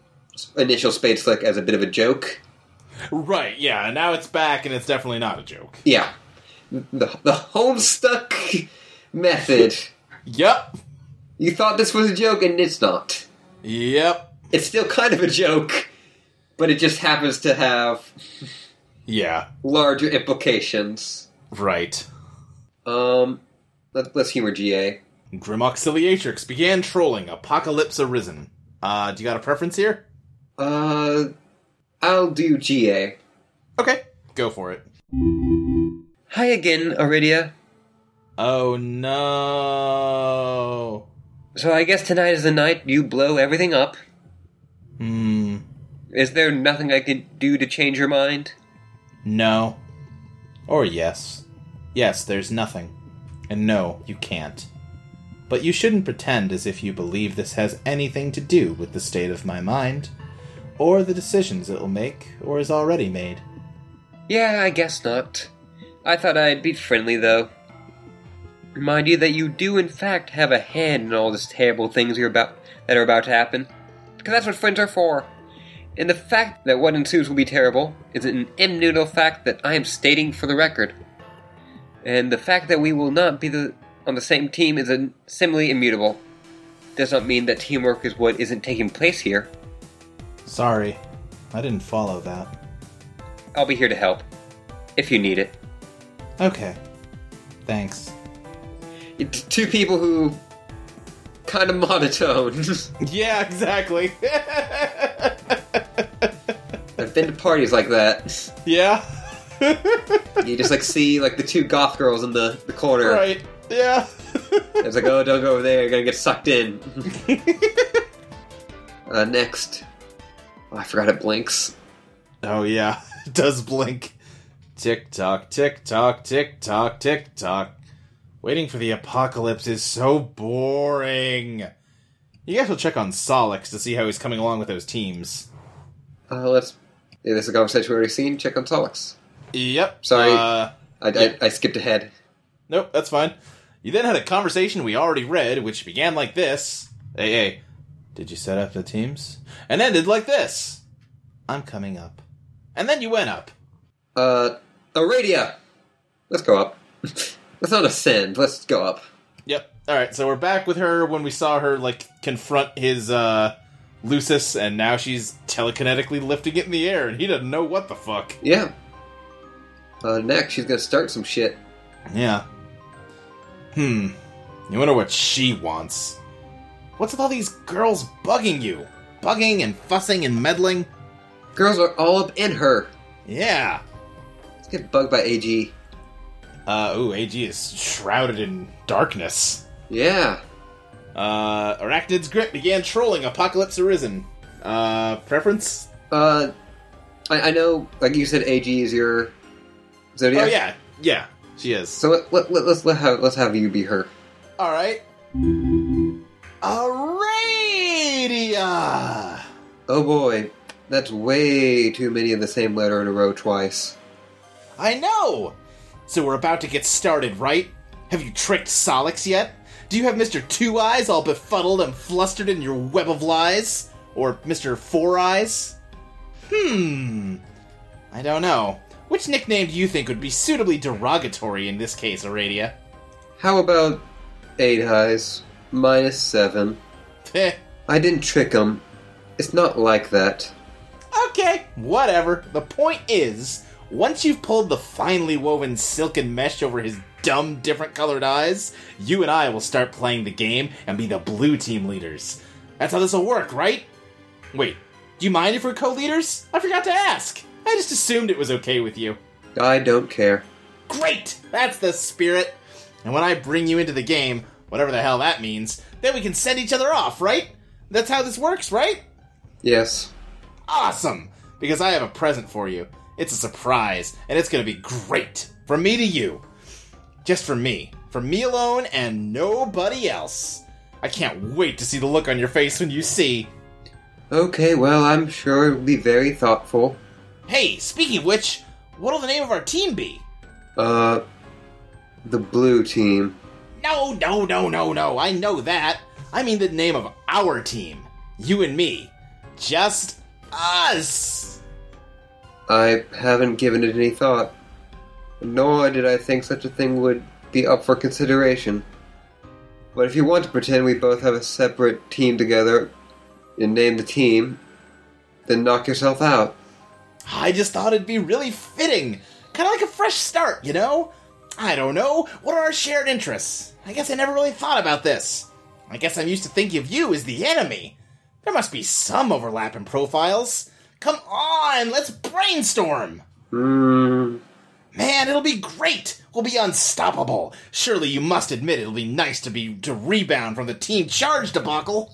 [SPEAKER 3] initial Spade Slick as a bit of a joke.
[SPEAKER 2] Right? Yeah. and Now it's back, and it's definitely not a joke.
[SPEAKER 3] Yeah, the the Homestuck method.
[SPEAKER 2] Yep.
[SPEAKER 3] You thought this was a joke, and it's not.
[SPEAKER 2] Yep.
[SPEAKER 3] It's still kind of a joke, but it just happens to have
[SPEAKER 2] Yeah.
[SPEAKER 3] larger implications.
[SPEAKER 2] Right.
[SPEAKER 3] Um, let, let's humor GA.
[SPEAKER 2] Grim Auxiliatrix began trolling. Apocalypse arisen. Uh, do you got a preference here?
[SPEAKER 3] Uh, I'll do GA.
[SPEAKER 2] Okay, go for it.
[SPEAKER 3] Hi again, Aridia.
[SPEAKER 2] Oh no.
[SPEAKER 3] So I guess tonight is the night you blow everything up.
[SPEAKER 2] Hmm.
[SPEAKER 3] Is there nothing I could do to change your mind?
[SPEAKER 2] No. Or yes. Yes, there's nothing. And no, you can't. But you shouldn't pretend as if you believe this has anything to do with the state of my mind, or the decisions it will make, or is already made.
[SPEAKER 3] Yeah, I guess not. I thought I'd be friendly, though. Remind you that you do, in fact, have a hand in all these terrible things you're about that are about to happen. Because that's what friends are for. And the fact that what ensues will be terrible is an imnutable fact that I am stating for the record. And the fact that we will not be the, on the same team is an, similarly immutable. Does not mean that teamwork is what isn't taking place here.
[SPEAKER 2] Sorry, I didn't follow that.
[SPEAKER 3] I'll be here to help. If you need it.
[SPEAKER 2] Okay. Thanks.
[SPEAKER 3] It's two people who kind of monotone.
[SPEAKER 2] Yeah, exactly. (laughs)
[SPEAKER 3] I've been to parties like that.
[SPEAKER 2] yeah. (laughs)
[SPEAKER 3] You just like see like the two goth girls in the, the corner.
[SPEAKER 2] right. Yeah. (laughs)
[SPEAKER 3] It's like, oh, don't go over there. You're gonna get sucked in. uh, next, oh, I forgot it blinks.
[SPEAKER 2] Oh yeah, (laughs) it does blink. Tick tock, tick tock, tick tock, tick tock. Waiting for the apocalypse is so boring. You guys will check on Solix to see how he's coming along with those teams.
[SPEAKER 3] Uh, let's. Yeah, this is a conversation we already seen. Check on Solix.
[SPEAKER 2] Yep.
[SPEAKER 3] Sorry.
[SPEAKER 2] Uh,
[SPEAKER 3] I, I, I skipped ahead.
[SPEAKER 2] nope, that's fine. You then had a conversation we already read, which began like this. Hey, hey, did you set up the teams? And ended like this. I'm coming up. And then you went up.
[SPEAKER 3] Uh, Aradia! Let's go up. (laughs) let's not ascend, let's go up.
[SPEAKER 2] Yep. All right. So we're back with her when we saw her like confront his uh Lucis, and now she's telekinetically lifting it in the air, and he doesn't know what the fuck.
[SPEAKER 3] Yeah. Uh, next, she's gonna start some shit.
[SPEAKER 2] Yeah. Hmm. You wonder what she wants. What's with all these girls bugging you? Bugging and fussing and meddling?
[SPEAKER 3] Girls are all up in her.
[SPEAKER 2] Yeah.
[SPEAKER 3] Let's get bugged by AG.
[SPEAKER 2] Uh, ooh, AG is shrouded in darkness.
[SPEAKER 3] Yeah.
[SPEAKER 2] Uh, Arachnid's grip began trolling Apocalypse Arisen. Uh, preference?
[SPEAKER 3] Uh, I, I know, like you said, AG is your zodiac.
[SPEAKER 2] Oh, yeah. Yeah, she is.
[SPEAKER 3] So let, let, let, let's let have let's have you be her.
[SPEAKER 2] All right. Aradia!
[SPEAKER 3] Oh boy, that's way too many of the same letter in a row twice.
[SPEAKER 2] I know! So we're about to get started, right? Have you tricked Solix yet? Do you have Mr. Two Eyes all befuddled and flustered in your web of lies? Or Mr. Four Eyes? Hmm. I don't know. Which nickname do you think would be suitably derogatory in this case, Aradia? (laughs)
[SPEAKER 3] How about eight highs minus seven?
[SPEAKER 2] Heh.
[SPEAKER 3] I didn't trick him. It's not like that.
[SPEAKER 2] Okay, whatever. The point is, once you've pulled the finely woven silken mesh over his dumb, different colored eyes, you and I will start playing the game and be the blue team leaders. That's how this will work, right? Wait, do you mind if we're co leaders? I forgot to ask. I just assumed it was okay with you.
[SPEAKER 3] I don't care.
[SPEAKER 2] Great! That's the spirit! And when I bring you into the game, whatever the hell that means, then we can send each other off, right? That's how this works, right?
[SPEAKER 3] Yes.
[SPEAKER 2] awesome because I have a present for you. It's a surprise, and it's going to be great from me to you. Just for me. For me alone and nobody else. I can't wait to see the look on your face when you see.
[SPEAKER 3] Okay, well, I'm sure it'll be very thoughtful.
[SPEAKER 2] Hey, speaking of which, what'll the name of our team be?
[SPEAKER 3] Uh, the blue team.
[SPEAKER 2] No, no, no, no, no. I know that. I mean the name of our team. You and me. Just us.
[SPEAKER 3] I haven't given it any thought. Nor did I think such a thing would be up for consideration. But if you want to pretend we both have a separate team together and name the team, then knock yourself out.
[SPEAKER 2] I just thought it'd be really fitting. Kind of like a fresh start, you know? I don't know. What are our shared interests? I guess I never really thought about this. I guess I'm used to thinking of you as the enemy. There must be some overlap in profiles. Come on, let's brainstorm!
[SPEAKER 3] Hmm.
[SPEAKER 2] Man, it'll be great! We'll be unstoppable! Surely you must admit it'll be nice to be to rebound from the team charge debacle!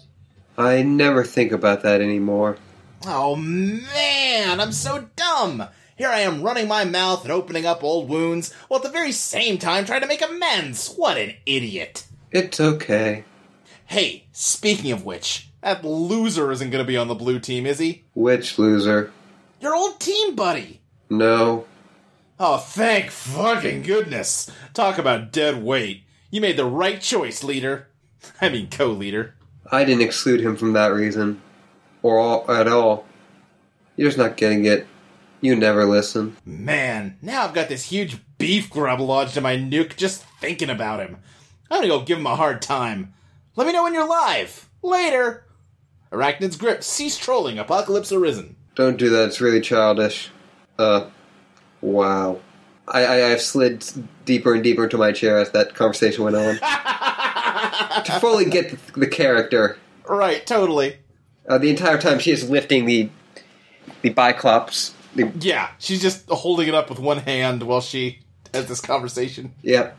[SPEAKER 3] I never think about that anymore.
[SPEAKER 2] Oh man, I'm so dumb! Here I am running my mouth and opening up old wounds, while at the very same time trying to make amends! What an idiot!
[SPEAKER 3] It's okay.
[SPEAKER 2] Hey, speaking of which, that loser isn't gonna be on the blue team, is he?
[SPEAKER 3] Which loser?
[SPEAKER 2] Your old team buddy!
[SPEAKER 3] No.
[SPEAKER 2] Oh, thank fucking goodness! Talk about dead weight. You made the right choice, leader. (laughs) I mean, co leader.
[SPEAKER 3] I didn't exclude him from that reason. Or all, at all. You're just not getting it. You never listen.
[SPEAKER 2] Man, now I've got this huge beef grub lodged in my nuke just thinking about him. I'm gonna go give him a hard time. Let me know when you're live. Later! Arachnid's grip ceased trolling, apocalypse arisen.
[SPEAKER 3] Don't do that, it's really childish. Uh, wow. I, I, I've slid deeper and deeper into my chair as that conversation went on. to fully get the, the character,
[SPEAKER 2] Right, totally.
[SPEAKER 3] uh, the entire time she is lifting the the biclops. The,
[SPEAKER 2] Yeah, she's just holding it up with one hand while she has this conversation.
[SPEAKER 3] yeah.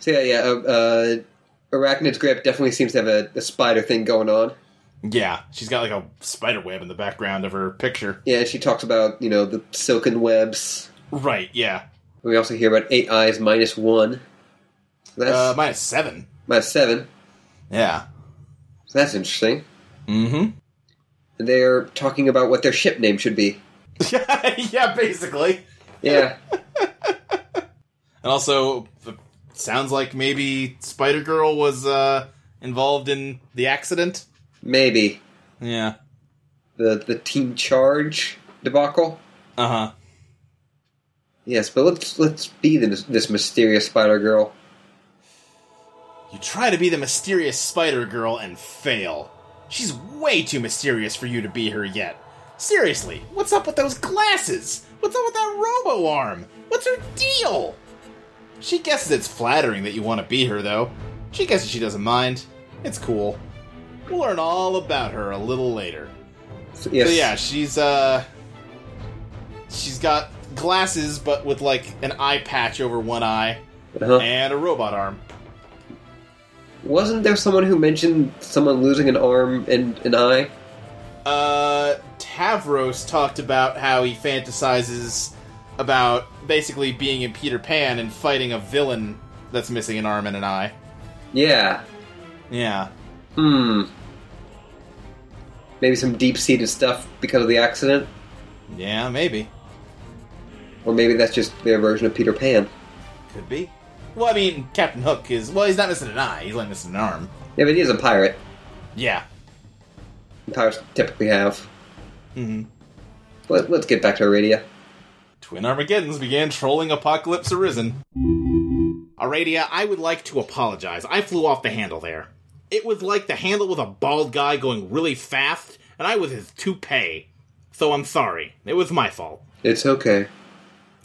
[SPEAKER 3] So yeah, yeah. Uh, uh, Arachnid's grip definitely seems to have a, a spider thing going on.
[SPEAKER 2] Yeah, she's got like a spider web in the background of her picture.
[SPEAKER 3] Yeah, and she talks about you know the silken webs.
[SPEAKER 2] Right, yeah.
[SPEAKER 3] We also hear about eight eyes minus one. So that's
[SPEAKER 2] Uh, minus seven.
[SPEAKER 3] minus seven.
[SPEAKER 2] Yeah.
[SPEAKER 3] So that's interesting.
[SPEAKER 2] Mm
[SPEAKER 3] And they're talking about what their ship name should be.
[SPEAKER 2] hmm. (laughs) yeah, basically. (laughs)
[SPEAKER 3] Yeah,
[SPEAKER 2] And also, it sounds like maybe Spider Girl was uh, involved in the accident.
[SPEAKER 3] maybe
[SPEAKER 2] Yeah.
[SPEAKER 3] the the team charge. debacle.
[SPEAKER 2] Uh huh.
[SPEAKER 3] Yes, but let's let's be the, this mysterious Spider Girl.
[SPEAKER 2] You try to be the mysterious Spider Girl and fail. She's way too mysterious for you to be her yet. Seriously, what's up with those glasses? What's up with that robo arm? What's her deal? She guesses it's flattering that you want to be her, though. She guesses she doesn't mind. It's cool. We'll learn all about her a little later.
[SPEAKER 3] So, yes,
[SPEAKER 2] So yeah, she's uh she's got glasses but with like an eye patch over one eye
[SPEAKER 3] Uh-huh.
[SPEAKER 2] and a robot arm.
[SPEAKER 3] Wasn't there someone who mentioned someone losing an arm and an eye?
[SPEAKER 2] Uh Tavros talked about how he fantasizes about basically being in Peter Pan and fighting a villain that's missing an arm and an eye.
[SPEAKER 3] Yeah.
[SPEAKER 2] Yeah.
[SPEAKER 3] Hmm. Maybe some deep seated stuff because of the accident,
[SPEAKER 2] Yeah, maybe.
[SPEAKER 3] or maybe that's just their version of Peter Pan.
[SPEAKER 2] Could be. Well, I mean, Captain Hook is well, he's not missing an eye, he's only missing an arm.
[SPEAKER 3] Yeah, but he is a pirate.
[SPEAKER 2] Yeah.
[SPEAKER 3] Pirates typically have.
[SPEAKER 2] Mm-hmm.
[SPEAKER 3] Let, let's get back to Aradia.
[SPEAKER 2] Twin Armageddons began trolling Apocalypse Arisen. Aradia, I would like to apologize. I flew off the handle there. It was like the handle with a bald guy going really fast, and I was his toupee. So I'm sorry. It was my fault.
[SPEAKER 3] It's okay.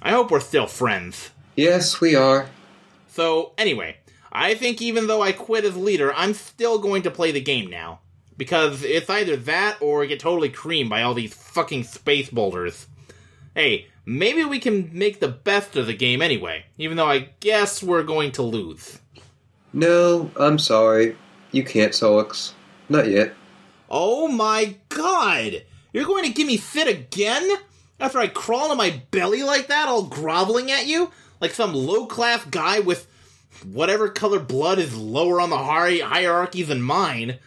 [SPEAKER 2] I hope we're still friends.
[SPEAKER 3] Yes, we are.
[SPEAKER 2] So, anyway, I think even though I quit as leader, I'm still going to play the game now. Because it's either that or get totally creamed by all these fucking space boulders. Hey, maybe we can make the best of the game anyway, even though I guess we're going to lose.
[SPEAKER 3] No, I'm sorry. You can't, Solix. Not yet.
[SPEAKER 2] Oh my god! You're going to give me fit again? After I crawl on my belly like that, all groveling at you? Like some low class guy with whatever color blood is lower on the hi- hierarchy than mine?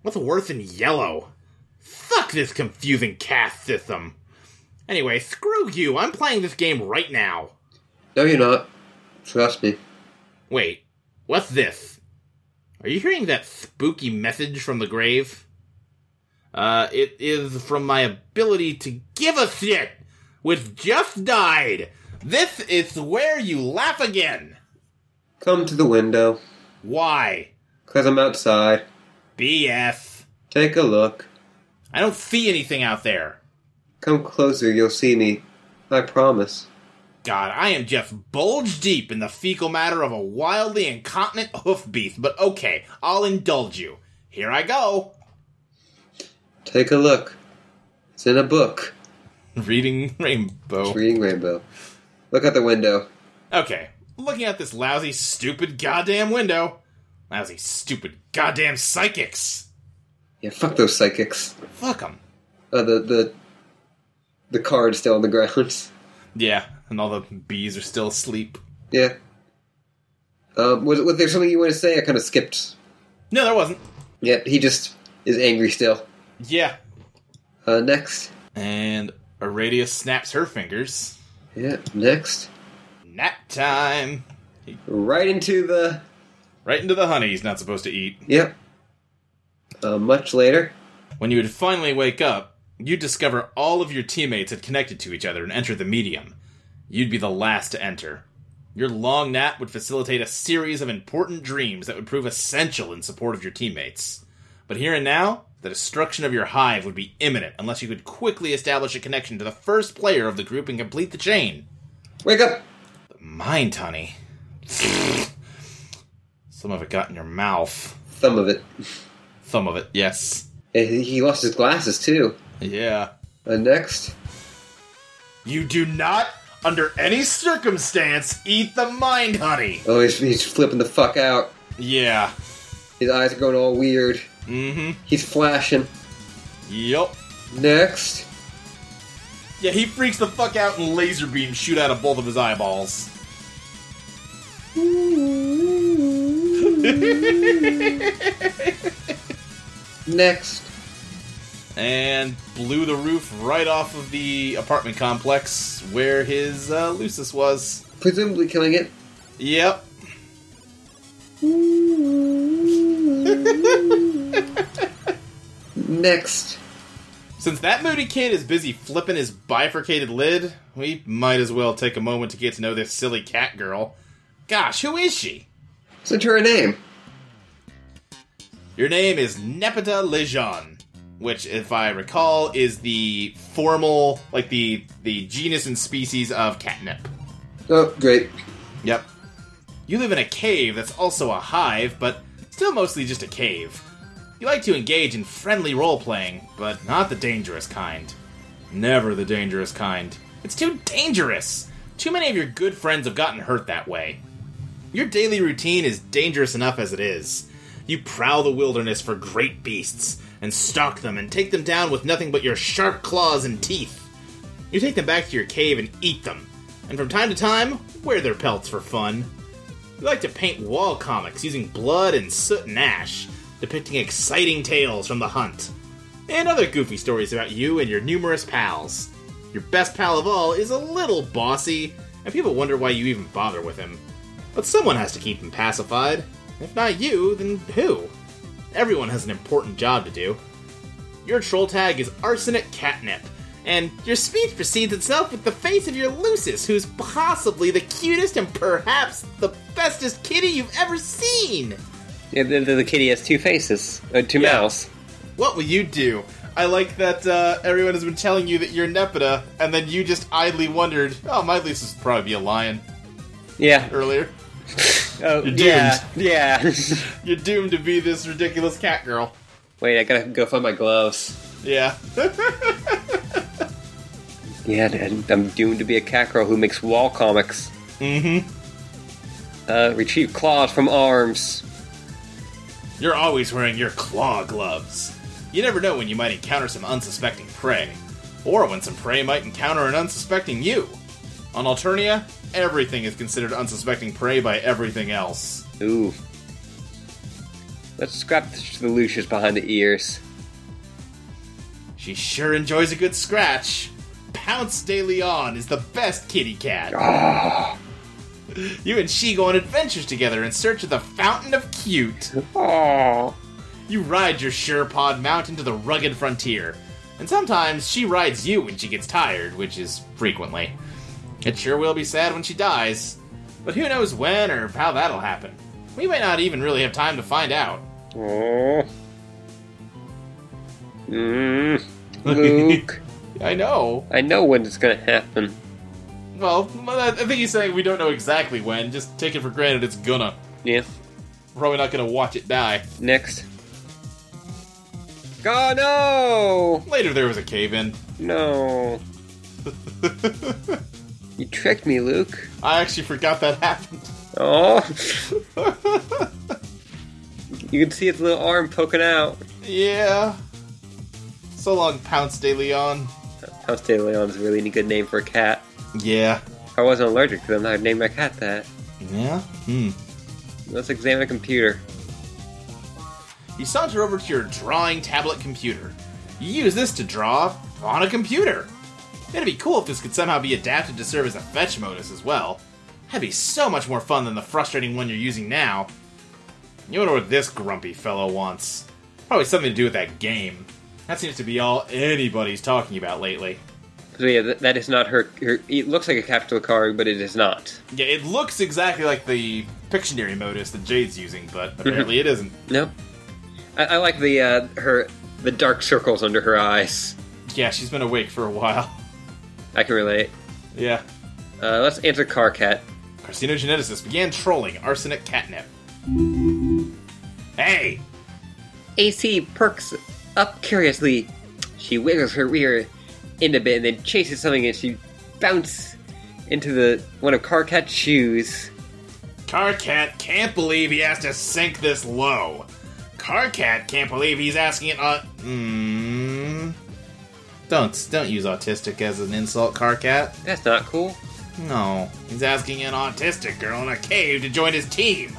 [SPEAKER 2] What's worse than yellow? Fuck this confusing caste system. Anyway, screw you, I'm playing this game right now.
[SPEAKER 3] No, you're not. Trust me.
[SPEAKER 2] Wait, what's this? Are you hearing that spooky message from the grave? Uh, it is from my ability to give a shit, which just died. This is where you laugh again.
[SPEAKER 3] Come to the window,
[SPEAKER 2] Why?
[SPEAKER 3] 'cause I'm outside.
[SPEAKER 2] BS.
[SPEAKER 3] Take a look.
[SPEAKER 2] I don't see anything out there.
[SPEAKER 3] Come closer, you'll see me. I promise.
[SPEAKER 2] God, I am just bulge deep in the fecal matter of a wildly incontinent hoof beast, but okay, I'll indulge you. Here I go. (laughs)
[SPEAKER 3] Take a look. It's in a book.
[SPEAKER 2] Reading Rainbow.
[SPEAKER 3] It's reading Rainbow. Look out the window.
[SPEAKER 2] Okay, looking at this lousy, stupid goddamn window. Lousy, stupid goddamn psychics.
[SPEAKER 3] Yeah, fuck those psychics.
[SPEAKER 2] Fuck them.
[SPEAKER 3] Uh, the the the card's still on the ground.
[SPEAKER 2] Yeah, and all the bees are still asleep.
[SPEAKER 3] (laughs) yeah. Um, was, was there something you want to say? I kind of skipped.
[SPEAKER 2] No, there wasn't.
[SPEAKER 3] Yep, he just is angry still.
[SPEAKER 2] Yeah.
[SPEAKER 3] Uh, next.
[SPEAKER 2] And Aradia snaps her fingers.
[SPEAKER 3] Yeah, next.
[SPEAKER 2] Nap time.
[SPEAKER 3] Right into the.
[SPEAKER 2] Right into the honey he's not supposed to eat.
[SPEAKER 3] Yep. Uh, much later.
[SPEAKER 2] When you would finally wake up, you'd discover all of your teammates had connected to each other and entered the medium. You'd be the last to enter. Your long nap would facilitate a series of important dreams that would prove essential in support of your teammates. But here and now, the destruction of your hive would be imminent unless you could quickly establish a connection to the first player of the group and complete the chain.
[SPEAKER 3] Wake up!
[SPEAKER 2] Mind, honey. (laughs) Some of it got in your mouth.
[SPEAKER 3] Some of it.
[SPEAKER 2] Some of it, yes.
[SPEAKER 3] And he he lost his glasses too.
[SPEAKER 2] Yeah.
[SPEAKER 3] Uh, next.
[SPEAKER 2] You do not, under any circumstance, eat the mind honey.
[SPEAKER 3] Oh, he's, he's flipping the fuck out.
[SPEAKER 2] Yeah.
[SPEAKER 3] His eyes are going all weird.
[SPEAKER 2] Mm-hmm.
[SPEAKER 3] He's flashing.
[SPEAKER 2] Yup.
[SPEAKER 3] Next.
[SPEAKER 2] Yeah, he freaks the fuck out and laser beams shoot out of both of his eyeballs.
[SPEAKER 3] Next.
[SPEAKER 2] And blew the roof right off of the apartment complex where his uh, Lucis was.
[SPEAKER 3] Presumably killing it.
[SPEAKER 2] Yep.
[SPEAKER 3] Next.
[SPEAKER 2] Since that moody kid is busy flipping his bifurcated lid, we might as well take a moment to get to know this silly cat girl. Gosh, who is she?
[SPEAKER 3] Send her a name.
[SPEAKER 2] Your name is Nepeta Lejeune, which, if I recall, is the formal, like the the genus and species of catnip.
[SPEAKER 3] Oh, great.
[SPEAKER 2] Yep. You live in a cave that's also a hive, but still mostly just a cave. You like to engage in friendly role playing, but not the dangerous kind. Never the dangerous kind. It's too dangerous! Too many of your good friends have gotten hurt that way. Your daily routine is dangerous enough as it is. You prowl the wilderness for great beasts, and stalk them and take them down with nothing but your sharp claws and teeth. You take them back to your cave and eat them, and from time to time, wear their pelts for fun. You like to paint wall comics using blood and soot and ash, depicting exciting tales from the hunt, and other goofy stories about you and your numerous pals. Your best pal of all is a little bossy, and people wonder why you even bother with him. But someone has to keep him pacified. If not you, then who? Everyone has an important job to do. Your troll tag is Arsenic Catnip, and your speech precedes itself with the face of your Lucis, who's possibly the cutest and perhaps the bestest kitty you've ever seen!
[SPEAKER 3] Yeah, the, the, the kitty has two faces, uh, two
[SPEAKER 2] Yeah.
[SPEAKER 3] mouths.
[SPEAKER 2] What will you do? I like that uh, everyone has been telling you that you're Nepeta, and then you just idly wondered, oh, my Lucis would probably be a lion
[SPEAKER 3] Yeah.
[SPEAKER 2] earlier.
[SPEAKER 3] Oh,
[SPEAKER 2] You're
[SPEAKER 3] yeah. Yeah. (laughs)
[SPEAKER 2] You're doomed to be this ridiculous cat girl.
[SPEAKER 3] Wait, I gotta go find my gloves.
[SPEAKER 2] Yeah.
[SPEAKER 3] Yeah, and I'm doomed to be a cat girl who makes wall comics.
[SPEAKER 2] mm hmm.
[SPEAKER 3] Uh, retrieve claws from arms.
[SPEAKER 2] You're always wearing your claw gloves. You never know when you might encounter some unsuspecting prey, or when some prey might encounter an unsuspecting you. On Alternia, everything is considered unsuspecting prey by everything else.
[SPEAKER 3] Ooh. Let's scrap the, the Lucius behind the ears.
[SPEAKER 2] She sure enjoys a good scratch. Pounce de Leon is the best kitty cat.
[SPEAKER 3] Ah.
[SPEAKER 2] (laughs) You and she go on adventures together in search of the Fountain of Cute.
[SPEAKER 3] Oh.
[SPEAKER 2] You ride your Sherpod mountain to the rugged frontier, and sometimes she rides you when she gets tired, which is frequently. It sure will be sad when she dies, but who knows when or how that'll happen. We may not even really have time to find out.
[SPEAKER 3] Oh. Mm. Luke,
[SPEAKER 2] I know.
[SPEAKER 3] I know when it's gonna happen.
[SPEAKER 2] Well, I think he's saying we don't know exactly when. Just take it for granted it's gonna.
[SPEAKER 3] Yeah.
[SPEAKER 2] Probably not gonna watch it die.
[SPEAKER 3] Next. God, no!
[SPEAKER 2] Later there was a cave in.
[SPEAKER 3] No. You tricked me, Luke.
[SPEAKER 2] I actually forgot that (laughs) happened.
[SPEAKER 3] Oh. you can see its little arm poking out.
[SPEAKER 2] yeah. So long, Pounce de Leon.
[SPEAKER 3] House de Leon is a really good name for a cat.
[SPEAKER 2] Yeah.
[SPEAKER 3] If I wasn't allergic to them, I'd name my cat that.
[SPEAKER 2] Yeah? Hmm.
[SPEAKER 3] Let's examine a computer.
[SPEAKER 2] You saunter over to your drawing tablet computer. You use this to draw on a computer. It'd be cool if this could somehow be adapted to serve as a fetch modus as well. That'd be so much more fun than the frustrating one you're using now. You wonder what this grumpy fellow wants. Probably something to do with that game. That seems to be all anybody's talking about lately.
[SPEAKER 3] So yeah, that, that is not her, her. It looks like a capital card, but it is not.
[SPEAKER 2] Yeah, it looks exactly like the Pictionary modus that Jade's using, but apparently it isn't.
[SPEAKER 3] No. I, I like the uh, her the dark circles under her eyes.
[SPEAKER 2] Yeah, she's been awake for a while. (laughs)
[SPEAKER 3] I can relate.
[SPEAKER 2] Yeah.
[SPEAKER 3] Uh, let's answer Car Cat.
[SPEAKER 2] Carcinogeneticist began trolling arsenic catnip. Hey!
[SPEAKER 3] AC perks up curiously. She wiggles her rear end a bit and then chases something, and she bounces into the one of Car Cat's shoes.
[SPEAKER 2] Carcat can't believe he has to sink this low. Carcat can't believe he's asking it on. Mm. Don't don't use autistic as an insult, Carcat.
[SPEAKER 3] That's not cool.
[SPEAKER 2] No, he's asking an autistic girl in a cave to join his team.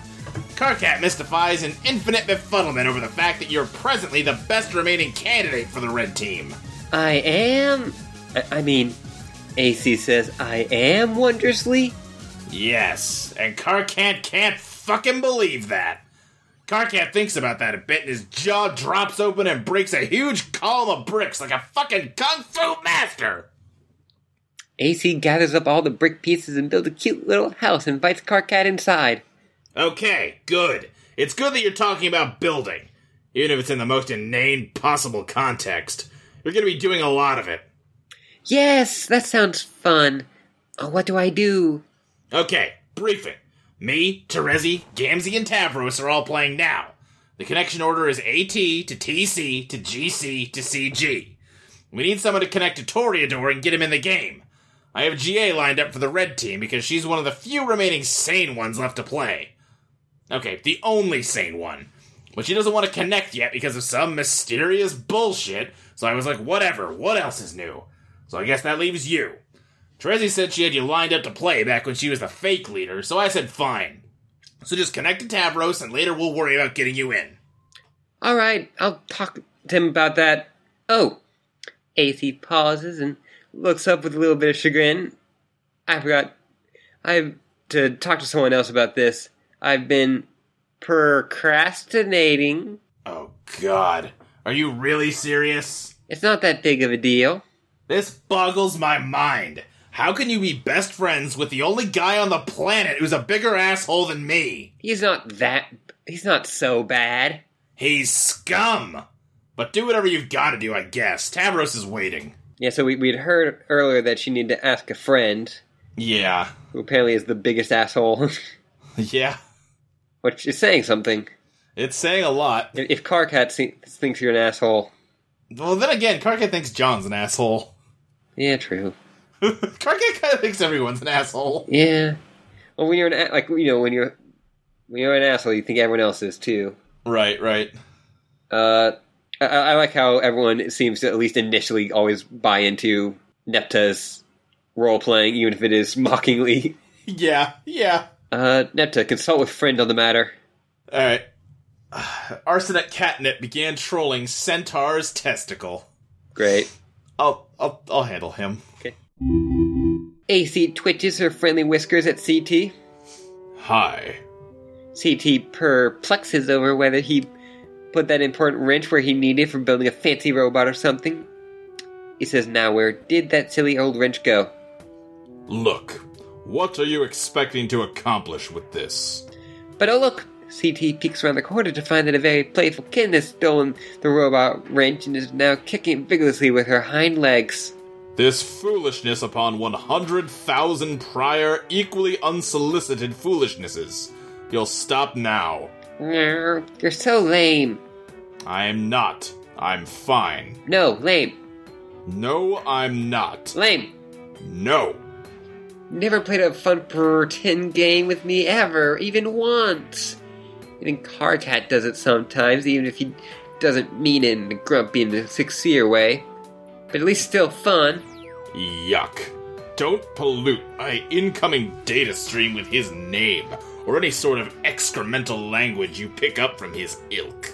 [SPEAKER 2] Carcat mystifies an infinite befuddlement over the fact that you're presently the best remaining candidate for the red team.
[SPEAKER 3] I am. I, I mean, AC says I am wondrously.
[SPEAKER 2] Yes, and Carcat can't fucking believe that. Carcat thinks about that a bit, and his jaw drops open and breaks a huge column of bricks like a fucking kung fu master.
[SPEAKER 3] AC gathers up all the brick pieces and builds a cute little house and invites Carcat inside.
[SPEAKER 2] Okay, good. It's good that you're talking about building, even if it's in the most inane possible context. You're going to be doing a lot of it.
[SPEAKER 3] Yes, that sounds fun. Oh, what do I do?
[SPEAKER 2] Okay, briefing. Me, Terezi, Gamzee, and Tavros are all playing now. The connection order is AT to TC to GC to CG. We need someone to connect to Toreador and get him in the game. I have GA lined up for the red team because she's one of the few remaining sane ones left to play. Okay, the only sane one. But she doesn't want to connect yet because of some mysterious bullshit, so I was like, whatever, what else is new? So I guess that leaves you. Trezzy said she had you lined up to play back when she was the fake leader, so I said fine. So just connect to Tavros and later we'll worry about getting you in.
[SPEAKER 3] All right, I'll talk to him about that. Oh, AC pauses and looks up with a little bit of chagrin. I forgot. I have to talk to someone else about this. I've been procrastinating.
[SPEAKER 2] Oh god. Are you really serious?
[SPEAKER 3] It's not that big of a deal.
[SPEAKER 2] This boggles my mind. How can you be best friends with the only guy on the planet who's a bigger asshole than me?
[SPEAKER 3] He's not that. He's not so bad.
[SPEAKER 2] He's scum! But do whatever you've gotta do, I guess. Tavros is waiting.
[SPEAKER 3] Yeah, so we, we'd heard earlier that she needed to ask a friend,
[SPEAKER 2] Yeah. (laughs)
[SPEAKER 3] who apparently is the biggest asshole, (laughs)
[SPEAKER 2] Yeah.
[SPEAKER 3] which is saying something.
[SPEAKER 2] It's saying a lot.
[SPEAKER 3] If, if Carcat se- thinks you're an asshole,
[SPEAKER 2] Well, then again, Karka thinks John's an asshole.
[SPEAKER 3] yeah, true.
[SPEAKER 2] (laughs) Karka kind of thinks everyone's an asshole.
[SPEAKER 3] Yeah. Well, when you're an a- like you know when you're when you're an asshole, you think everyone else is too.
[SPEAKER 2] Right, right.
[SPEAKER 3] Uh, I, I I like how everyone seems to at least initially always buy into Nepta's role playing, even if it is (laughs) mockingly.
[SPEAKER 2] Yeah, yeah.
[SPEAKER 3] Uh, Nepta, consult with friend on the matter.
[SPEAKER 2] All right. (sighs) Arsenet Catnip began trolling Centaur's testicle.
[SPEAKER 3] Great.
[SPEAKER 2] I'll, I'll, I'll handle him.
[SPEAKER 3] AC twitches her friendly whiskers at CT.
[SPEAKER 2] Hi.
[SPEAKER 3] CT perplexes over whether he put that important wrench where he needed for building a fancy robot or something. He says, Now, where did that silly old wrench go?
[SPEAKER 2] Look, what are you expecting to accomplish with this?
[SPEAKER 3] But oh, look! CT peeks around the corner to find that a very playful kitten has stolen the robot wrench and is now kicking vigorously with her hind legs.
[SPEAKER 2] This foolishness upon 100,000 prior, equally unsolicited foolishnesses. You'll stop now.
[SPEAKER 3] Meow, You're so lame.
[SPEAKER 2] I am not. I'm fine.
[SPEAKER 3] No, lame.
[SPEAKER 2] No, I'm not.
[SPEAKER 3] Lame.
[SPEAKER 2] No.
[SPEAKER 3] Never played a fun pretend game with me ever, even once. Even Carcat does it sometimes, even if he doesn't mean it in the grumpy and the sincere way. But at least still fun.
[SPEAKER 2] Yuck. Don't pollute my incoming data stream with his name, or any sort of excremental language you pick up from his ilk.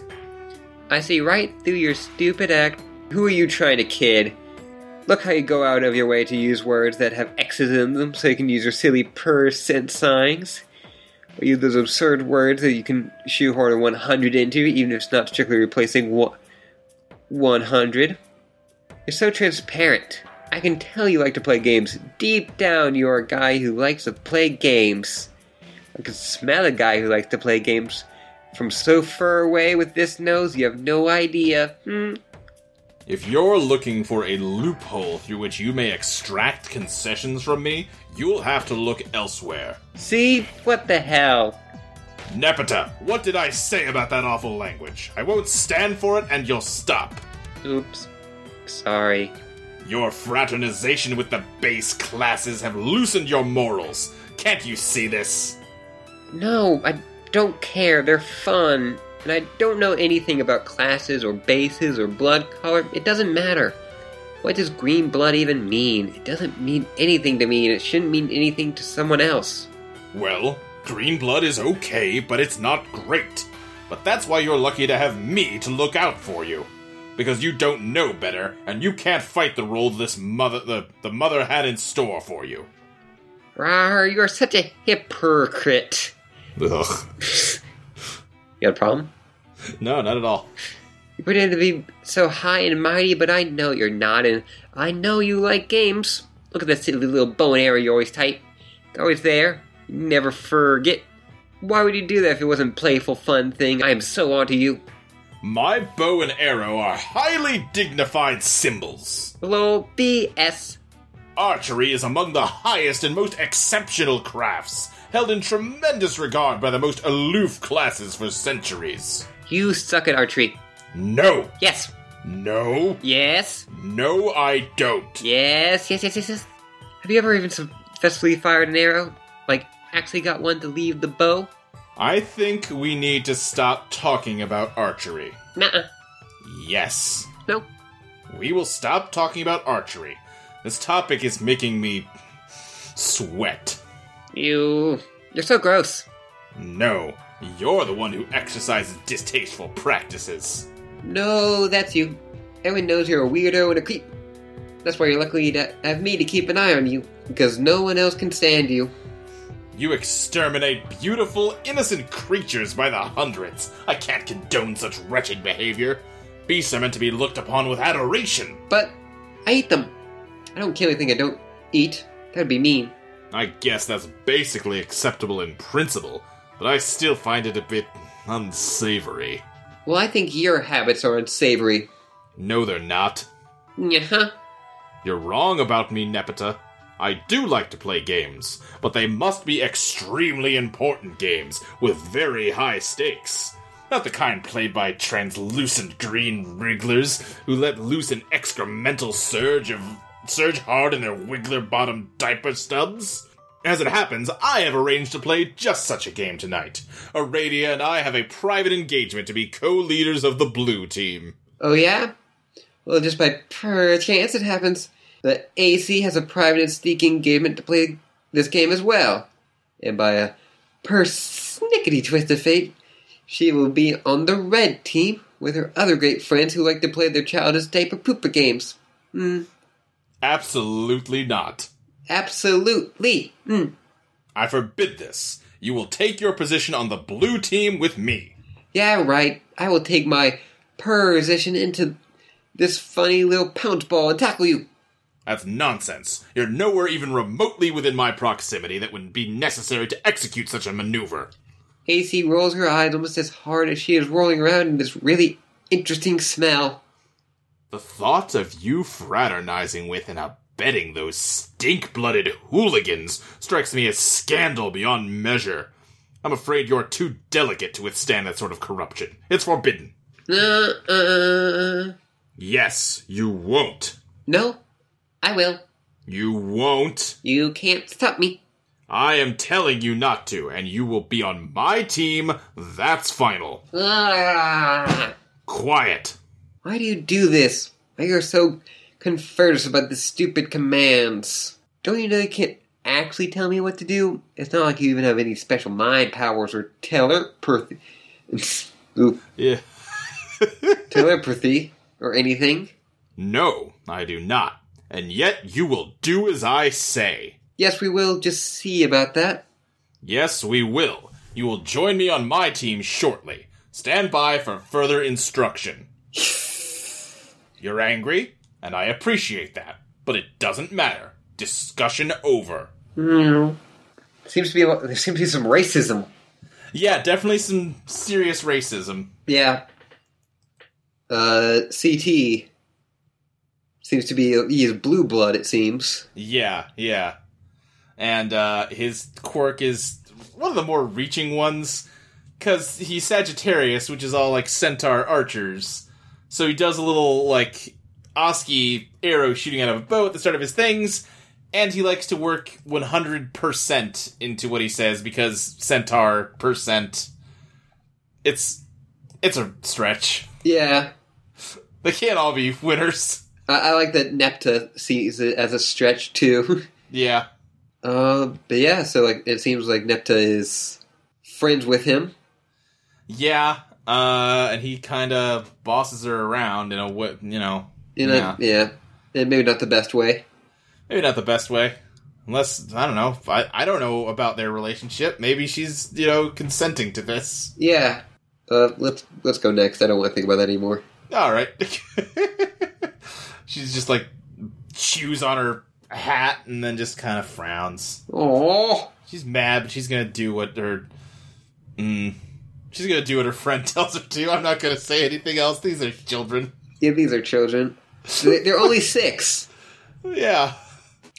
[SPEAKER 3] I see right through your stupid act. Who are you trying to kid? Look how you go out of your way to use words that have X's in them so you can use your silly percent signs. Or use those absurd words that you can shoehorn a 100 into, even if it's not strictly replacing one- 100. You're so transparent. I can tell you like to play games. Deep down, you're a guy who likes to play games. I can smell a guy who likes to play games from so far away with this nose, you have no idea. Hmm.
[SPEAKER 2] If you're looking for a loophole through which you may extract concessions from me, you'll have to look elsewhere.
[SPEAKER 3] See? What the hell?
[SPEAKER 2] Nepeta, what did I say about that awful language? I won't stand for it, and you'll stop.
[SPEAKER 3] Oops. Sorry.
[SPEAKER 2] Your fraternization with the base classes have loosened your morals. Can't you see this?
[SPEAKER 3] No, I don't care. They're fun. And I don't know anything about classes or bases or blood color. It doesn't matter. What does green blood even mean? It doesn't mean anything to me, and it shouldn't mean anything to someone else.
[SPEAKER 2] Well, green blood is okay, but it's not great. But that's why you're lucky to have me to look out for you. Because you don't know better, and you can't fight the role this mother the, the mother had in store for you.
[SPEAKER 3] Rar, you're such a hypocrite.
[SPEAKER 2] Ugh.
[SPEAKER 3] You got a problem?
[SPEAKER 10] No, not at all.
[SPEAKER 3] You pretend to be so high and mighty, but I know you're not, and I know you like games. Look at that silly little bow and arrow you always type. It's always there. You never forget. Why would you do that if it wasn't a playful, fun thing? I am so onto you.
[SPEAKER 2] My bow and arrow are highly dignified symbols.
[SPEAKER 3] Lol, BS.
[SPEAKER 2] Archery is among the highest and most exceptional crafts, held in tremendous regard by the most aloof classes for centuries.
[SPEAKER 3] You suck at archery.
[SPEAKER 2] No,
[SPEAKER 3] Yes.
[SPEAKER 2] no,
[SPEAKER 3] Yes.
[SPEAKER 2] no, I don't.
[SPEAKER 3] Yes, yes, yes, yes, yes. Have you ever even successfully fired an arrow? Like, actually got one to leave the bow?
[SPEAKER 2] I think we need to stop talking about archery.
[SPEAKER 3] Nuh-uh.
[SPEAKER 2] Yes,
[SPEAKER 3] No.
[SPEAKER 2] we will stop talking about archery. This topic is making me sweat.
[SPEAKER 3] You... You're so gross.
[SPEAKER 2] No, you're the one who exercises distasteful practices.
[SPEAKER 3] No, that's you. Everyone knows you're a weirdo and a creep. That's why you're lucky to have me to keep an eye on you, because no one else can stand you.
[SPEAKER 2] You exterminate beautiful, innocent creatures by the hundreds. I can't condone such wretched behavior. Beasts are meant to be looked upon with adoration.
[SPEAKER 3] But I eat them. I don't kill anything I don't eat. That would be mean.
[SPEAKER 2] I guess that's basically acceptable in principle, but I still find it a bit unsavory.
[SPEAKER 3] Well, I think your habits are unsavory.
[SPEAKER 2] No, they're not.
[SPEAKER 3] Nyah.
[SPEAKER 2] You're wrong about me, Nepeta. I do like to play games, but they must be extremely important games with very high stakes. Not the kind played by translucent green wrigglers who let loose an excremental surge of surge hard in their wiggler bottom diaper stubs. As it happens, I have arranged to play just such a game tonight. Aradia and I have a private engagement to be co-leaders of the blue team.
[SPEAKER 3] Oh, yeah? Well, just by per chance it happens that AC has a private and sneaky engagement to play this game as well. And by a persnickety twist of fate, she will be on the red team with her other great friends who like to play their childish diaper pooper games.
[SPEAKER 2] Absolutely not.
[SPEAKER 3] Absolutely. Mm.
[SPEAKER 2] I forbid this. You will take your position on the blue team with me.
[SPEAKER 3] Yeah, right. I will take my position into this funny little pound ball and tackle you.
[SPEAKER 2] That's nonsense. You're nowhere even remotely within my proximity that would be necessary to execute such a maneuver.
[SPEAKER 3] AC rolls her eyes almost as hard as she is rolling around in this really interesting smell.
[SPEAKER 2] The thought of you fraternizing with and abetting those stink blooded hooligans strikes me as scandal beyond measure. I'm afraid you're too delicate to withstand that sort of corruption. It's forbidden.
[SPEAKER 3] Uh,
[SPEAKER 2] Yes, you won't.
[SPEAKER 3] no, I will.
[SPEAKER 2] You won't.
[SPEAKER 3] You can't stop me.
[SPEAKER 2] I am telling you not to, and you will be on my team. That's final.
[SPEAKER 3] Ah.
[SPEAKER 2] Quiet.
[SPEAKER 3] Why do you do this? Why you're so confused about the stupid commands? Don't you know you can't actually tell me what to do? It's not like you even have any special mind powers or telepathy, (laughs) Oop,
[SPEAKER 2] Yeah.
[SPEAKER 3] telepathy or anything.
[SPEAKER 2] No, I do not. And yet you will do as I say.
[SPEAKER 3] Yes, we will just see about that.
[SPEAKER 2] Yes, we will. You will join me on my team shortly. Stand by for further instruction. You're angry, and I appreciate that, but it doesn't matter. Discussion over.
[SPEAKER 3] Hmm. Seems to be a lot, there seems to be some racism.
[SPEAKER 2] Yeah, definitely some serious racism.
[SPEAKER 3] Yeah. Uh, CT seems to be he is blue blood. It seems.
[SPEAKER 2] Yeah, yeah. And uh, his quirk is one of the more reaching ones because he's Sagittarius, which is all like centaur archers. So he does a little like Oski arrow shooting out of a bow at the start of his things, and he likes to work 100% into what he says because centaur percent. It's it's a stretch.
[SPEAKER 3] Yeah,
[SPEAKER 2] They can't all be winners. (laughs)
[SPEAKER 3] I, I like that Nepta sees it as a stretch too. (laughs)
[SPEAKER 2] Yeah.
[SPEAKER 3] uh, but yeah, so like it seems like Nepta is friends with him.
[SPEAKER 2] Yeah, uh, and he kind of bosses her around in a way, you know,
[SPEAKER 3] In
[SPEAKER 2] Yeah.
[SPEAKER 3] yeah. a yeah, and maybe not the best way.
[SPEAKER 2] maybe not the best way. Unless I don't know, I, I don't know about their relationship. Maybe she's you know consenting to this.
[SPEAKER 3] Yeah. Uh, let's let's go next. I don't want to think about that anymore.
[SPEAKER 9] All right. (laughs) She's just like chews on her hat and then just kind of frowns.
[SPEAKER 3] Oh,
[SPEAKER 9] She's mad, but she's gonna do what her. Mm, she's gonna do what her friend (laughs) tells her to. I'm not gonna say anything else. These are children.
[SPEAKER 3] yeah, these are children. They- They're only six.
[SPEAKER 9] Yeah.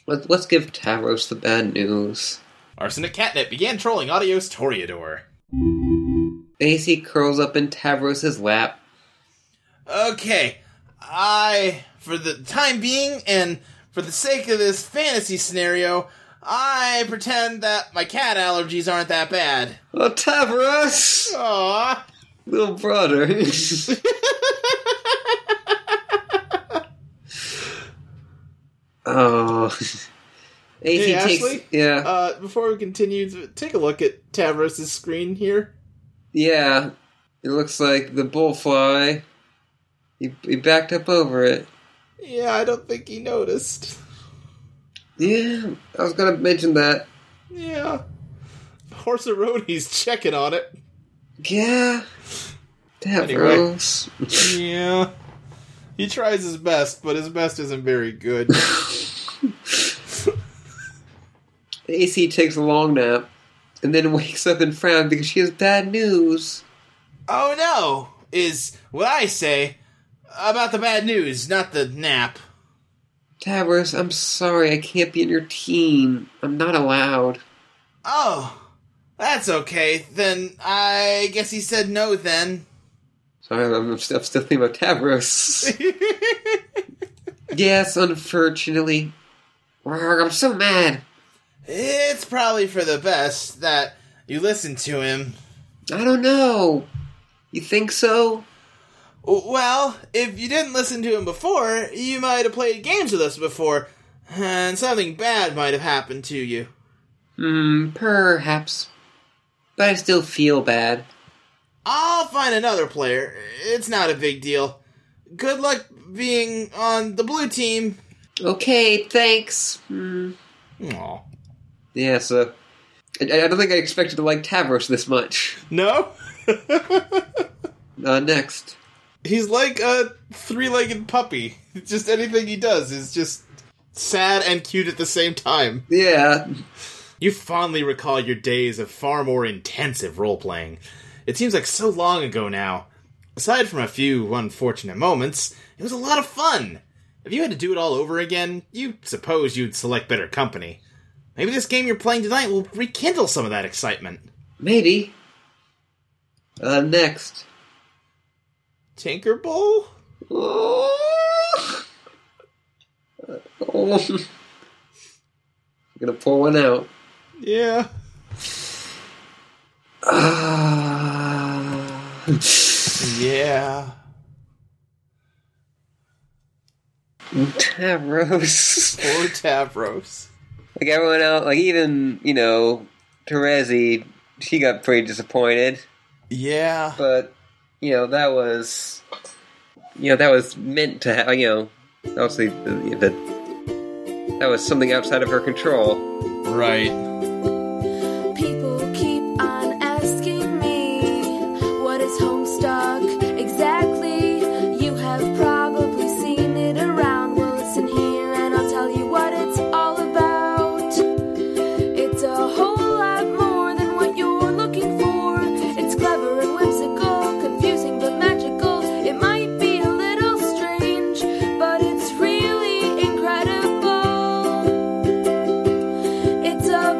[SPEAKER 3] Let's let's give Taros the bad news.
[SPEAKER 9] Arsenic Catnip began trolling Adios Toreador.
[SPEAKER 3] Daisy curls up in Tavros's lap.
[SPEAKER 9] Okay, I, for the time being, and for the sake of this fantasy scenario, I pretend that my cat allergies aren't that bad.
[SPEAKER 3] Oh, Tavros,
[SPEAKER 9] Aww.
[SPEAKER 3] little
[SPEAKER 2] (laughs)
[SPEAKER 3] brother. oh, Daisy takes
[SPEAKER 2] Ashley?
[SPEAKER 3] yeah.
[SPEAKER 2] Uh, before we continue, t- take a look at Tavros' screen here.
[SPEAKER 3] Yeah, it looks like the bullfly. He, he backed up over it.
[SPEAKER 2] Yeah, I don't think he noticed.
[SPEAKER 3] Yeah, I was gonna mention that.
[SPEAKER 2] Yeah. Horse of Road, he's checking on it.
[SPEAKER 3] Yeah, that
[SPEAKER 2] Anyway.
[SPEAKER 3] rose.
[SPEAKER 2] Yeah. He tries his best, but his best isn't very good.
[SPEAKER 3] AC takes a long nap and then (laughs) wakes up and frowns because she has bad news.
[SPEAKER 9] Oh no, is what I say about the bad news, not the nap.
[SPEAKER 3] Tavros, I'm sorry, I can't be in your team. I'm not allowed.
[SPEAKER 9] Oh, that's okay. Then I guess he said no then.
[SPEAKER 3] Sorry, I'm, I'm still I'm still thinking about Tavros. yes, unfortunately. Rargh, I'm so mad.
[SPEAKER 9] It's probably for the best that you listen to him.
[SPEAKER 3] I don't know. You think so?
[SPEAKER 9] Well, if you didn't listen to him before, you might have played games with us before, and something bad might have happened to you.
[SPEAKER 3] Hmm, perhaps. But I still feel bad.
[SPEAKER 9] I'll find another player. It's not a big deal. Good luck being on the blue team.
[SPEAKER 3] Okay, thanks. Hmm.
[SPEAKER 9] Aww.
[SPEAKER 3] Yeah, so. I, I don't think I expected to like Tavros this much.
[SPEAKER 2] No?
[SPEAKER 3] Uh, next.
[SPEAKER 2] he's like a three legged puppy. Just anything he does is just sad and cute at the same time.
[SPEAKER 3] Yeah.
[SPEAKER 2] You fondly recall your days of far more intensive role playing. It seems like so long ago now. Aside from a few unfortunate moments, it was a lot of fun. If you had to do it all over again, you suppose you'd select better company. Maybe this game you're playing tonight will rekindle some of that excitement.
[SPEAKER 3] Maybe. Uh, next.
[SPEAKER 2] Tinkerbell?
[SPEAKER 3] Oh. (laughs) Oh. I'm gonna pour one out.
[SPEAKER 2] Yeah.
[SPEAKER 3] Ah.
[SPEAKER 2] Yeah.
[SPEAKER 3] (laughs) Tavros.
[SPEAKER 2] Poor Tavros.
[SPEAKER 3] Like everyone else, like even you know, Terezi, she got pretty disappointed.
[SPEAKER 2] Yeah.
[SPEAKER 3] But you know that was, you know that was meant to. Ha- you know, obviously the, the that was something outside of her control.
[SPEAKER 9] Right.
[SPEAKER 11] People keep on asking me what is Homestuck exactly. You have probably seen it around. Well, listen here and I'll tell you what it's all about. It's a whole lot more than what you're looking for. It's clever and whimsical, confusing but magical. It might be a little strange, but it's really incredible. It's a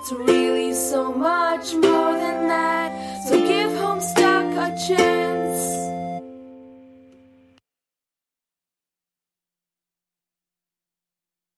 [SPEAKER 11] It's really so much more than that. So give Homestuck a chance.